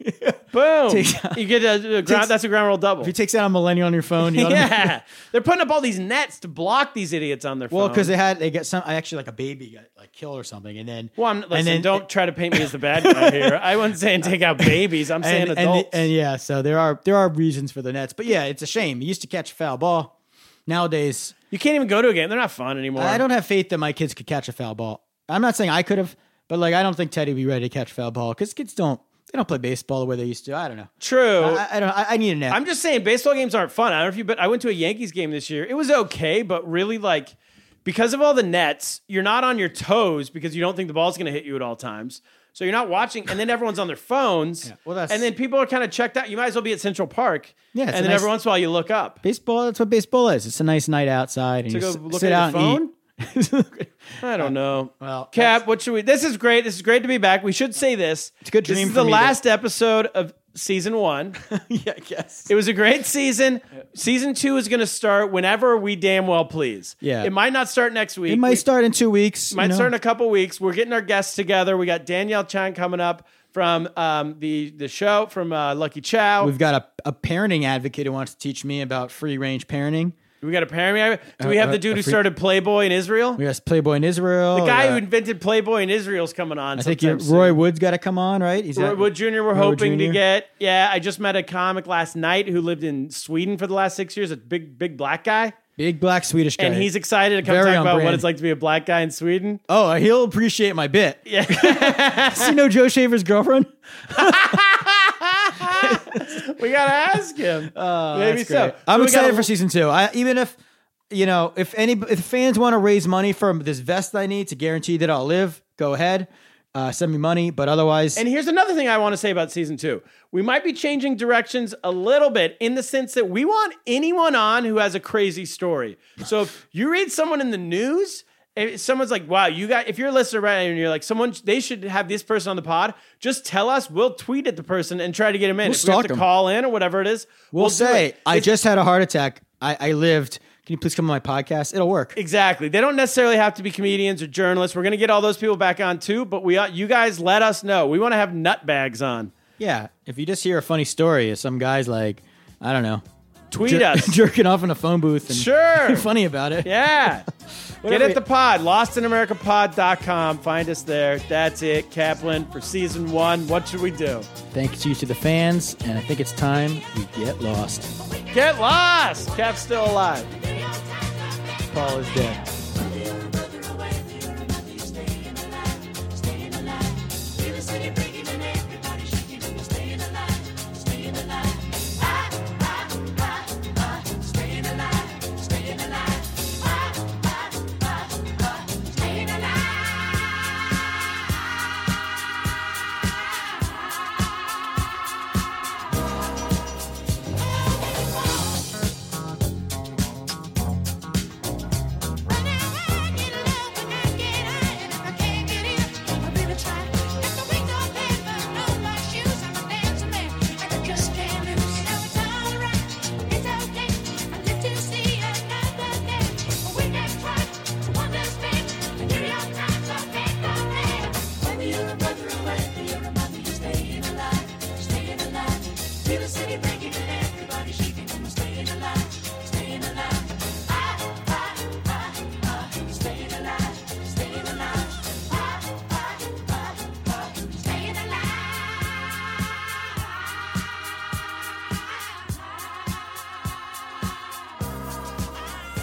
Speaker 1: boom,
Speaker 2: Takes out-
Speaker 1: you get a, a ground.
Speaker 2: Takes-
Speaker 1: That's a ground rule double.
Speaker 2: If it takes out a millennial on your phone, you automatically-
Speaker 1: yeah, they're putting up all these nets to block these idiots on their phone.
Speaker 2: Well, because they had they got some actually like a baby got like killed or something, and then
Speaker 1: Well, I'm, listen,
Speaker 2: and then-
Speaker 1: don't try to paint me as the bad guy here. I wasn't saying take out babies. I'm saying
Speaker 2: and, and,
Speaker 1: adults.
Speaker 2: and yeah, so there are there are reasons for the nets, but yeah, it's a shame. You used to catch a foul ball. Nowadays,
Speaker 1: you can't even go to a game. They're not fun anymore.
Speaker 2: I don't have faith that my kids could catch a foul ball. I'm not saying I could have, but like I don't think Teddy would be ready to catch a foul ball because kids don't they don't play baseball the way they used to. I don't know.
Speaker 1: True.
Speaker 2: I, I don't. I, I need a net.
Speaker 1: I'm just saying baseball games aren't fun. I don't know if you, but I went to a Yankees game this year. It was okay, but really like because of all the nets, you're not on your toes because you don't think the ball's going to hit you at all times. So you're not watching, and then everyone's on their phones.
Speaker 2: well, that's-
Speaker 1: and then people are kind of checked out. You might as well be at Central Park.
Speaker 2: Yeah, it's
Speaker 1: and
Speaker 2: a
Speaker 1: then
Speaker 2: nice-
Speaker 1: every once in a while you look up.
Speaker 2: Baseball, that's what baseball is. It's a nice night outside. And
Speaker 1: To
Speaker 2: you
Speaker 1: go
Speaker 2: s-
Speaker 1: look
Speaker 2: sit
Speaker 1: at
Speaker 2: out
Speaker 1: your
Speaker 2: and eat.
Speaker 1: I don't know.
Speaker 2: Uh, well,
Speaker 1: Cap, what should we? This is great. This is great to be back. We should say this. It's
Speaker 2: a good
Speaker 1: This
Speaker 2: dream
Speaker 1: is
Speaker 2: for
Speaker 1: the
Speaker 2: me to-
Speaker 1: last episode of season one.
Speaker 2: yeah, I guess.
Speaker 1: It was a great season. Season two is going to start whenever we damn well please.
Speaker 2: Yeah.
Speaker 1: It might not start next week.
Speaker 2: It might
Speaker 1: We-
Speaker 2: start in two weeks. you
Speaker 1: might
Speaker 2: know.
Speaker 1: start in a couple weeks. We're getting our guests together. We got Danielle Chan coming up from um, the the show from uh, Lucky Chow.
Speaker 2: We've got a, a parenting advocate who wants to teach me about free range parenting.
Speaker 1: we got a parent. Do we
Speaker 2: Uh,
Speaker 1: have the
Speaker 2: uh,
Speaker 1: dude
Speaker 2: a
Speaker 1: who
Speaker 2: free-
Speaker 1: started Playboy in Israel?
Speaker 2: We got Playboy in Israel.
Speaker 1: The guy
Speaker 2: We
Speaker 1: who
Speaker 2: got-
Speaker 1: invented Playboy in Israel is coming on.
Speaker 2: I think you're,
Speaker 1: sometime soon.
Speaker 2: Roy Wood's got to come on, right? He's
Speaker 1: Roy
Speaker 2: at-
Speaker 1: Wood Jr. We're
Speaker 2: Roy Wood
Speaker 1: hoping to
Speaker 2: Jr..
Speaker 1: get. Yeah, I just met a comic last night who lived in Sweden for the last six years. A big, big black guy,
Speaker 2: big black Swedish guy,
Speaker 1: and he's excited to come
Speaker 2: Very
Speaker 1: talk
Speaker 2: on
Speaker 1: about what
Speaker 2: brand.
Speaker 1: it's like to be a black guy in Sweden.
Speaker 2: oh, he'll appreciate my bit. Yeah, you know Joe Shaver's girlfriend.
Speaker 1: We gotta ask him. Maybe
Speaker 2: Oh, That's
Speaker 1: so.
Speaker 2: great.
Speaker 1: So
Speaker 2: I'm
Speaker 1: we
Speaker 2: excited
Speaker 1: got a-
Speaker 2: for season two. I, even if you know, if any if fans want to raise money for this vest I need to guarantee that I'll live, go ahead, uh, send me money. But otherwise,
Speaker 1: And here's another thing I want to say about season two. We might be changing directions a little bit in the sense that we want anyone on who has a crazy story. So if you read someone in the news, if someone's like, wow, you got, if you're a listener right now and you're like, someone, they should have this person on the pod, just tell us. We'll tweet at the person and try to get him in.
Speaker 2: We'll
Speaker 1: if we have
Speaker 2: stalk
Speaker 1: to
Speaker 2: him.
Speaker 1: call in or whatever it is,
Speaker 2: we'll,
Speaker 1: do
Speaker 2: say
Speaker 1: it.
Speaker 2: I
Speaker 1: It's-
Speaker 2: just had a heart attack. I, I lived. Can you please come on my podcast? It'll work.
Speaker 1: Exactly. They don't necessarily have to be comedians or journalists. We're going to get all those people back on too, but we, uh, you guys let us know. We want to have nutbags on.
Speaker 2: Yeah, if you just hear a funny story of some guy's like, I don't know,
Speaker 1: Tweet
Speaker 2: jer-
Speaker 1: us.
Speaker 2: jerking off in a phone booth and
Speaker 1: Sure.
Speaker 2: funny about it.
Speaker 1: Yeah. Get
Speaker 2: Whatever
Speaker 1: at the pod, lostinamericapod.com. Find us there. That's it, Kaplan, for season one. What should we do?
Speaker 2: Thank you to the fans, and I think it's time we get lost.
Speaker 1: Get lost! Cap's still alive.
Speaker 2: Paul is dead.
Speaker 3: City breaking and everybody shaking and we're staying alive, staying alive. Ah, ah, ah, ah, staying alive, staying alive. Ah, ah, ah, ah, staying alive.